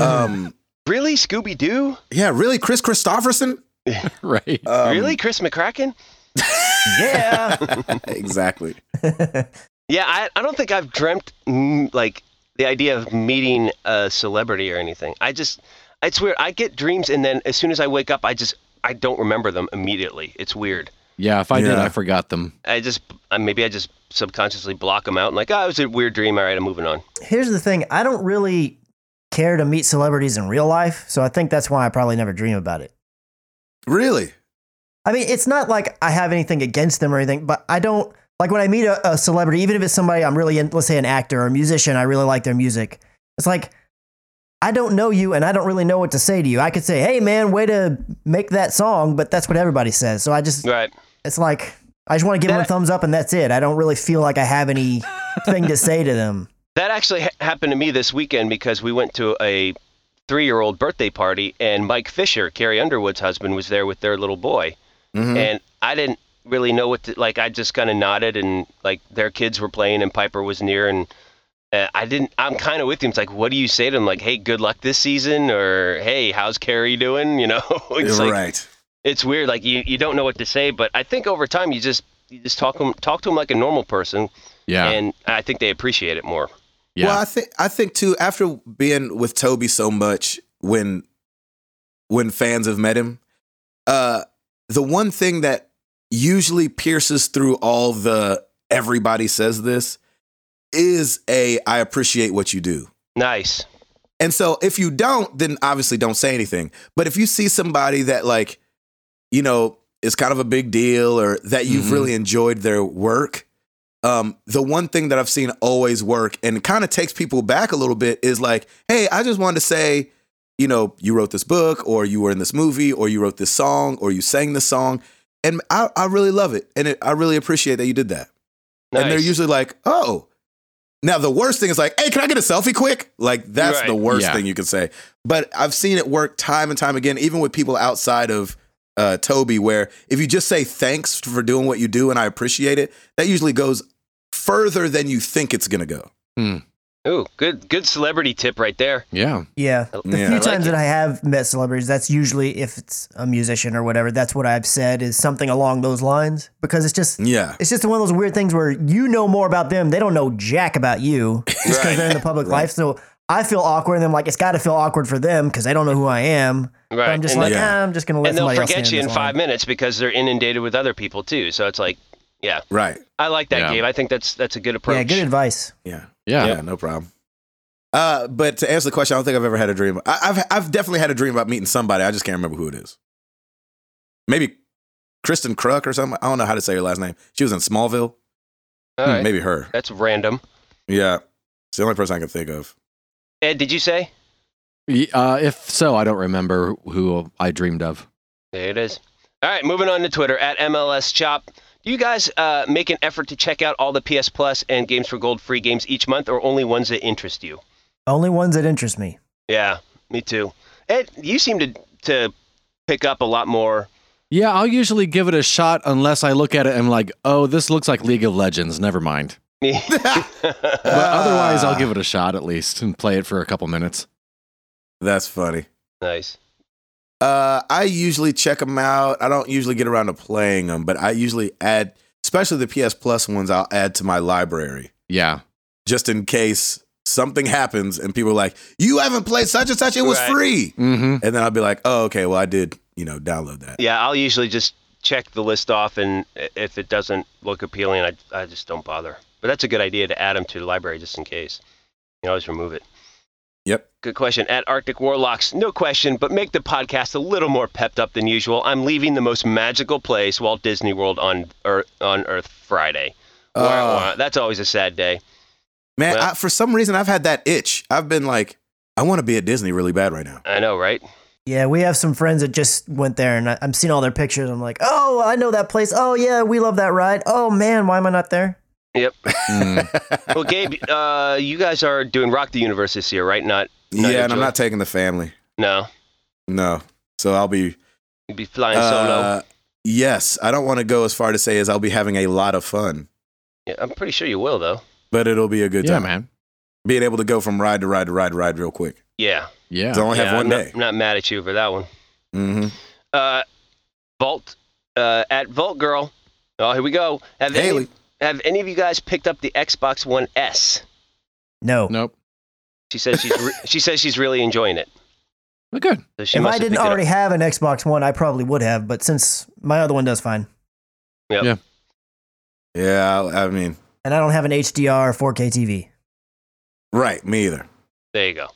[SPEAKER 1] um,
[SPEAKER 3] Really, Scooby Doo?
[SPEAKER 1] yeah, really, Chris Christopherson?
[SPEAKER 2] Right.
[SPEAKER 1] Um,
[SPEAKER 3] really, Chris McCracken?
[SPEAKER 4] yeah.
[SPEAKER 1] exactly.
[SPEAKER 3] Yeah, I, I don't think I've dreamt mm, like the idea of meeting a celebrity or anything. I just it's weird. I get dreams and then as soon as I wake up, I just I don't remember them immediately. It's weird.
[SPEAKER 2] Yeah, if I did,
[SPEAKER 1] Yeah.
[SPEAKER 2] I forgot them.
[SPEAKER 3] I just I, maybe I just subconsciously block them out and like, oh, it was a weird dream. All right, I'm moving on.
[SPEAKER 4] Here's the thing I don't really care to meet celebrities in real life. So I think that's why I probably never dream about it.
[SPEAKER 1] Really?
[SPEAKER 4] I mean, it's not like I have anything against them or anything, but I don't like when I meet a, a celebrity, even if it's somebody I'm really in, let's say an actor or a musician, I really like their music. It's like, I don't know you and I don't really know what to say to you. I could say, hey, man, way to make that song, but that's what everybody says. So I just,
[SPEAKER 3] Right.
[SPEAKER 4] it's like, I just want to give them a
[SPEAKER 3] That-
[SPEAKER 4] thumbs up and that's it. I don't really feel like I have anything to say to them.
[SPEAKER 3] That actually ha- happened to me this weekend because we went to a three-year-old birthday party and Mike Fisher, Carrie Underwood's husband, was there with their little boy,
[SPEAKER 1] Mhm.
[SPEAKER 3] and I didn't really know what to like. I just kind of nodded and like their kids were playing and Piper was near and. Uh, I didn't. I'm kind of with him. It's like, what do you say to him? Like, hey, good luck this season, or hey, how's Carrie doing? You know, it's like
[SPEAKER 1] right.
[SPEAKER 3] it's weird. Like you, you don't know what to say, but I think over time you just you just talk 'em- talk to them like a normal person,
[SPEAKER 2] Yeah,
[SPEAKER 3] and I think they appreciate it more.
[SPEAKER 2] yeah.
[SPEAKER 1] Well, I think I think too. After being with Toby so much, when when fans have met him, uh, the one thing that usually pierces through all the everybody says this is a I appreciate what you do.
[SPEAKER 3] Nice.
[SPEAKER 1] And so if you don't, then obviously don't say anything. But if you see somebody that like, you know, is kind of a big deal or that you've
[SPEAKER 2] Mhm.
[SPEAKER 1] really enjoyed their work, um, the one thing that I've seen always work and kind of takes people back a little bit is like, hey, I just wanted to say, you know, you wrote this book or you were in this movie or you wrote this song or you sang this song. And I, I really love it. And it, I really appreciate that you did that.
[SPEAKER 3] nice.
[SPEAKER 1] And they're usually like, oh. Now the worst thing is like, hey, can I get a selfie quick? Like that's
[SPEAKER 3] Right.
[SPEAKER 1] the worst
[SPEAKER 2] Yeah.
[SPEAKER 1] thing you can say. But I've seen it work time and time again, even with people outside of uh, Toby, where if you just say thanks for doing what you do and I appreciate it, that usually goes further than you think it's gonna go.
[SPEAKER 3] Ooh, good good celebrity tip right there.
[SPEAKER 2] yeah.
[SPEAKER 4] Yeah.
[SPEAKER 3] I-
[SPEAKER 4] The
[SPEAKER 1] Yeah.
[SPEAKER 3] I
[SPEAKER 4] few
[SPEAKER 3] like
[SPEAKER 4] times
[SPEAKER 3] it.
[SPEAKER 4] that I have met celebrities, that's usually if it's a musician or whatever, that's what I've said is something along those lines because it's just
[SPEAKER 1] Yeah.
[SPEAKER 4] it's just one of those weird things where you know more about them. They don't know jack about you just because
[SPEAKER 3] Right.
[SPEAKER 4] they're in the public
[SPEAKER 1] Right.
[SPEAKER 4] life. So I feel awkward, and I'm like, it's got to feel awkward for them because they don't know who I am. But
[SPEAKER 3] right.
[SPEAKER 4] I'm just
[SPEAKER 3] and,
[SPEAKER 4] like,
[SPEAKER 1] they'll-
[SPEAKER 4] ah, I'm just gonna let
[SPEAKER 3] and they'll
[SPEAKER 4] somebody else
[SPEAKER 3] forget
[SPEAKER 4] handle
[SPEAKER 3] you in
[SPEAKER 4] this
[SPEAKER 3] five
[SPEAKER 4] line."
[SPEAKER 3] minutes because they're inundated with other people too. So it's like, yeah,
[SPEAKER 1] Right.
[SPEAKER 3] I like that
[SPEAKER 2] Yeah.
[SPEAKER 3] game. I think that's that's a good approach.
[SPEAKER 4] Yeah, good advice.
[SPEAKER 1] Yeah.
[SPEAKER 2] Yeah.
[SPEAKER 1] Yeah, no problem. Uh, but to answer the question, I don't think I've ever had a dream. I, I've I've definitely had a dream about meeting somebody. I just can't remember who it is. Maybe Kristen Kruk or something. I don't know how to say her last name. She was in Smallville.
[SPEAKER 3] All right.
[SPEAKER 1] Maybe her.
[SPEAKER 3] That's random.
[SPEAKER 1] Yeah, it's the only person I can think of.
[SPEAKER 3] Ed, did you say?
[SPEAKER 2] Y- Uh, if so, I don't remember who I dreamed of.
[SPEAKER 3] There it is. All right, moving on to Twitter at MLS Chop. Do you guys uh, make an effort to check out all the PS Plus and Games for Gold free games each month, or only ones that interest you?
[SPEAKER 4] Only ones that interest me.
[SPEAKER 3] Yeah, me too. Ed, you seem to to pick up a lot more.
[SPEAKER 2] Yeah, I'll usually give it a shot unless I look at it and I'm like, oh, this looks like League of Legends. Never mind. But otherwise, I'll give it a shot at least and play it for a couple minutes.
[SPEAKER 1] That's funny.
[SPEAKER 3] nice.
[SPEAKER 1] Uh, I usually check them out. I don't usually get around to playing them, but I usually add, especially the PS Plus ones. I'll add to my library
[SPEAKER 2] Yeah.
[SPEAKER 1] just in case something happens and people are like, "You haven't played such and such. It was
[SPEAKER 3] Right.
[SPEAKER 1] free."
[SPEAKER 2] Mm-hmm.
[SPEAKER 1] And then I'll be like, "Oh, okay. Well, I did, you know, download that."
[SPEAKER 3] Yeah, I'll usually just check the list off, and i- if it doesn't look appealing, I I just don't bother. But that's a good idea to add them to the library just in case. You can always remove it.
[SPEAKER 1] Yep.
[SPEAKER 3] Good question. At Arctic Warlocks, no question, but make the podcast a little more pepped up than usual. I'm leaving the most magical place, Walt Disney World, on Earth, on Earth Friday. Wah,
[SPEAKER 1] Uh,
[SPEAKER 3] wah. That's always a sad day.
[SPEAKER 1] Man,
[SPEAKER 3] Well-
[SPEAKER 1] I, for some reason, I've had that itch. I've been like, I want to be at Disney really bad right now.
[SPEAKER 3] I know, right?
[SPEAKER 4] Yeah, we have some friends that just went there, and I- I'm seeing all their pictures. I'm like, oh, I know that place. Oh yeah, we love that ride. Oh man, why am I not there?
[SPEAKER 2] Mm-hmm.
[SPEAKER 1] Mm.
[SPEAKER 3] Well, Gabe, uh, you guys are doing Rock the Universe this year, right? Not Not
[SPEAKER 1] yeah, and I'm
[SPEAKER 3] enjoy-
[SPEAKER 1] not taking the family.
[SPEAKER 3] no,
[SPEAKER 1] No, so I'll be
[SPEAKER 3] you'd be flying solo.
[SPEAKER 1] Uh, yes, I don't want to go as far to say as I'll be having a lot of fun,
[SPEAKER 3] Yeah, I'm pretty sure you will, though.
[SPEAKER 1] but it'll be a good
[SPEAKER 2] yeah,
[SPEAKER 1] time.
[SPEAKER 2] man.
[SPEAKER 1] Being able to go from ride to ride to ride to ride real quick.
[SPEAKER 3] Yeah,
[SPEAKER 1] 'Cause I
[SPEAKER 2] Yeah.
[SPEAKER 1] only have
[SPEAKER 3] Yeah,
[SPEAKER 1] one
[SPEAKER 3] I'm not-
[SPEAKER 1] day.
[SPEAKER 3] I'm not mad at you for that one.
[SPEAKER 1] hmm
[SPEAKER 3] uh, Vault uh, at Vault Girl. Oh, here we go. Have
[SPEAKER 1] Haley.
[SPEAKER 3] any, have any of you guys picked up the Xbox One S?
[SPEAKER 4] No.
[SPEAKER 2] Nope.
[SPEAKER 3] She says she's re- she says she's really enjoying it.
[SPEAKER 2] Well, good.
[SPEAKER 3] So she
[SPEAKER 4] if
[SPEAKER 3] must
[SPEAKER 4] I
[SPEAKER 3] have
[SPEAKER 4] didn't
[SPEAKER 3] picked it up.
[SPEAKER 4] already have an Xbox One, I probably would have. But since my other one does fine,
[SPEAKER 1] Yeah, I, I mean,
[SPEAKER 4] and I don't have an HDR 4K TV,
[SPEAKER 3] Eh,
[SPEAKER 1] right, me either.
[SPEAKER 3] There you go.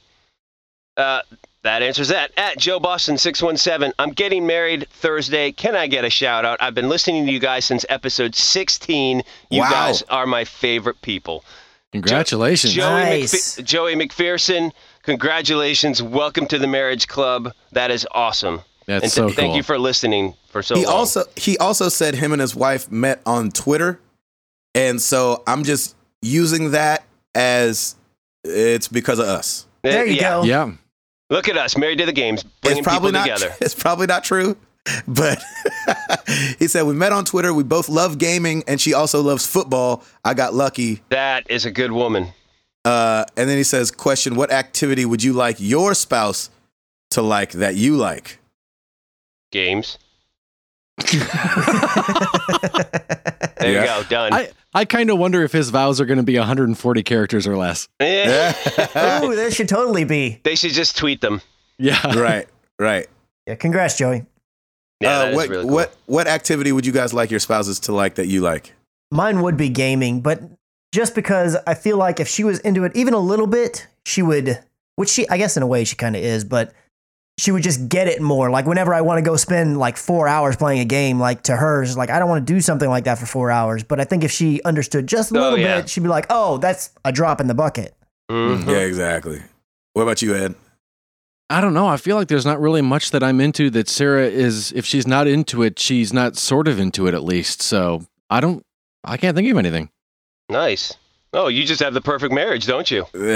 [SPEAKER 3] Uh, that answers that. At Joe Boston six one seven. I'm getting married Thursday. Can I get a shout out? I've been listening to you guys since episode sixteen. You
[SPEAKER 1] Wow.
[SPEAKER 3] guys are my favorite people.
[SPEAKER 2] Congratulations.
[SPEAKER 3] Joey,
[SPEAKER 4] Nice.
[SPEAKER 3] McPhe- Joey McPherson, congratulations. Welcome to the Marriage Club. That is awesome.
[SPEAKER 2] That's
[SPEAKER 3] and
[SPEAKER 2] so cool.
[SPEAKER 3] Thank you for listening for so um,
[SPEAKER 1] he
[SPEAKER 3] long.
[SPEAKER 1] also he also said him and his wife met on Twitter, and so I'm just using that as it's because of us.
[SPEAKER 4] there you
[SPEAKER 3] Uh, yeah.
[SPEAKER 4] go.
[SPEAKER 2] yeah.
[SPEAKER 3] Look at us, married to the games, bringing
[SPEAKER 1] it's probably
[SPEAKER 3] people
[SPEAKER 1] not
[SPEAKER 3] together.
[SPEAKER 1] it's probably not true, but he said we met on Twitter. We both love gaming, and she also loves football. I got lucky.
[SPEAKER 3] That is a good woman.
[SPEAKER 1] Uh, and then he says, "Question: What activity would you like your spouse to like that you like?"
[SPEAKER 3] Games.
[SPEAKER 4] I
[SPEAKER 3] There
[SPEAKER 1] Yeah.
[SPEAKER 3] you go. Done.
[SPEAKER 2] I, I kind of wonder if his vows are going to be 140 characters or less.
[SPEAKER 3] Eh.
[SPEAKER 4] oh, there should totally be.
[SPEAKER 3] They should just tweet them.
[SPEAKER 2] Yeah.
[SPEAKER 1] right, right.
[SPEAKER 4] Yeah, congrats, Joey.
[SPEAKER 3] Yeah,
[SPEAKER 1] uh,
[SPEAKER 3] that is
[SPEAKER 1] what
[SPEAKER 3] really cool.
[SPEAKER 1] what what activity would you guys like your spouses to like that you like?
[SPEAKER 4] Mine would be gaming, but just because I feel like if she was into it even a little bit, she would, which she, I guess in a way she kind of is, but she would just get it more. Like whenever I want to go spend like four hours playing a game, like to her, she's like, I don't want to do something like that for four hours. But I think if she understood just a
[SPEAKER 3] Oh,
[SPEAKER 4] little
[SPEAKER 3] yeah.
[SPEAKER 4] bit, she'd be like, oh, that's a drop in the bucket.
[SPEAKER 3] Mhm.
[SPEAKER 1] Yeah, exactly. What about you, Ed?
[SPEAKER 2] I don't know. I feel like there's not really much that I'm into that Sarah is, if she's not into it, she's not sort of into it at least. So I don't, I can't think of anything.
[SPEAKER 3] Nice. Oh, you just have the perfect marriage, don't you? I see how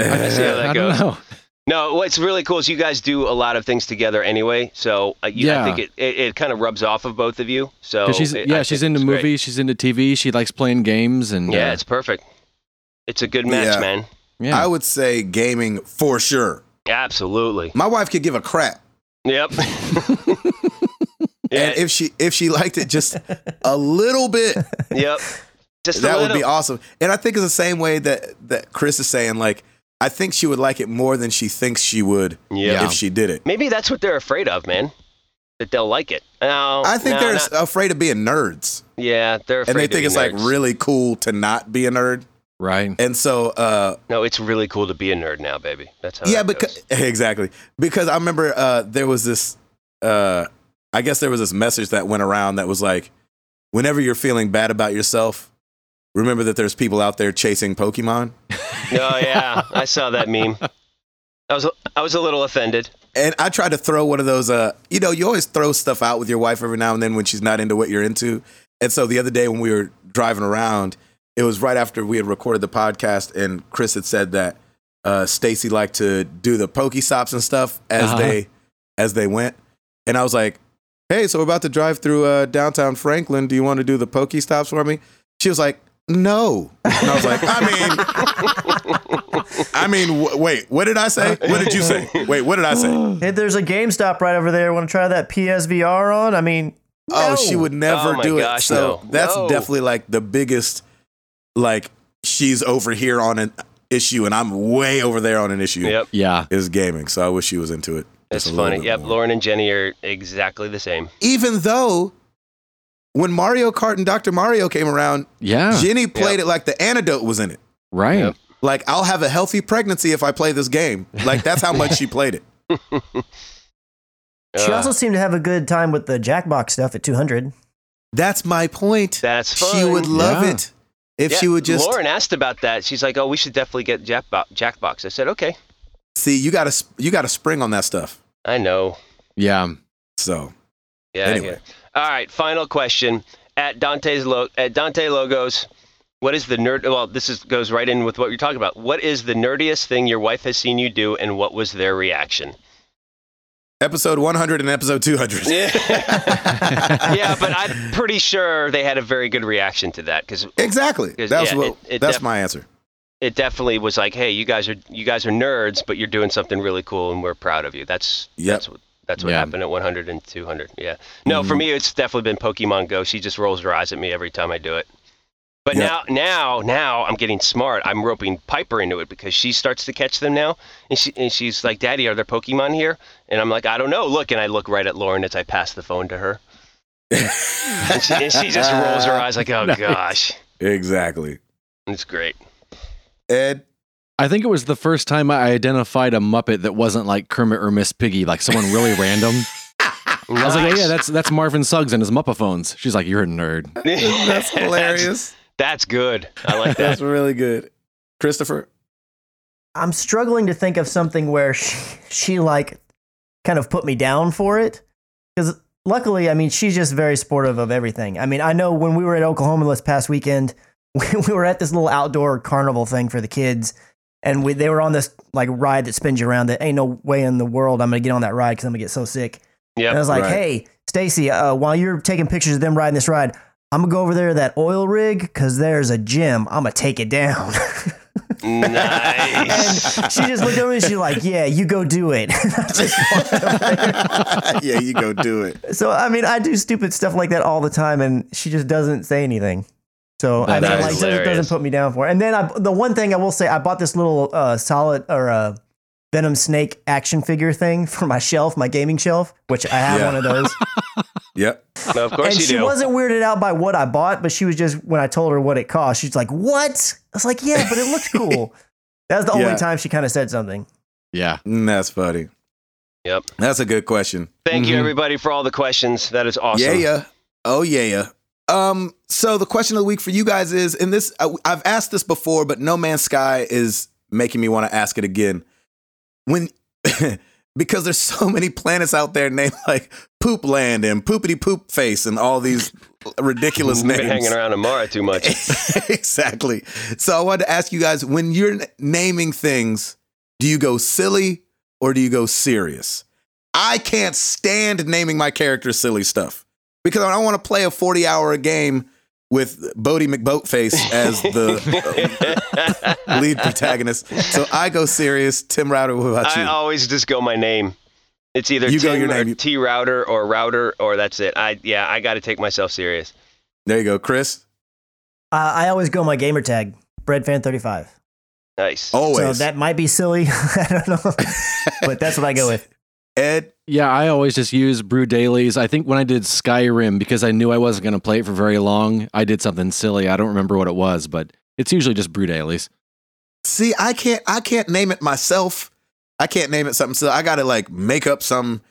[SPEAKER 3] that
[SPEAKER 2] I don't
[SPEAKER 3] goes.
[SPEAKER 2] know.
[SPEAKER 3] No, what's really cool is you guys do a lot of things together anyway. So uh, you, I
[SPEAKER 2] Yeah.
[SPEAKER 3] think it, it, it kind of rubs off of both of you. So
[SPEAKER 2] 'Cause she's,
[SPEAKER 3] it- Oh, I
[SPEAKER 2] yeah,
[SPEAKER 3] think
[SPEAKER 2] she's into
[SPEAKER 3] it's great.
[SPEAKER 2] movies, she's into TV, she likes playing games, and
[SPEAKER 3] Yeah,
[SPEAKER 2] uh,
[SPEAKER 3] it's perfect. It's a good match,
[SPEAKER 1] Yeah.
[SPEAKER 3] man.
[SPEAKER 2] yeah.
[SPEAKER 1] I would say gaming for sure.
[SPEAKER 3] Absolutely.
[SPEAKER 1] My wife could give a crap,
[SPEAKER 3] Yep. yeah,
[SPEAKER 1] and if she if she liked it just a little bit,
[SPEAKER 3] yep. Just
[SPEAKER 1] that
[SPEAKER 3] a
[SPEAKER 1] would
[SPEAKER 3] little.
[SPEAKER 1] be awesome. And I think it's the same way that that Chris is saying. Like, I think she would like it more than she thinks she would
[SPEAKER 3] Yeah.
[SPEAKER 1] if she did it.
[SPEAKER 3] Maybe that's what they're afraid of, man. That they'll like it. No,
[SPEAKER 1] I think
[SPEAKER 3] no,
[SPEAKER 1] they're
[SPEAKER 3] not-
[SPEAKER 1] afraid of being nerds,
[SPEAKER 3] yeah, they're afraid.
[SPEAKER 1] and they
[SPEAKER 3] of being
[SPEAKER 1] think it's like
[SPEAKER 3] nerds.
[SPEAKER 1] really cool to not be a nerd.
[SPEAKER 2] right.
[SPEAKER 1] And so, uh,
[SPEAKER 3] No, it's really cool to be a nerd now, baby. That's how.
[SPEAKER 1] yeah,
[SPEAKER 3] that goes.
[SPEAKER 1] because exactly because I remember uh, there was this. Uh, I guess there was this message that went around that was like, whenever you're feeling bad about yourself, remember that there's people out there chasing Pokemon.
[SPEAKER 3] Oh yeah, I saw that meme. I was I was a little offended.
[SPEAKER 1] And I tried to throw one of those. Uh, you know, you always throw stuff out with your wife every now and then when she's not into what you're into. And so the other day when we were driving around, it was right after we had recorded the podcast, and Chris had said that uh, Stacy liked to do the pokey stops and stuff as
[SPEAKER 2] Uh-huh.
[SPEAKER 1] they as they went. And I was like, "Hey, so we're about to drive through uh, downtown Franklin. Do you want to do the pokey stops for me?" She was like, "No." And I was like, "I mean, I mean, w- wait, what did I say? What did you say? Wait, what did I say?"
[SPEAKER 4] Hey, there's a GameStop right over there. Want to try that PSVR on? I mean,
[SPEAKER 1] Oh,
[SPEAKER 4] no.
[SPEAKER 1] she would never
[SPEAKER 3] Oh my
[SPEAKER 1] do it.
[SPEAKER 3] gosh,
[SPEAKER 1] So
[SPEAKER 3] no.
[SPEAKER 1] that's
[SPEAKER 3] No.
[SPEAKER 1] definitely like the biggest like she's over here on an issue and I'm way over there on an issue
[SPEAKER 3] Yep,
[SPEAKER 2] Yeah.
[SPEAKER 1] is gaming. So I wish she was into it.
[SPEAKER 3] that's
[SPEAKER 1] just a little
[SPEAKER 3] funny.
[SPEAKER 1] bit
[SPEAKER 3] Yep,
[SPEAKER 1] more.
[SPEAKER 3] Lauren and Jenny are exactly the same.
[SPEAKER 1] Even though when Mario Kart and Dr. Mario came around,
[SPEAKER 2] Yeah.
[SPEAKER 1] Jenny played it like the antidote was in it.
[SPEAKER 2] Right.
[SPEAKER 3] Yep.
[SPEAKER 1] Like I'll have a healthy pregnancy if I play this game. Like that's how much she played it.
[SPEAKER 4] she
[SPEAKER 3] Uh,
[SPEAKER 4] also seemed to have a good time with the Jackbox stuff at 200.
[SPEAKER 1] That's my point.
[SPEAKER 3] that's fun.
[SPEAKER 1] she would love
[SPEAKER 2] Yeah.
[SPEAKER 1] it if
[SPEAKER 3] Yeah,
[SPEAKER 1] she would just
[SPEAKER 3] Lauren asked about that. She's like, "Oh, we should definitely get Jackbox." Jackbox. I said, "Okay,
[SPEAKER 1] see you got to you got to spring on that stuff.
[SPEAKER 3] I know."
[SPEAKER 2] Yeah.
[SPEAKER 1] So
[SPEAKER 3] Yeah. I
[SPEAKER 1] Anyway.
[SPEAKER 3] hear. All right. Final question at Dante's lo- at Dante logos. What is the nerd? Well, this is, goes right in with what you're talking about. What is the nerdiest thing your wife has seen you do, and what was their reaction?
[SPEAKER 1] episode 100 and episode 200.
[SPEAKER 3] yeah, but I'm pretty sure they had a very good reaction to that because
[SPEAKER 1] Exactly.
[SPEAKER 3] 'Cause,
[SPEAKER 1] That's
[SPEAKER 3] yeah,
[SPEAKER 1] what.
[SPEAKER 3] it- it
[SPEAKER 1] that's
[SPEAKER 3] def-
[SPEAKER 1] my answer.
[SPEAKER 3] it definitely was like, "Hey, you guys are you guys are nerds, but you're doing something really cool, and we're proud of you." That's
[SPEAKER 1] Yep.
[SPEAKER 3] that's what that's That's what
[SPEAKER 2] Yeah.
[SPEAKER 3] happened at 100 and 200. Yeah. No,
[SPEAKER 1] Mm-hmm.
[SPEAKER 3] for me, it's definitely been Pokemon Go. She just rolls her eyes at me every time I do it. But
[SPEAKER 1] Yeah.
[SPEAKER 3] now, now, now, I'm getting smart. I'm roping Piper into it because she starts to catch them now, and she and she's like, "Daddy, are there Pokemon here?" And I'm like, "I don't know." Look, and I look right at Lauren as I pass the phone to her, and she, and she just rolls her eyes like, "Oh
[SPEAKER 2] Nice.
[SPEAKER 3] gosh,
[SPEAKER 1] Exactly.
[SPEAKER 3] it's great."
[SPEAKER 1] Ed,
[SPEAKER 2] I think it was the first time I identified a Muppet that wasn't like Kermit or Miss Piggy, like someone really random. I was like, oh, yeah, that's that's Marvin Suggs and his Muppaphones. She's like, you're a nerd.
[SPEAKER 1] that's hilarious.
[SPEAKER 3] That's good. I like that.
[SPEAKER 1] that's really good. Christopher,
[SPEAKER 4] I'm struggling to think of something where she, she like kind of put me down for it because luckily, I mean, she's just very supportive of everything. I mean, I know when we were at Oklahoma this past weekend, we, we were at this little outdoor carnival thing for the kids, and we, they were on this like ride that spins you around. That ain't no way in the world I'm gonna get on that ride because I'm gonna get so sick. And I
[SPEAKER 3] Yep.
[SPEAKER 4] was like,
[SPEAKER 1] Right.
[SPEAKER 4] hey, Stacy, uh, while you're taking pictures of them riding this ride, I'm gonna go over there to that oil rig because there's a gym. I'm gonna take it down. And
[SPEAKER 3] nice.
[SPEAKER 4] she just looked at me and she's like, Yeah, you go do it.
[SPEAKER 1] yeah, you go do it.
[SPEAKER 4] so, I mean, I do stupid stuff like that all the time and she just doesn't say anything. So, I
[SPEAKER 2] That
[SPEAKER 4] mean,
[SPEAKER 2] is
[SPEAKER 4] like, doesn't,
[SPEAKER 3] hilarious.
[SPEAKER 4] doesn't put me down for it. And then I, the one thing I will say, I bought this little uh, solid or uh, Venom Snake action figure thing for my shelf, my gaming shelf, which I have
[SPEAKER 1] Yeah.
[SPEAKER 4] one of those.
[SPEAKER 1] Yep.
[SPEAKER 3] No, of course
[SPEAKER 4] and
[SPEAKER 3] you
[SPEAKER 4] she
[SPEAKER 3] do.
[SPEAKER 4] wasn't weirded out by what I bought, but she was just, when I told her what it cost, she's like, What? I was like, Yeah, but it looked cool. That was the
[SPEAKER 1] Yeah.
[SPEAKER 4] only time she kind of said something.
[SPEAKER 2] Yeah.
[SPEAKER 1] Mm, That's funny.
[SPEAKER 3] Yep.
[SPEAKER 1] That's a good question.
[SPEAKER 3] Thank you,
[SPEAKER 2] Mhm.
[SPEAKER 3] everybody, for all the questions. That is awesome.
[SPEAKER 1] Mm-hmm. Yeah, yeah. Oh, yeah, yeah. Um, so the question of the week for you guys is, and this I, I've asked this before, but No Man's Sky is making me want to ask it again. When because there's so many planets out there named like Poop Land and Poopity Poop Face and all these ridiculous
[SPEAKER 3] We've been
[SPEAKER 1] names.
[SPEAKER 3] hanging around Amara too much.
[SPEAKER 1] exactly. So I wanted to ask you guys when you're n- naming things, do you go silly or do you go serious? I can't stand naming my characters silly stuff because I don't want to play a 40 hour game with Bodie McBoatface as the uh, lead protagonist. So I go serious. Tim Router, what about
[SPEAKER 3] I
[SPEAKER 1] you?
[SPEAKER 3] always just go my name. It's either
[SPEAKER 1] You
[SPEAKER 3] Tim
[SPEAKER 1] go your
[SPEAKER 3] or
[SPEAKER 1] name.
[SPEAKER 3] T router or router or that's it. I yeah, I got to take myself serious.
[SPEAKER 1] There you go, Chris.
[SPEAKER 4] Uh, I always go my gamer tag, BreadFan35.
[SPEAKER 3] Nice.
[SPEAKER 1] Always.
[SPEAKER 4] So that might be silly. I don't know. but that's what I go with.
[SPEAKER 1] Ed,
[SPEAKER 2] Yeah, I always just use brew dailies. I think when I did Skyrim, because I knew I wasn't going to play it for very long, I did something silly. I don't remember what it was, but it's usually just brew dailies.
[SPEAKER 1] See, I can't I can't name it myself. I can't name it something. So I gotta like make up some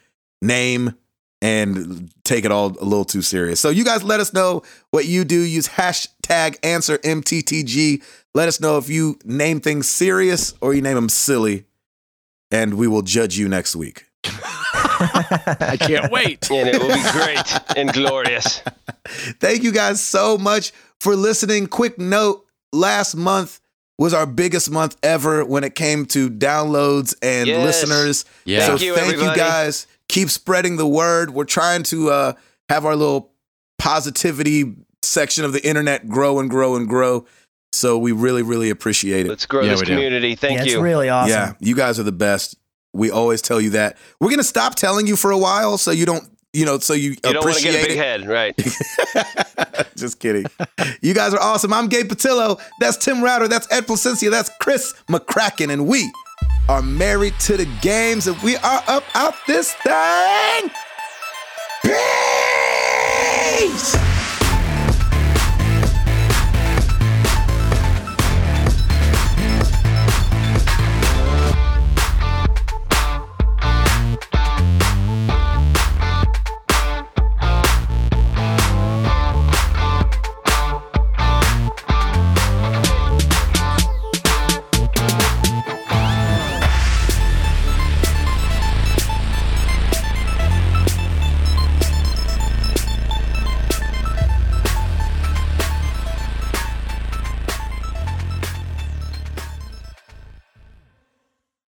[SPEAKER 1] name and take it all a little too serious. So you guys let us know what you do. Use hashtag answer MTTG. Let us know if you name things serious or you name them silly. And we will judge you next week.
[SPEAKER 2] I can't wait.
[SPEAKER 3] And it will be great and glorious.
[SPEAKER 1] Thank you guys so much for listening. Quick note last month was our biggest month ever when it came to downloads and
[SPEAKER 3] Yes.
[SPEAKER 1] listeners.
[SPEAKER 2] Yeah.
[SPEAKER 1] So
[SPEAKER 3] Thank you,
[SPEAKER 1] thank you
[SPEAKER 3] everybody.
[SPEAKER 1] guys. Keep spreading the word. We're trying to uh, have our little positivity section of the internet grow and grow and grow. So we really, really appreciate it.
[SPEAKER 3] Let's grow
[SPEAKER 2] Yeah,
[SPEAKER 3] this
[SPEAKER 2] we do.
[SPEAKER 3] community. Thank
[SPEAKER 4] yeah,
[SPEAKER 3] you.
[SPEAKER 4] It's really awesome.
[SPEAKER 1] Yeah, you guys are the best. We always tell you that. We're gonna stop telling you for a while, so you don't, you know, so you,
[SPEAKER 3] you don't want to
[SPEAKER 1] appreciate
[SPEAKER 3] get a
[SPEAKER 1] it.
[SPEAKER 3] big head, right?
[SPEAKER 1] Just kidding. You guys are awesome. I'm Gabe Patillo. That's Tim Router. That's Ed Placencia. That's Chris McCracken. And we are married to the games and we are up out this thing. Peace!